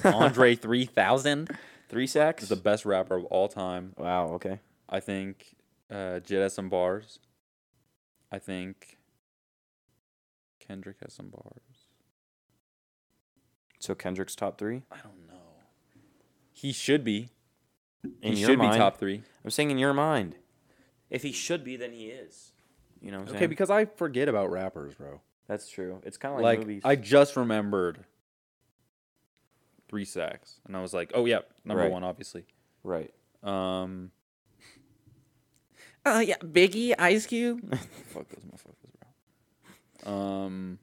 Speaker 2: Andre Three Thousand
Speaker 1: (laughs) Three sacks.
Speaker 2: is (laughs) the best rapper of all time.
Speaker 1: wow. Okay.
Speaker 2: I think uh, Jid has some bars. I think Kendrick has some bars.
Speaker 1: So Kendrick's top three.
Speaker 2: I don't know. He should be.
Speaker 1: In
Speaker 2: he
Speaker 1: your
Speaker 2: should
Speaker 1: mind.
Speaker 2: be top three.
Speaker 1: I'm saying in your mind. If he should be, then he is. You know. What I'm
Speaker 2: Okay,
Speaker 1: saying?
Speaker 2: because I forget about rappers, bro.
Speaker 1: that's true. It's kind of like,
Speaker 2: like
Speaker 1: movies.
Speaker 2: I just remembered three sacks, and I was like, oh yeah, number
Speaker 1: Right.
Speaker 2: one, obviously.
Speaker 1: right.
Speaker 2: Um,
Speaker 3: Uh, yeah, Biggie, Ice Cube.
Speaker 2: fuck those motherfuckers, bro. Um,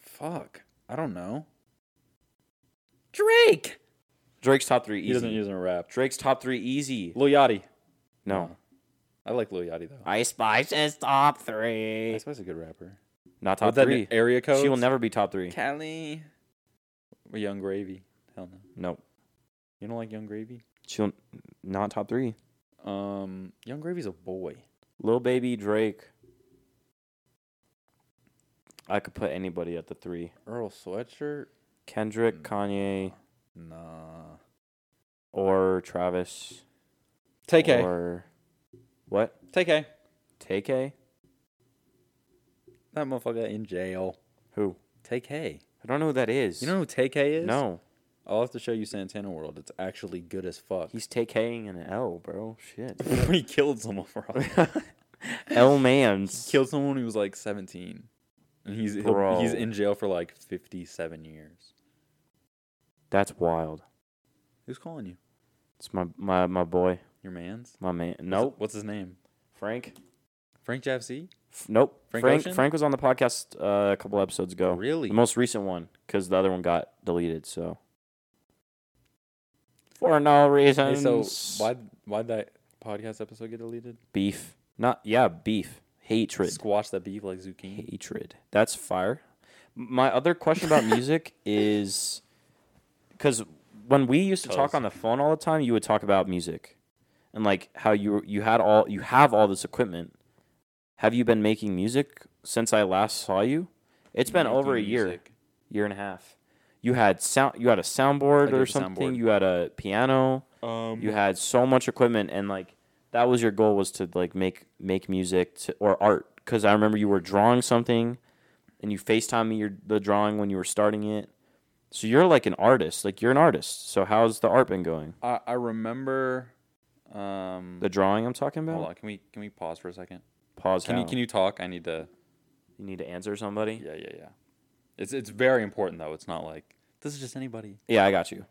Speaker 2: fuck, I don't know.
Speaker 3: Drake.
Speaker 1: Drake's top three
Speaker 2: He doesn't
Speaker 1: easy.
Speaker 2: use a rap.
Speaker 1: Drake's top three easy.
Speaker 2: Lil Yachty.
Speaker 1: No,
Speaker 2: I like Lil Yachty though.
Speaker 3: Ice Spice is top three.
Speaker 2: I suppose a good rapper.
Speaker 1: not top
Speaker 2: With that
Speaker 1: three.
Speaker 2: area code.
Speaker 1: She will never be top three.
Speaker 2: Cali. Or Young Gravy. Hell no.
Speaker 1: Nope.
Speaker 2: You don't like Young Gravy?
Speaker 1: She'll not top three.
Speaker 2: Um, Young Gravy's a boy.
Speaker 1: Lil Baby Drake. I could put anybody at the three.
Speaker 2: Earl Sweatshirt.
Speaker 1: Kendrick, Kanye,
Speaker 2: Nah.
Speaker 1: or Travis.
Speaker 2: Take a.
Speaker 1: Or what?
Speaker 2: Take a.
Speaker 1: Take a?
Speaker 2: That motherfucker in jail.
Speaker 1: Who?
Speaker 2: Take K.
Speaker 1: I don't know who that is.
Speaker 2: You know who Take K is?
Speaker 1: No.
Speaker 2: I'll have to show you Santana World. It's actually good as fuck. (laughs)
Speaker 1: He's take K-ing an L, bro. Shit.
Speaker 2: he killed someone for all
Speaker 1: L man's.
Speaker 2: Killed someone who was like 17. And he's he'll-
Speaker 1: Bro.
Speaker 2: he's in jail for like 57 years.
Speaker 1: That's wild.
Speaker 2: Who's calling you?
Speaker 1: It's my my my boy.
Speaker 2: Your man's?
Speaker 1: My man.
Speaker 2: What's-
Speaker 1: Nope.
Speaker 2: What's his name?
Speaker 1: Frank.
Speaker 2: Frank Javc?
Speaker 1: F- nope.
Speaker 2: Frank
Speaker 1: Frank
Speaker 2: Ocean?
Speaker 1: Frank was on the podcast uh, a couple episodes ago.
Speaker 2: Really?
Speaker 1: The most recent one, because the other one got deleted. So for no
Speaker 2: Hey,
Speaker 1: reason.
Speaker 2: so why why'd that podcast episode get deleted?
Speaker 1: beef? Not yeah, beef. Hatred.
Speaker 2: Squash that beef like zucchini.
Speaker 1: Hatred. That's fire. My other question about
Speaker 2: (laughs)
Speaker 1: music is because when we used to talk
Speaker 2: Cause.
Speaker 1: on the phone all the time, you would talk about music and like how you you had all you have all this equipment. Have you been making music since I last saw you? It's been over a
Speaker 2: Making
Speaker 1: year,
Speaker 2: music.
Speaker 1: year and a half. You had sound. You had a soundboard
Speaker 2: I do
Speaker 1: or
Speaker 2: have a
Speaker 1: something.
Speaker 2: soundboard.
Speaker 1: You had a piano.
Speaker 2: Um,
Speaker 1: You had so much equipment, and like that was your goal was to like make make music to, or art. Because I remember you were drawing something, and you Facetime me your the drawing when you were starting it. So you're like an artist. Like you're an artist. So how's the art been going?
Speaker 2: I, I remember. Um,
Speaker 1: The drawing I'm talking
Speaker 2: hold
Speaker 1: about.
Speaker 2: on. Can we can we pause for a second?
Speaker 1: Pause.
Speaker 2: Can you
Speaker 1: how?
Speaker 2: can you talk? I need to.
Speaker 1: You need to answer somebody.
Speaker 2: Yeah, yeah, yeah. It's it's very important though. It's not like this is just anybody.
Speaker 1: Yeah, I got you.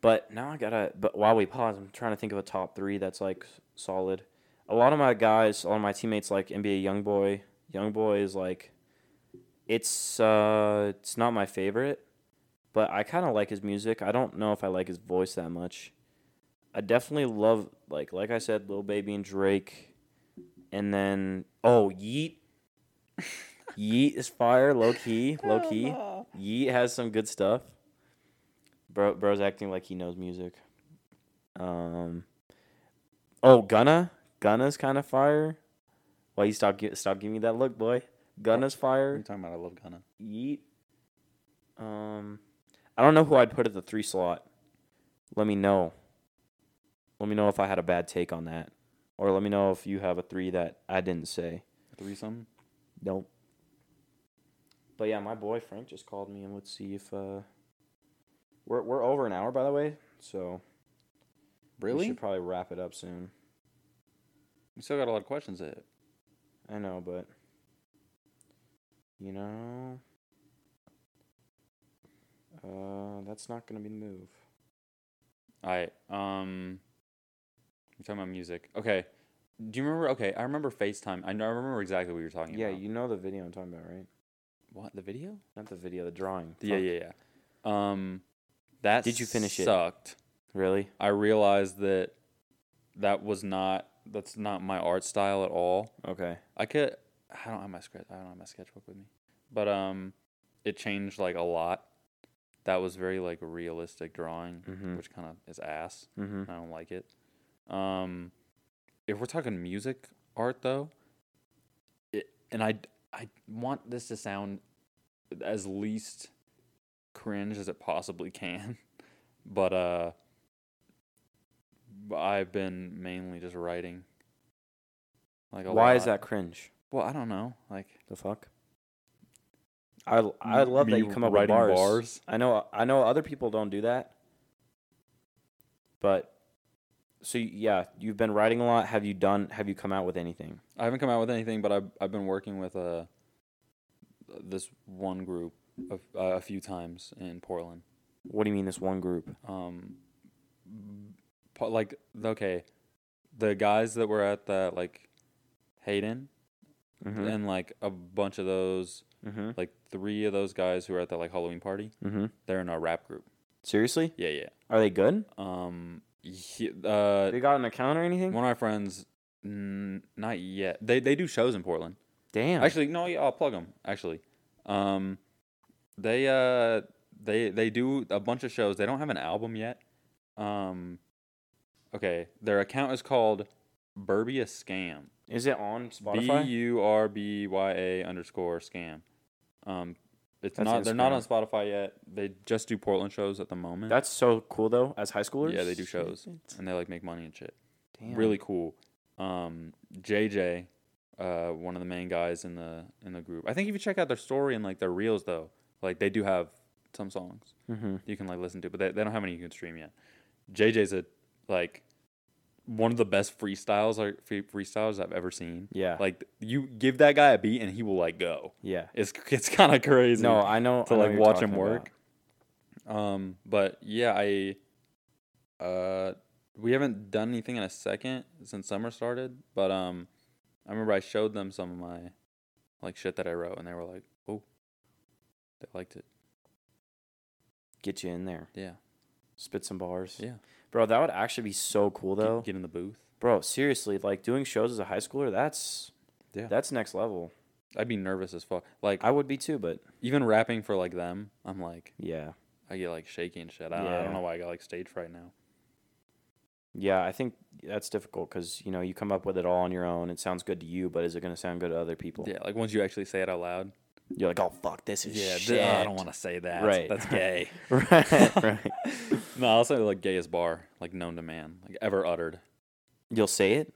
Speaker 1: But now I gotta. But while we pause, I'm trying to think of a top three that's like solid. A lot of my guys, a lot of my teammates, like NBA YoungBoy. YoungBoy is like, it's uh, it's not my favorite, but I kind of like his music. I don't know if I like his voice that much. I definitely love like like I said, Lil Baby and Drake, and then oh Yeet. Yeet is fire, low key, low key. Yeet has some good stuff. Bro, bro's acting like he knows music. Um, oh Gunna, Gunna's kind of fire. Why you stop? Gi- stop giving me that look, boy. Gunna's
Speaker 2: You're
Speaker 1: fire.
Speaker 2: talking about I love Gunna.
Speaker 1: Yeet. Um, I don't know who I'd put at the three slot. Let me know. Let me know if I had a bad take on that, or let me know if you have a three that I didn't say.
Speaker 2: Threesome.
Speaker 1: Nope. But yeah, my boy Frank just called me, and let's see if uh, we're we're over an hour, by the way. So we
Speaker 2: Really?
Speaker 1: should probably wrap it up soon.
Speaker 2: We still got a lot of questions. That
Speaker 1: I know, but you know, uh, that's not gonna be the move.
Speaker 2: All right. Um, you're talking about music. Okay. Do you remember? Okay, I remember FaceTime. I know. I remember exactly what you were talking
Speaker 1: Yeah,
Speaker 2: about.
Speaker 1: you know the video I'm talking about, right?
Speaker 2: What the video?
Speaker 1: Not the video, the drawing.
Speaker 2: Yeah,
Speaker 1: Fuck.
Speaker 2: yeah, yeah. Um, that
Speaker 1: Did you finish it?
Speaker 2: Sucked.
Speaker 1: Really?
Speaker 2: I realized that that was not. That's not my art style at all.
Speaker 1: Okay.
Speaker 2: I could. I don't have my script. I don't have my sketchbook with me. But um, it changed like a lot. That was very like realistic drawing,
Speaker 1: Mhm.
Speaker 2: which kind of is ass.
Speaker 1: Mm-hmm.
Speaker 2: I don't Mm-hmm. like it. Um, if we're talking music art though, it, and I I want this to sound as least cringe as it possibly can, (laughs) but uh, b- I've been mainly just writing. Like a
Speaker 1: Why is
Speaker 2: lot.
Speaker 1: that cringe?
Speaker 2: Well, I don't know. Like
Speaker 1: The fuck? I I
Speaker 2: m-
Speaker 1: love that
Speaker 2: me
Speaker 1: you come up with
Speaker 2: writing
Speaker 1: bars. I know I know other people don't do that. But so y- yeah, you've been writing a lot. Have you done have you come out with anything?
Speaker 2: I haven't come out with anything, but I've I've been working with uh this one group a, uh, a few times in Portland.
Speaker 1: What do you mean this one group?
Speaker 2: Um, po- like okay, the guys that were at that like Hayden
Speaker 1: Mhm.
Speaker 2: and like a bunch of those
Speaker 1: Mhm.
Speaker 2: like three of those guys who were at that like Halloween party.
Speaker 1: Mhm.
Speaker 2: They're in our rap group.
Speaker 1: Seriously?
Speaker 2: Yeah, yeah.
Speaker 1: Are they good?
Speaker 2: Um, he, uh,
Speaker 1: They got an account or anything?
Speaker 2: one of my friends. N- not yet. They they do shows in Portland.
Speaker 1: Damn.
Speaker 2: Actually, no, yeah, I'll plug them. Actually, um, they uh, they they do a bunch of shows. They don't have an album yet. Um, okay, their account is called Burbia Scam.
Speaker 1: Is it on
Speaker 2: B
Speaker 1: Spotify?
Speaker 2: U R B Y A underscore Scam. Um, it's
Speaker 1: That's
Speaker 2: not. They're not on
Speaker 1: Instagram.
Speaker 2: Spotify yet. They just do Portland shows at the moment.
Speaker 1: That's so cool though as high schoolers.
Speaker 2: yeah, they do shows and they like make money and shit.
Speaker 1: Damn.
Speaker 2: Really cool. Um, JJ, uh, one of the main guys in the in the group. I think if you check out their story and like their reels though, like they do have some songs
Speaker 1: Mm-hmm.
Speaker 2: you can like listen to, but they, they don't have any you can stream yet. JJ's a like one of the best freestyles like free, freestyles I've ever seen.
Speaker 1: Yeah.
Speaker 2: Like you give that guy a beat and he will like go.
Speaker 1: yeah.
Speaker 2: It's it's kind of crazy
Speaker 1: No, I know
Speaker 2: to
Speaker 1: I know
Speaker 2: like
Speaker 1: you're
Speaker 2: watch him
Speaker 1: talking about.
Speaker 2: work. Um, but yeah, I uh we haven't done anything in a second since summer started, but um I remember I showed them some of my like shit that I wrote and they were like, "Oh, they liked it."
Speaker 1: Get you in there.
Speaker 2: Yeah.
Speaker 1: Spit some bars.
Speaker 2: Yeah.
Speaker 1: Bro, that would actually be so cool
Speaker 2: Get-
Speaker 1: though.
Speaker 2: Get, in the booth.
Speaker 1: Bro, seriously, like doing shows as a high schooler, that's
Speaker 2: Yeah.
Speaker 1: that's next level.
Speaker 2: I'd be nervous as fuck. Like
Speaker 1: I would be too, but
Speaker 2: even rapping for like them, I'm like
Speaker 1: yeah.
Speaker 2: I get like shaky and shit. I, I
Speaker 1: Yeah.
Speaker 2: don't know why I got like stage fright now.
Speaker 1: Yeah, I think that's difficult cuz you know, you come up with it all on your own. It sounds good to you, but is it going to sound good to other people?
Speaker 2: Yeah, like once you actually say it out loud.
Speaker 1: You're like, "Oh fuck, this is
Speaker 2: Yeah,
Speaker 1: shit."
Speaker 2: d- oh, I don't want to say that.
Speaker 1: Right.
Speaker 2: That's gay.
Speaker 1: (laughs) right, right.
Speaker 2: (laughs) No, I'll say like gayest bar, like known to man, like ever uttered.
Speaker 1: You'll say it?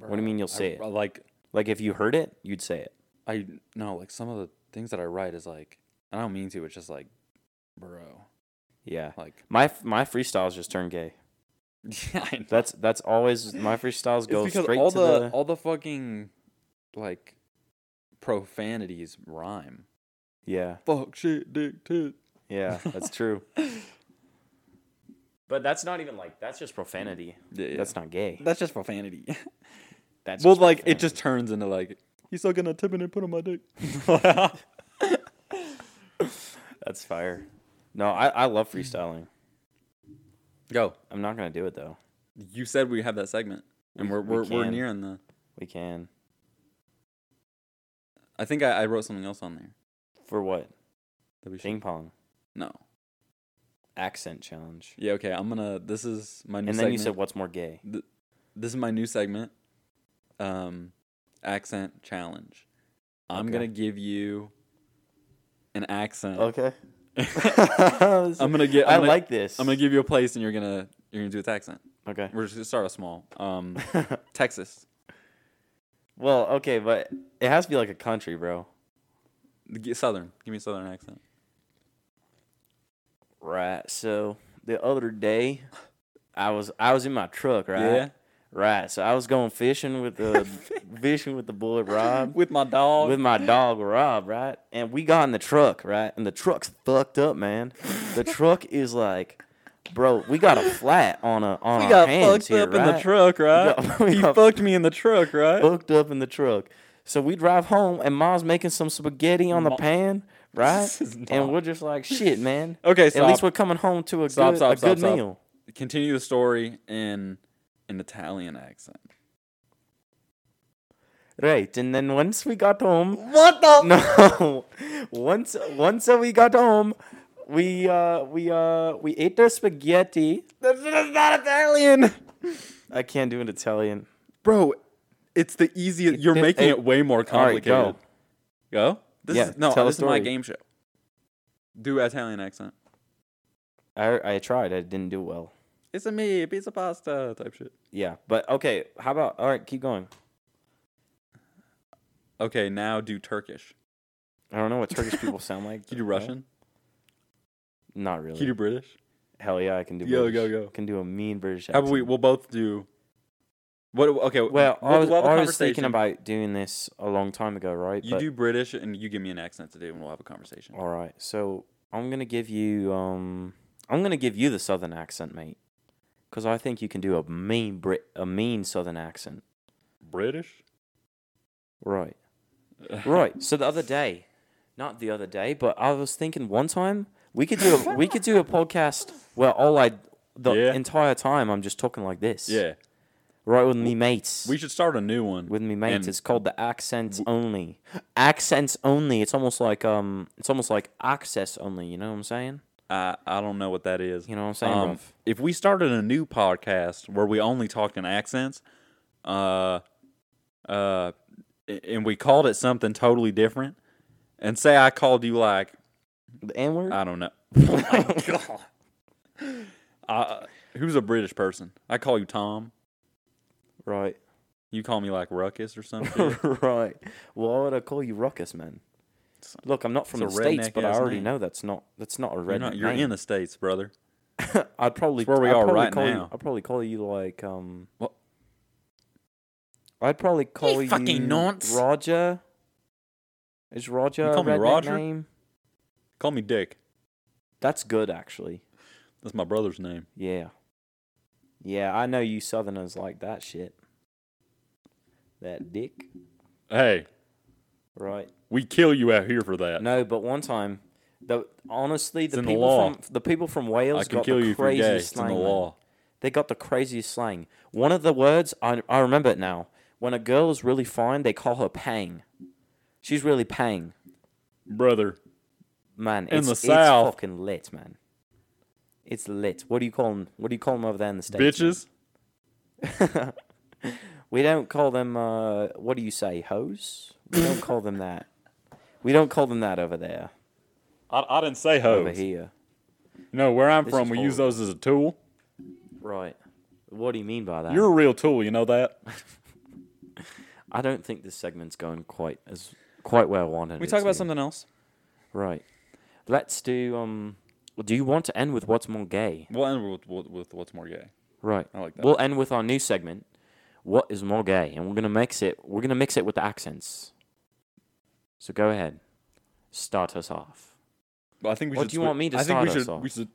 Speaker 1: do you
Speaker 2: Bro,
Speaker 1: mean you'll
Speaker 2: I-
Speaker 1: say it?
Speaker 2: I like
Speaker 1: Like if you heard it, you'd say it.
Speaker 2: I no, like some of the things that I write is like I don't mean to. It's just like, bro,
Speaker 1: Yeah.
Speaker 2: like
Speaker 1: My f- my freestyles just turn gay.
Speaker 2: (laughs) yeah, I know.
Speaker 1: That's that's always my freestyles
Speaker 2: It's
Speaker 1: go
Speaker 2: because
Speaker 1: straight
Speaker 2: all
Speaker 1: to
Speaker 2: the,
Speaker 1: the
Speaker 2: all the fucking like profanities rhyme.
Speaker 1: Yeah.
Speaker 2: Fuck shit, dick tit.
Speaker 1: Yeah, that's true. But that's not even like that's just profanity.
Speaker 2: Yeah, yeah.
Speaker 1: That's not gay.
Speaker 2: (laughs) That's just profanity. (laughs)
Speaker 1: That's
Speaker 2: well,
Speaker 1: just
Speaker 2: like it
Speaker 1: profanity.
Speaker 2: just turns into like he's sucking a tip and then put on my dick. (laughs)
Speaker 1: that's fire. No, I, I love freestyling.
Speaker 2: Go.
Speaker 1: I'm not gonna do it though.
Speaker 2: You said we have that segment, and
Speaker 1: We-
Speaker 2: we're
Speaker 1: we
Speaker 2: we're, we are
Speaker 1: can.
Speaker 2: nearing the.
Speaker 1: We can
Speaker 2: I think I, I wrote something else on there
Speaker 1: for what?
Speaker 2: that we should.
Speaker 1: Ping pong
Speaker 2: No.
Speaker 1: accent challenge.
Speaker 2: Yeah. Okay. I'm gonna. This is my
Speaker 1: And
Speaker 2: new.
Speaker 1: then
Speaker 2: segment.
Speaker 1: you said, "What's more gay?"
Speaker 2: this is my new segment. Um, accent challenge. I'm
Speaker 1: Okay.
Speaker 2: gonna give you an accent.
Speaker 1: (laughs) Okay.
Speaker 2: (laughs) I'm gonna get. I'm
Speaker 1: I
Speaker 2: gonna-
Speaker 1: like this.
Speaker 2: I'm gonna give you a place, and you're gonna you're gonna do its accent.
Speaker 1: Okay.
Speaker 2: We're just gonna start off small. Um, (laughs) Texas.
Speaker 1: (laughs) well, okay, but it has to be like a country, bro.
Speaker 2: G- Southern. Give me a Southern accent.
Speaker 1: Right. So the other day, I was I was in my truck, right?
Speaker 2: Yeah.
Speaker 1: Right. So I was going fishing with
Speaker 2: (laughs)
Speaker 1: the fishing with the boy Rob.
Speaker 2: With my dog.
Speaker 1: with my dog Rob, right? And we got in the truck, right? And the truck's fucked up, man.
Speaker 2: (laughs)
Speaker 1: The truck is like, bro, we got a flat on a on
Speaker 2: we
Speaker 1: our
Speaker 2: got
Speaker 1: hands
Speaker 2: fucked
Speaker 1: here,
Speaker 2: up
Speaker 1: right?
Speaker 2: in the truck, right? (laughs)
Speaker 1: got- we
Speaker 2: he
Speaker 1: got-
Speaker 2: fucked me in the truck, right?
Speaker 1: Fucked up in the truck. So we drive home, and Mom's making some spaghetti on the
Speaker 2: Ma-
Speaker 1: pan, right?
Speaker 2: (laughs) This is not-
Speaker 1: And we're just like, shit, man.
Speaker 2: Okay,
Speaker 1: At
Speaker 2: stop.
Speaker 1: least we're coming home to a
Speaker 2: Stop,
Speaker 1: good,
Speaker 2: stop,
Speaker 1: a
Speaker 2: stop,
Speaker 1: good
Speaker 2: stop.
Speaker 1: meal.
Speaker 2: Continue the story in an Italian accent.
Speaker 1: Right, and then once we got home,
Speaker 2: What the?
Speaker 1: (laughs) No. Once once we got home, we uh we uh we ate the spaghetti.
Speaker 2: That's, not Italian,
Speaker 1: I can't do an Italian.
Speaker 2: bro. It's the easiest. You're
Speaker 1: it-
Speaker 2: making
Speaker 1: it-
Speaker 2: it, way more
Speaker 1: right,
Speaker 2: complicated.
Speaker 1: go.
Speaker 2: go. This
Speaker 1: Yeah,
Speaker 2: is no.
Speaker 1: tell a
Speaker 2: this is my
Speaker 1: story.
Speaker 2: game show. Do Italian accent.
Speaker 1: I I tried. I didn't do well.
Speaker 2: It's a me pizza pasta type shit.
Speaker 1: Yeah, but okay. How about all right? Keep going.
Speaker 2: Okay, now do Turkish.
Speaker 1: I don't know what Turkish people sound like. (laughs)
Speaker 2: Can you do
Speaker 1: No?
Speaker 2: Russian?
Speaker 1: Not really.
Speaker 2: Can you do British?
Speaker 1: Hell yeah, I can do.
Speaker 2: Yo,
Speaker 1: British.
Speaker 2: go, go.
Speaker 1: Can do a mean British.
Speaker 2: How about we?
Speaker 1: accent.
Speaker 2: We'll both do. What? Okay.
Speaker 1: Well,
Speaker 2: we'll,
Speaker 1: I was,
Speaker 2: we'll have a
Speaker 1: I was thinking
Speaker 2: conversation.
Speaker 1: about doing this a long time ago, right?
Speaker 2: You do British, and you give me an accent today, and we'll have a conversation.
Speaker 1: All right. So I'm gonna give you um I'm gonna give you the southern accent, mate, because I think you can do a mean Brit a mean southern accent.
Speaker 2: British. (laughs)
Speaker 1: Right. Right. So the other day, not the other day, but I was thinking one time we could do a, we could do a podcast where all I the
Speaker 2: Yeah.
Speaker 1: entire time I'm just talking like this.
Speaker 2: Yeah.
Speaker 1: Right with me mates.
Speaker 2: We should start a new one
Speaker 1: with me mates.
Speaker 2: and-
Speaker 1: it's called the accents only. Accents only. It's almost like um it's almost like access only, you know what I'm saying?
Speaker 2: I I don't know what that is.
Speaker 1: You know what I'm saying,
Speaker 2: Um,
Speaker 1: bruv?
Speaker 2: if we started a new podcast where we only talked in accents, uh, uh, a- and we called it something totally different, and say I called you like
Speaker 1: The N word? (laughs)
Speaker 2: I don't know. (laughs) Oh, God. Uh, who's a British person? I call you Tom.
Speaker 1: right.
Speaker 2: You call me like Ruckus
Speaker 1: (laughs)
Speaker 2: or something.
Speaker 1: right. Why would I call you Ruckus, man? Look, I'm not from the
Speaker 2: it's a
Speaker 1: states, but I
Speaker 2: redneck-ass
Speaker 1: already
Speaker 2: name.
Speaker 1: know that's not that's not a
Speaker 2: you're
Speaker 1: redneck.
Speaker 2: not, you're
Speaker 1: name.
Speaker 2: in the states, brother.
Speaker 1: I'd probably
Speaker 2: It's where we
Speaker 1: I'd
Speaker 2: are
Speaker 1: probably
Speaker 2: right
Speaker 1: call you-
Speaker 2: now.
Speaker 1: I'd probably call you like um.
Speaker 2: What?
Speaker 1: I'd probably call you
Speaker 3: fucking nonce.
Speaker 1: Roger. Is Roger
Speaker 2: call
Speaker 1: a
Speaker 2: me
Speaker 1: redneck
Speaker 2: Roger?
Speaker 1: name?
Speaker 2: Call me Dick.
Speaker 1: That's good, actually.
Speaker 2: That's my brother's name.
Speaker 1: Yeah. Yeah, I know you Southerners like that shit. That dick,
Speaker 2: Hey,
Speaker 1: right?
Speaker 2: we kill you out here for that.
Speaker 1: No, but one time, the honestly, the
Speaker 2: in the
Speaker 1: people
Speaker 2: law.
Speaker 1: from the people from Wales
Speaker 2: I can
Speaker 1: got
Speaker 2: kill
Speaker 1: the
Speaker 2: you if you're gay.
Speaker 1: craziest
Speaker 2: It's in the
Speaker 1: slang. man.
Speaker 2: law.
Speaker 1: They got the craziest slang. One of the words I I remember it now. When a girl is really fine, they call her pang. She's really pang,
Speaker 2: Brother,
Speaker 1: man.
Speaker 2: In
Speaker 1: It's,
Speaker 2: the
Speaker 1: it's
Speaker 2: South.
Speaker 1: fucking lit, man. It's lit. What do you call them? What do you call them over there in the states? man?
Speaker 2: bitches.
Speaker 1: We don't call them. Uh, what do you say, hoes? We don't call them that. We don't call them that over there.
Speaker 2: I, I didn't say
Speaker 1: Over
Speaker 2: hoes.
Speaker 1: here,
Speaker 2: No, where I'm
Speaker 1: This
Speaker 2: from,
Speaker 1: is
Speaker 2: we use
Speaker 1: horrible.
Speaker 2: those as a tool.
Speaker 1: right? What do you mean by that?
Speaker 2: You're a real tool, you know that.
Speaker 1: I don't think this segment's going quite as quite where I wanted.
Speaker 2: We
Speaker 1: it
Speaker 2: talk
Speaker 1: to.
Speaker 2: about something else.
Speaker 1: right. Let's do. Um, do you want to end with what's more gay?
Speaker 2: We'll end with, with, with what's more gay.
Speaker 1: Right.
Speaker 2: I like that.
Speaker 1: We'll end with our new segment. What is more gay? And we're gonna mix it. We're gonna mix it with the accents. So go ahead, start us off.
Speaker 2: But I think we
Speaker 1: What
Speaker 2: should.
Speaker 1: do you
Speaker 2: swi-
Speaker 1: want me to
Speaker 2: I think
Speaker 1: start
Speaker 2: we
Speaker 1: us
Speaker 2: should
Speaker 1: off?
Speaker 2: we should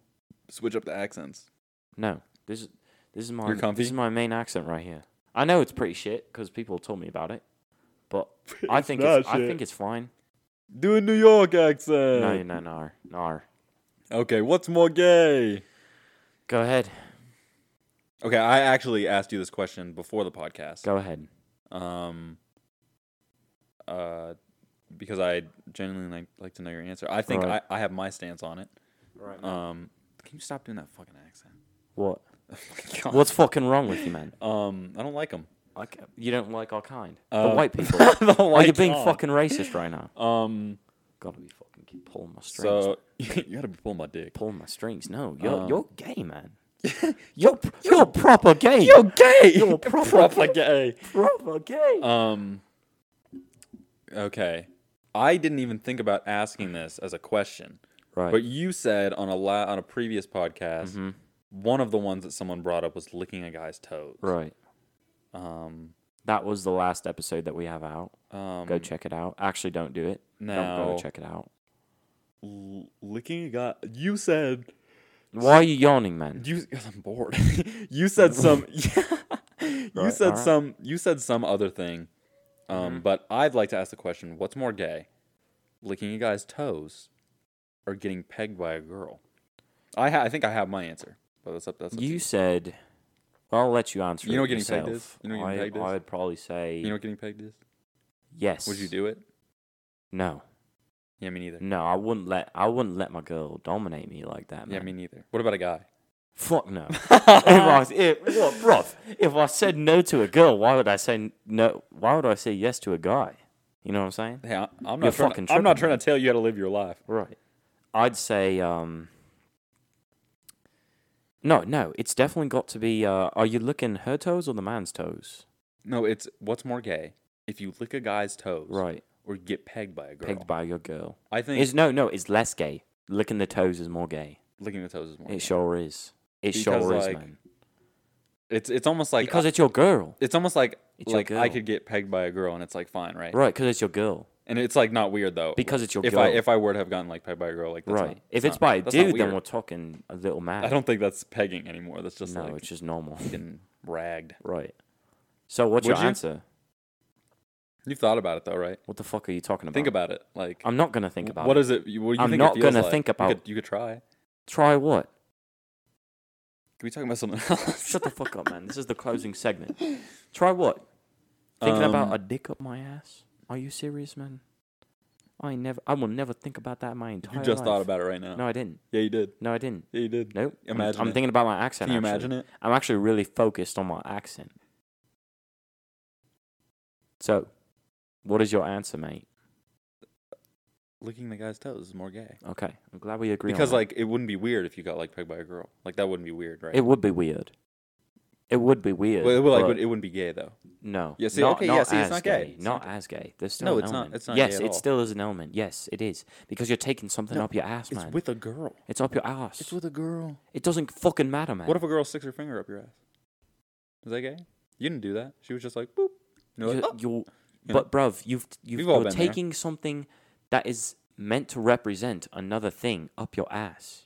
Speaker 2: switch up the accents.
Speaker 1: No, this is this is my
Speaker 2: You're comfy?
Speaker 1: this is my main accent right here. I know it's pretty shit because people told me about it,
Speaker 2: (laughs)
Speaker 1: but I think it's, I think it's fine.
Speaker 2: Do a New York
Speaker 1: No,
Speaker 2: accent.
Speaker 1: no, no, no.
Speaker 2: Okay, what's more gay?
Speaker 1: Go ahead,
Speaker 2: Okay, I actually asked you this question before the podcast.
Speaker 1: go ahead.
Speaker 2: Um uh because I genuinely like, like to know your answer. I think
Speaker 1: Right.
Speaker 2: I, I have my stance on it.
Speaker 1: Right.
Speaker 2: Um can you stop doing that fucking accent?
Speaker 1: (laughs)
Speaker 2: (laughs)
Speaker 1: What?
Speaker 2: Oh my God.
Speaker 1: What's fucking wrong with you, man?
Speaker 2: (laughs) um I don't like them.
Speaker 1: Like you don't like our kind,
Speaker 2: Uh,
Speaker 1: the white people.
Speaker 2: (laughs) the
Speaker 1: Are
Speaker 2: white
Speaker 1: you being
Speaker 2: God.
Speaker 1: fucking racist right now?
Speaker 2: (laughs) um
Speaker 1: Gotta be fucking keep pulling my strings.
Speaker 2: so (laughs) you got to be pulling my dick.
Speaker 1: pulling my strings. No, you're
Speaker 2: Um,
Speaker 1: you're gay,
Speaker 2: (laughs)
Speaker 1: man. you're pr- you're proper gay.
Speaker 2: gay.
Speaker 1: You're proper-
Speaker 2: gay.
Speaker 1: proper gay.
Speaker 2: Um okay. I didn't even think about asking this as a question.
Speaker 1: right.
Speaker 2: But you said on a la- on a previous podcast, one of the ones that someone brought up was licking a guy's toes.
Speaker 1: right.
Speaker 2: Um,
Speaker 1: That was the last episode that we have out.
Speaker 2: um,
Speaker 1: Go check it out. Actually, don't do it. Don't
Speaker 2: No.
Speaker 1: go check it out.
Speaker 2: l- licking a guy. You said
Speaker 1: Why are you yawning, man?
Speaker 2: you. (laughs) 'cause I'm bored. you said
Speaker 1: (laughs)
Speaker 2: some. (laughs) you
Speaker 1: Right,
Speaker 2: said
Speaker 1: alright. Mm-hmm.
Speaker 2: some. You said some other thing. Um, but I'd like to ask the question: What's more gay, licking a guy's toes, or getting pegged by a girl? I ha- I think I have my answer, but that's up. That's up to
Speaker 1: You said. Well, I'll let you answer.
Speaker 2: You
Speaker 1: it
Speaker 2: know what getting pegged is?
Speaker 1: yourself.
Speaker 2: You know what getting
Speaker 1: I,
Speaker 2: pegged is?
Speaker 1: I would probably say
Speaker 2: You know what getting pegged is?
Speaker 1: yes.
Speaker 2: Would you do it?
Speaker 1: No,
Speaker 2: Yeah, me neither.
Speaker 1: no. I wouldn't let. I wouldn't let my girl dominate me like that, man.
Speaker 2: Yeah, me neither. What about a
Speaker 1: (laughs)
Speaker 2: guy?
Speaker 1: Fuck
Speaker 2: (laughs)
Speaker 1: no. (laughs) if I was- if, what, bruv, if I said no to a girl, why would I say n- no? Why would I say yes to a guy? You know what I'm saying?
Speaker 2: Hey, I-
Speaker 1: You're
Speaker 2: I'm not trying.
Speaker 1: fucking
Speaker 2: I'm not
Speaker 1: tripping,
Speaker 2: trying to tell you how to live your life.
Speaker 1: Right. I'd say um No, no, it's definitely got to be uh are you looking her toes or the man's toes?
Speaker 2: No, it's what's more gay if you lick a guy's toes,
Speaker 1: Right.
Speaker 2: or get pegged by a girl.
Speaker 1: Pegged by your girl.
Speaker 2: I think
Speaker 1: It's no, no, it's less gay. Licking the toes is more gay.
Speaker 2: licking the toes is more.
Speaker 1: It
Speaker 2: gay.
Speaker 1: sure is. It
Speaker 2: Because,
Speaker 1: sure is,
Speaker 2: like,
Speaker 1: man.
Speaker 2: It's it's almost like
Speaker 1: Because
Speaker 2: I-
Speaker 1: it's your girl.
Speaker 2: it's almost like
Speaker 1: It's your
Speaker 2: like I
Speaker 1: girl.
Speaker 2: could get pegged by a girl and it's like fine, right?
Speaker 1: Right, because it's your girl.
Speaker 2: And it's like not weird though.
Speaker 1: Because it's your
Speaker 2: if
Speaker 1: girl.
Speaker 2: I if I were to have gotten like pegged by a girl, like that's
Speaker 1: right.
Speaker 2: not-
Speaker 1: if
Speaker 2: that's
Speaker 1: it's
Speaker 2: not-
Speaker 1: by a
Speaker 2: that's not
Speaker 1: dude, then
Speaker 2: weird.
Speaker 1: we're talking a little mad.
Speaker 2: I don't think that's pegging anymore. That's just
Speaker 1: know,
Speaker 2: like
Speaker 1: it's just normal. (laughs)
Speaker 2: getting ragged.
Speaker 1: right. So what's
Speaker 2: Would
Speaker 1: your
Speaker 2: you?
Speaker 1: answer?
Speaker 2: You've thought about it though, right?
Speaker 1: What the fuck are you talking about?
Speaker 2: Think about it. Like
Speaker 1: I'm not gonna think about
Speaker 2: what
Speaker 1: it.
Speaker 2: is it? What do you
Speaker 1: I'm
Speaker 2: think
Speaker 1: not
Speaker 2: it feels
Speaker 1: gonna
Speaker 2: like?
Speaker 1: think
Speaker 2: You
Speaker 1: about-
Speaker 2: could- you could try.
Speaker 1: Try what?
Speaker 2: Can we talk about something else?
Speaker 1: (laughs)
Speaker 2: (laughs)
Speaker 1: Shut the fuck up, man. This is the closing segment. Try what? Thinking
Speaker 2: Um,
Speaker 1: about a dick up my ass? Are you serious, man? I ain't never. I will never think about that in my entire.
Speaker 2: You just
Speaker 1: life.
Speaker 2: thought about it right now.
Speaker 1: No, I didn't.
Speaker 2: Yeah, you did.
Speaker 1: No, I didn't.
Speaker 2: Yeah, you did.
Speaker 1: Nope. I'm-
Speaker 2: Imagine
Speaker 1: I'm,
Speaker 2: it.
Speaker 1: thinking about my accent.
Speaker 2: Can you
Speaker 1: actually.
Speaker 2: imagine it?
Speaker 1: I'm actually really focused on my accent. So, what is your answer, mate?
Speaker 2: Licking the guy's toes is more gay.
Speaker 1: Okay, I'm glad we agree. on
Speaker 2: Because
Speaker 1: that.
Speaker 2: like it wouldn't be weird if you got like pegged by a girl. Like that wouldn't be weird, right?
Speaker 1: it would be weird. It would be weird.
Speaker 2: well, it, would, like,
Speaker 1: but-
Speaker 2: would- it wouldn't be gay though.
Speaker 1: No.
Speaker 2: Yeah, see,
Speaker 1: not,
Speaker 2: okay,
Speaker 1: not
Speaker 2: yeah, see, it's
Speaker 1: as
Speaker 2: not gay. It's
Speaker 1: not,
Speaker 2: not
Speaker 1: as gay. There's still
Speaker 2: No,
Speaker 1: an
Speaker 2: it's not-
Speaker 1: element.
Speaker 2: it's not
Speaker 1: yes,
Speaker 2: gay at
Speaker 1: it
Speaker 2: all.
Speaker 1: still is an element. Yes, it is because you're taking something up your ass, man.
Speaker 2: It's with a girl.
Speaker 1: it's up your ass.
Speaker 2: It's with a girl.
Speaker 1: it doesn't fucking matter, man.
Speaker 2: What if a girl sticks her finger up your ass? Is that gay? You didn't do that. She was just like boop. You're
Speaker 1: you
Speaker 2: like, oh.
Speaker 1: you're,
Speaker 2: You
Speaker 1: but bruv, you've, you've
Speaker 2: We've all
Speaker 1: you're
Speaker 2: been there.
Speaker 1: taking something that is meant to represent another thing up your ass.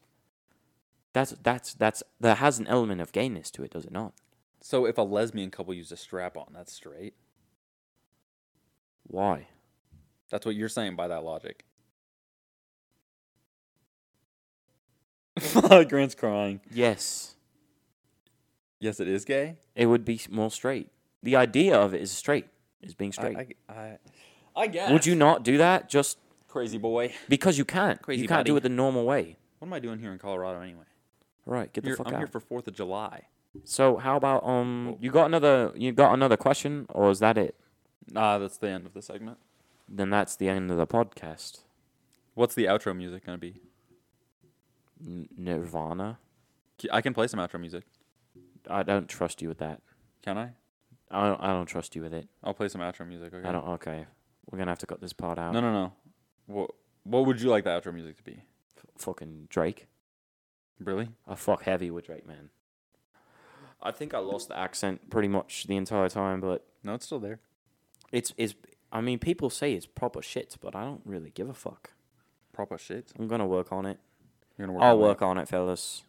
Speaker 1: That's that's that's that has an element of gayness to it, does it not?
Speaker 2: So if a lesbian couple used a strap on, that's straight.
Speaker 1: Why?
Speaker 2: That's what you're saying by that (laughs) logic. Grant's crying.
Speaker 1: Yes,
Speaker 2: Yes, it is gay.
Speaker 1: it would be s- more straight. The idea of it is straight, is being straight.
Speaker 2: I, I, I, I guess.
Speaker 1: Would you not do that just
Speaker 2: crazy boy?
Speaker 1: Because you can't.
Speaker 2: Crazy
Speaker 1: you can't do
Speaker 2: body.
Speaker 1: it the normal way.
Speaker 2: What am I doing here in Colorado anyway?
Speaker 1: Right, get the
Speaker 2: Here-
Speaker 1: fuck
Speaker 2: I'm
Speaker 1: out.
Speaker 2: here for Fourth of July.
Speaker 1: so how about um you got another you got another question or is that it?
Speaker 2: Nah, that's the end of the segment.
Speaker 1: Then that's the end of the podcast.
Speaker 2: What's the outro music gonna be?
Speaker 1: N- Nirvana.
Speaker 2: K- I can play some outro music.
Speaker 1: I don't trust you with that.
Speaker 2: Can I?
Speaker 1: I don't I don't trust you with it.
Speaker 2: I'll play some outro music. Okay.
Speaker 1: I don't okay. We're gonna have to cut this part out.
Speaker 2: No, no, no. What What would you like the outro music to be?
Speaker 1: F- fucking Drake.
Speaker 2: Really?
Speaker 1: I fuck heavy with Drake, man. I think I lost the accent pretty much the entire time, but
Speaker 2: No, it's still there.
Speaker 1: it's it's I mean people say it's proper shit, but I don't really give a fuck.
Speaker 2: Proper shit.
Speaker 1: I'm gonna work on it. Oh,
Speaker 2: You're gonna work.
Speaker 1: I'll
Speaker 2: on that.
Speaker 1: work on it, fellas.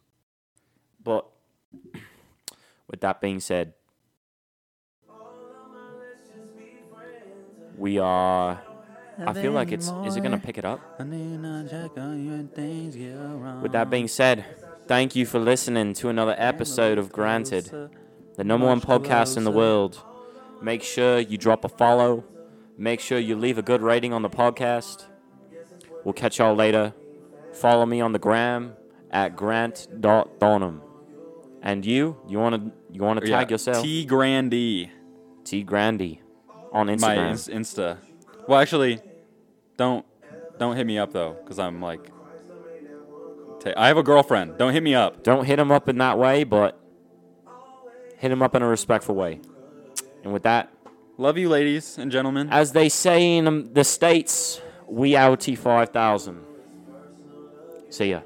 Speaker 1: But (clears throat) With that being said, we are. I feel like it's. Is it gonna pick it up?
Speaker 2: I need to check on you and things get wrong.
Speaker 1: With that being said, thank you for listening to another episode of Granted,
Speaker 2: uh,
Speaker 1: the number one podcast in the world. Make sure you drop a follow. Make sure you leave a good rating on the podcast. We'll catch y'all later. Follow me on the gram at grant.donham. And you, you wanna you wanna
Speaker 2: Yeah,
Speaker 1: tag yourself? T,
Speaker 2: T Grandy.
Speaker 1: Grandy on
Speaker 2: my
Speaker 1: Instagram.
Speaker 2: ins- Insta. Well, actually, don't don't hit me up though, because I'm like, ta- I have a girlfriend. Don't hit me up.
Speaker 1: Don't hit him up in that way, but hit him up in a respectful way. And with that,
Speaker 2: Love you, ladies and gentlemen.
Speaker 1: as they say in um, the states, we outy five thousand. See ya.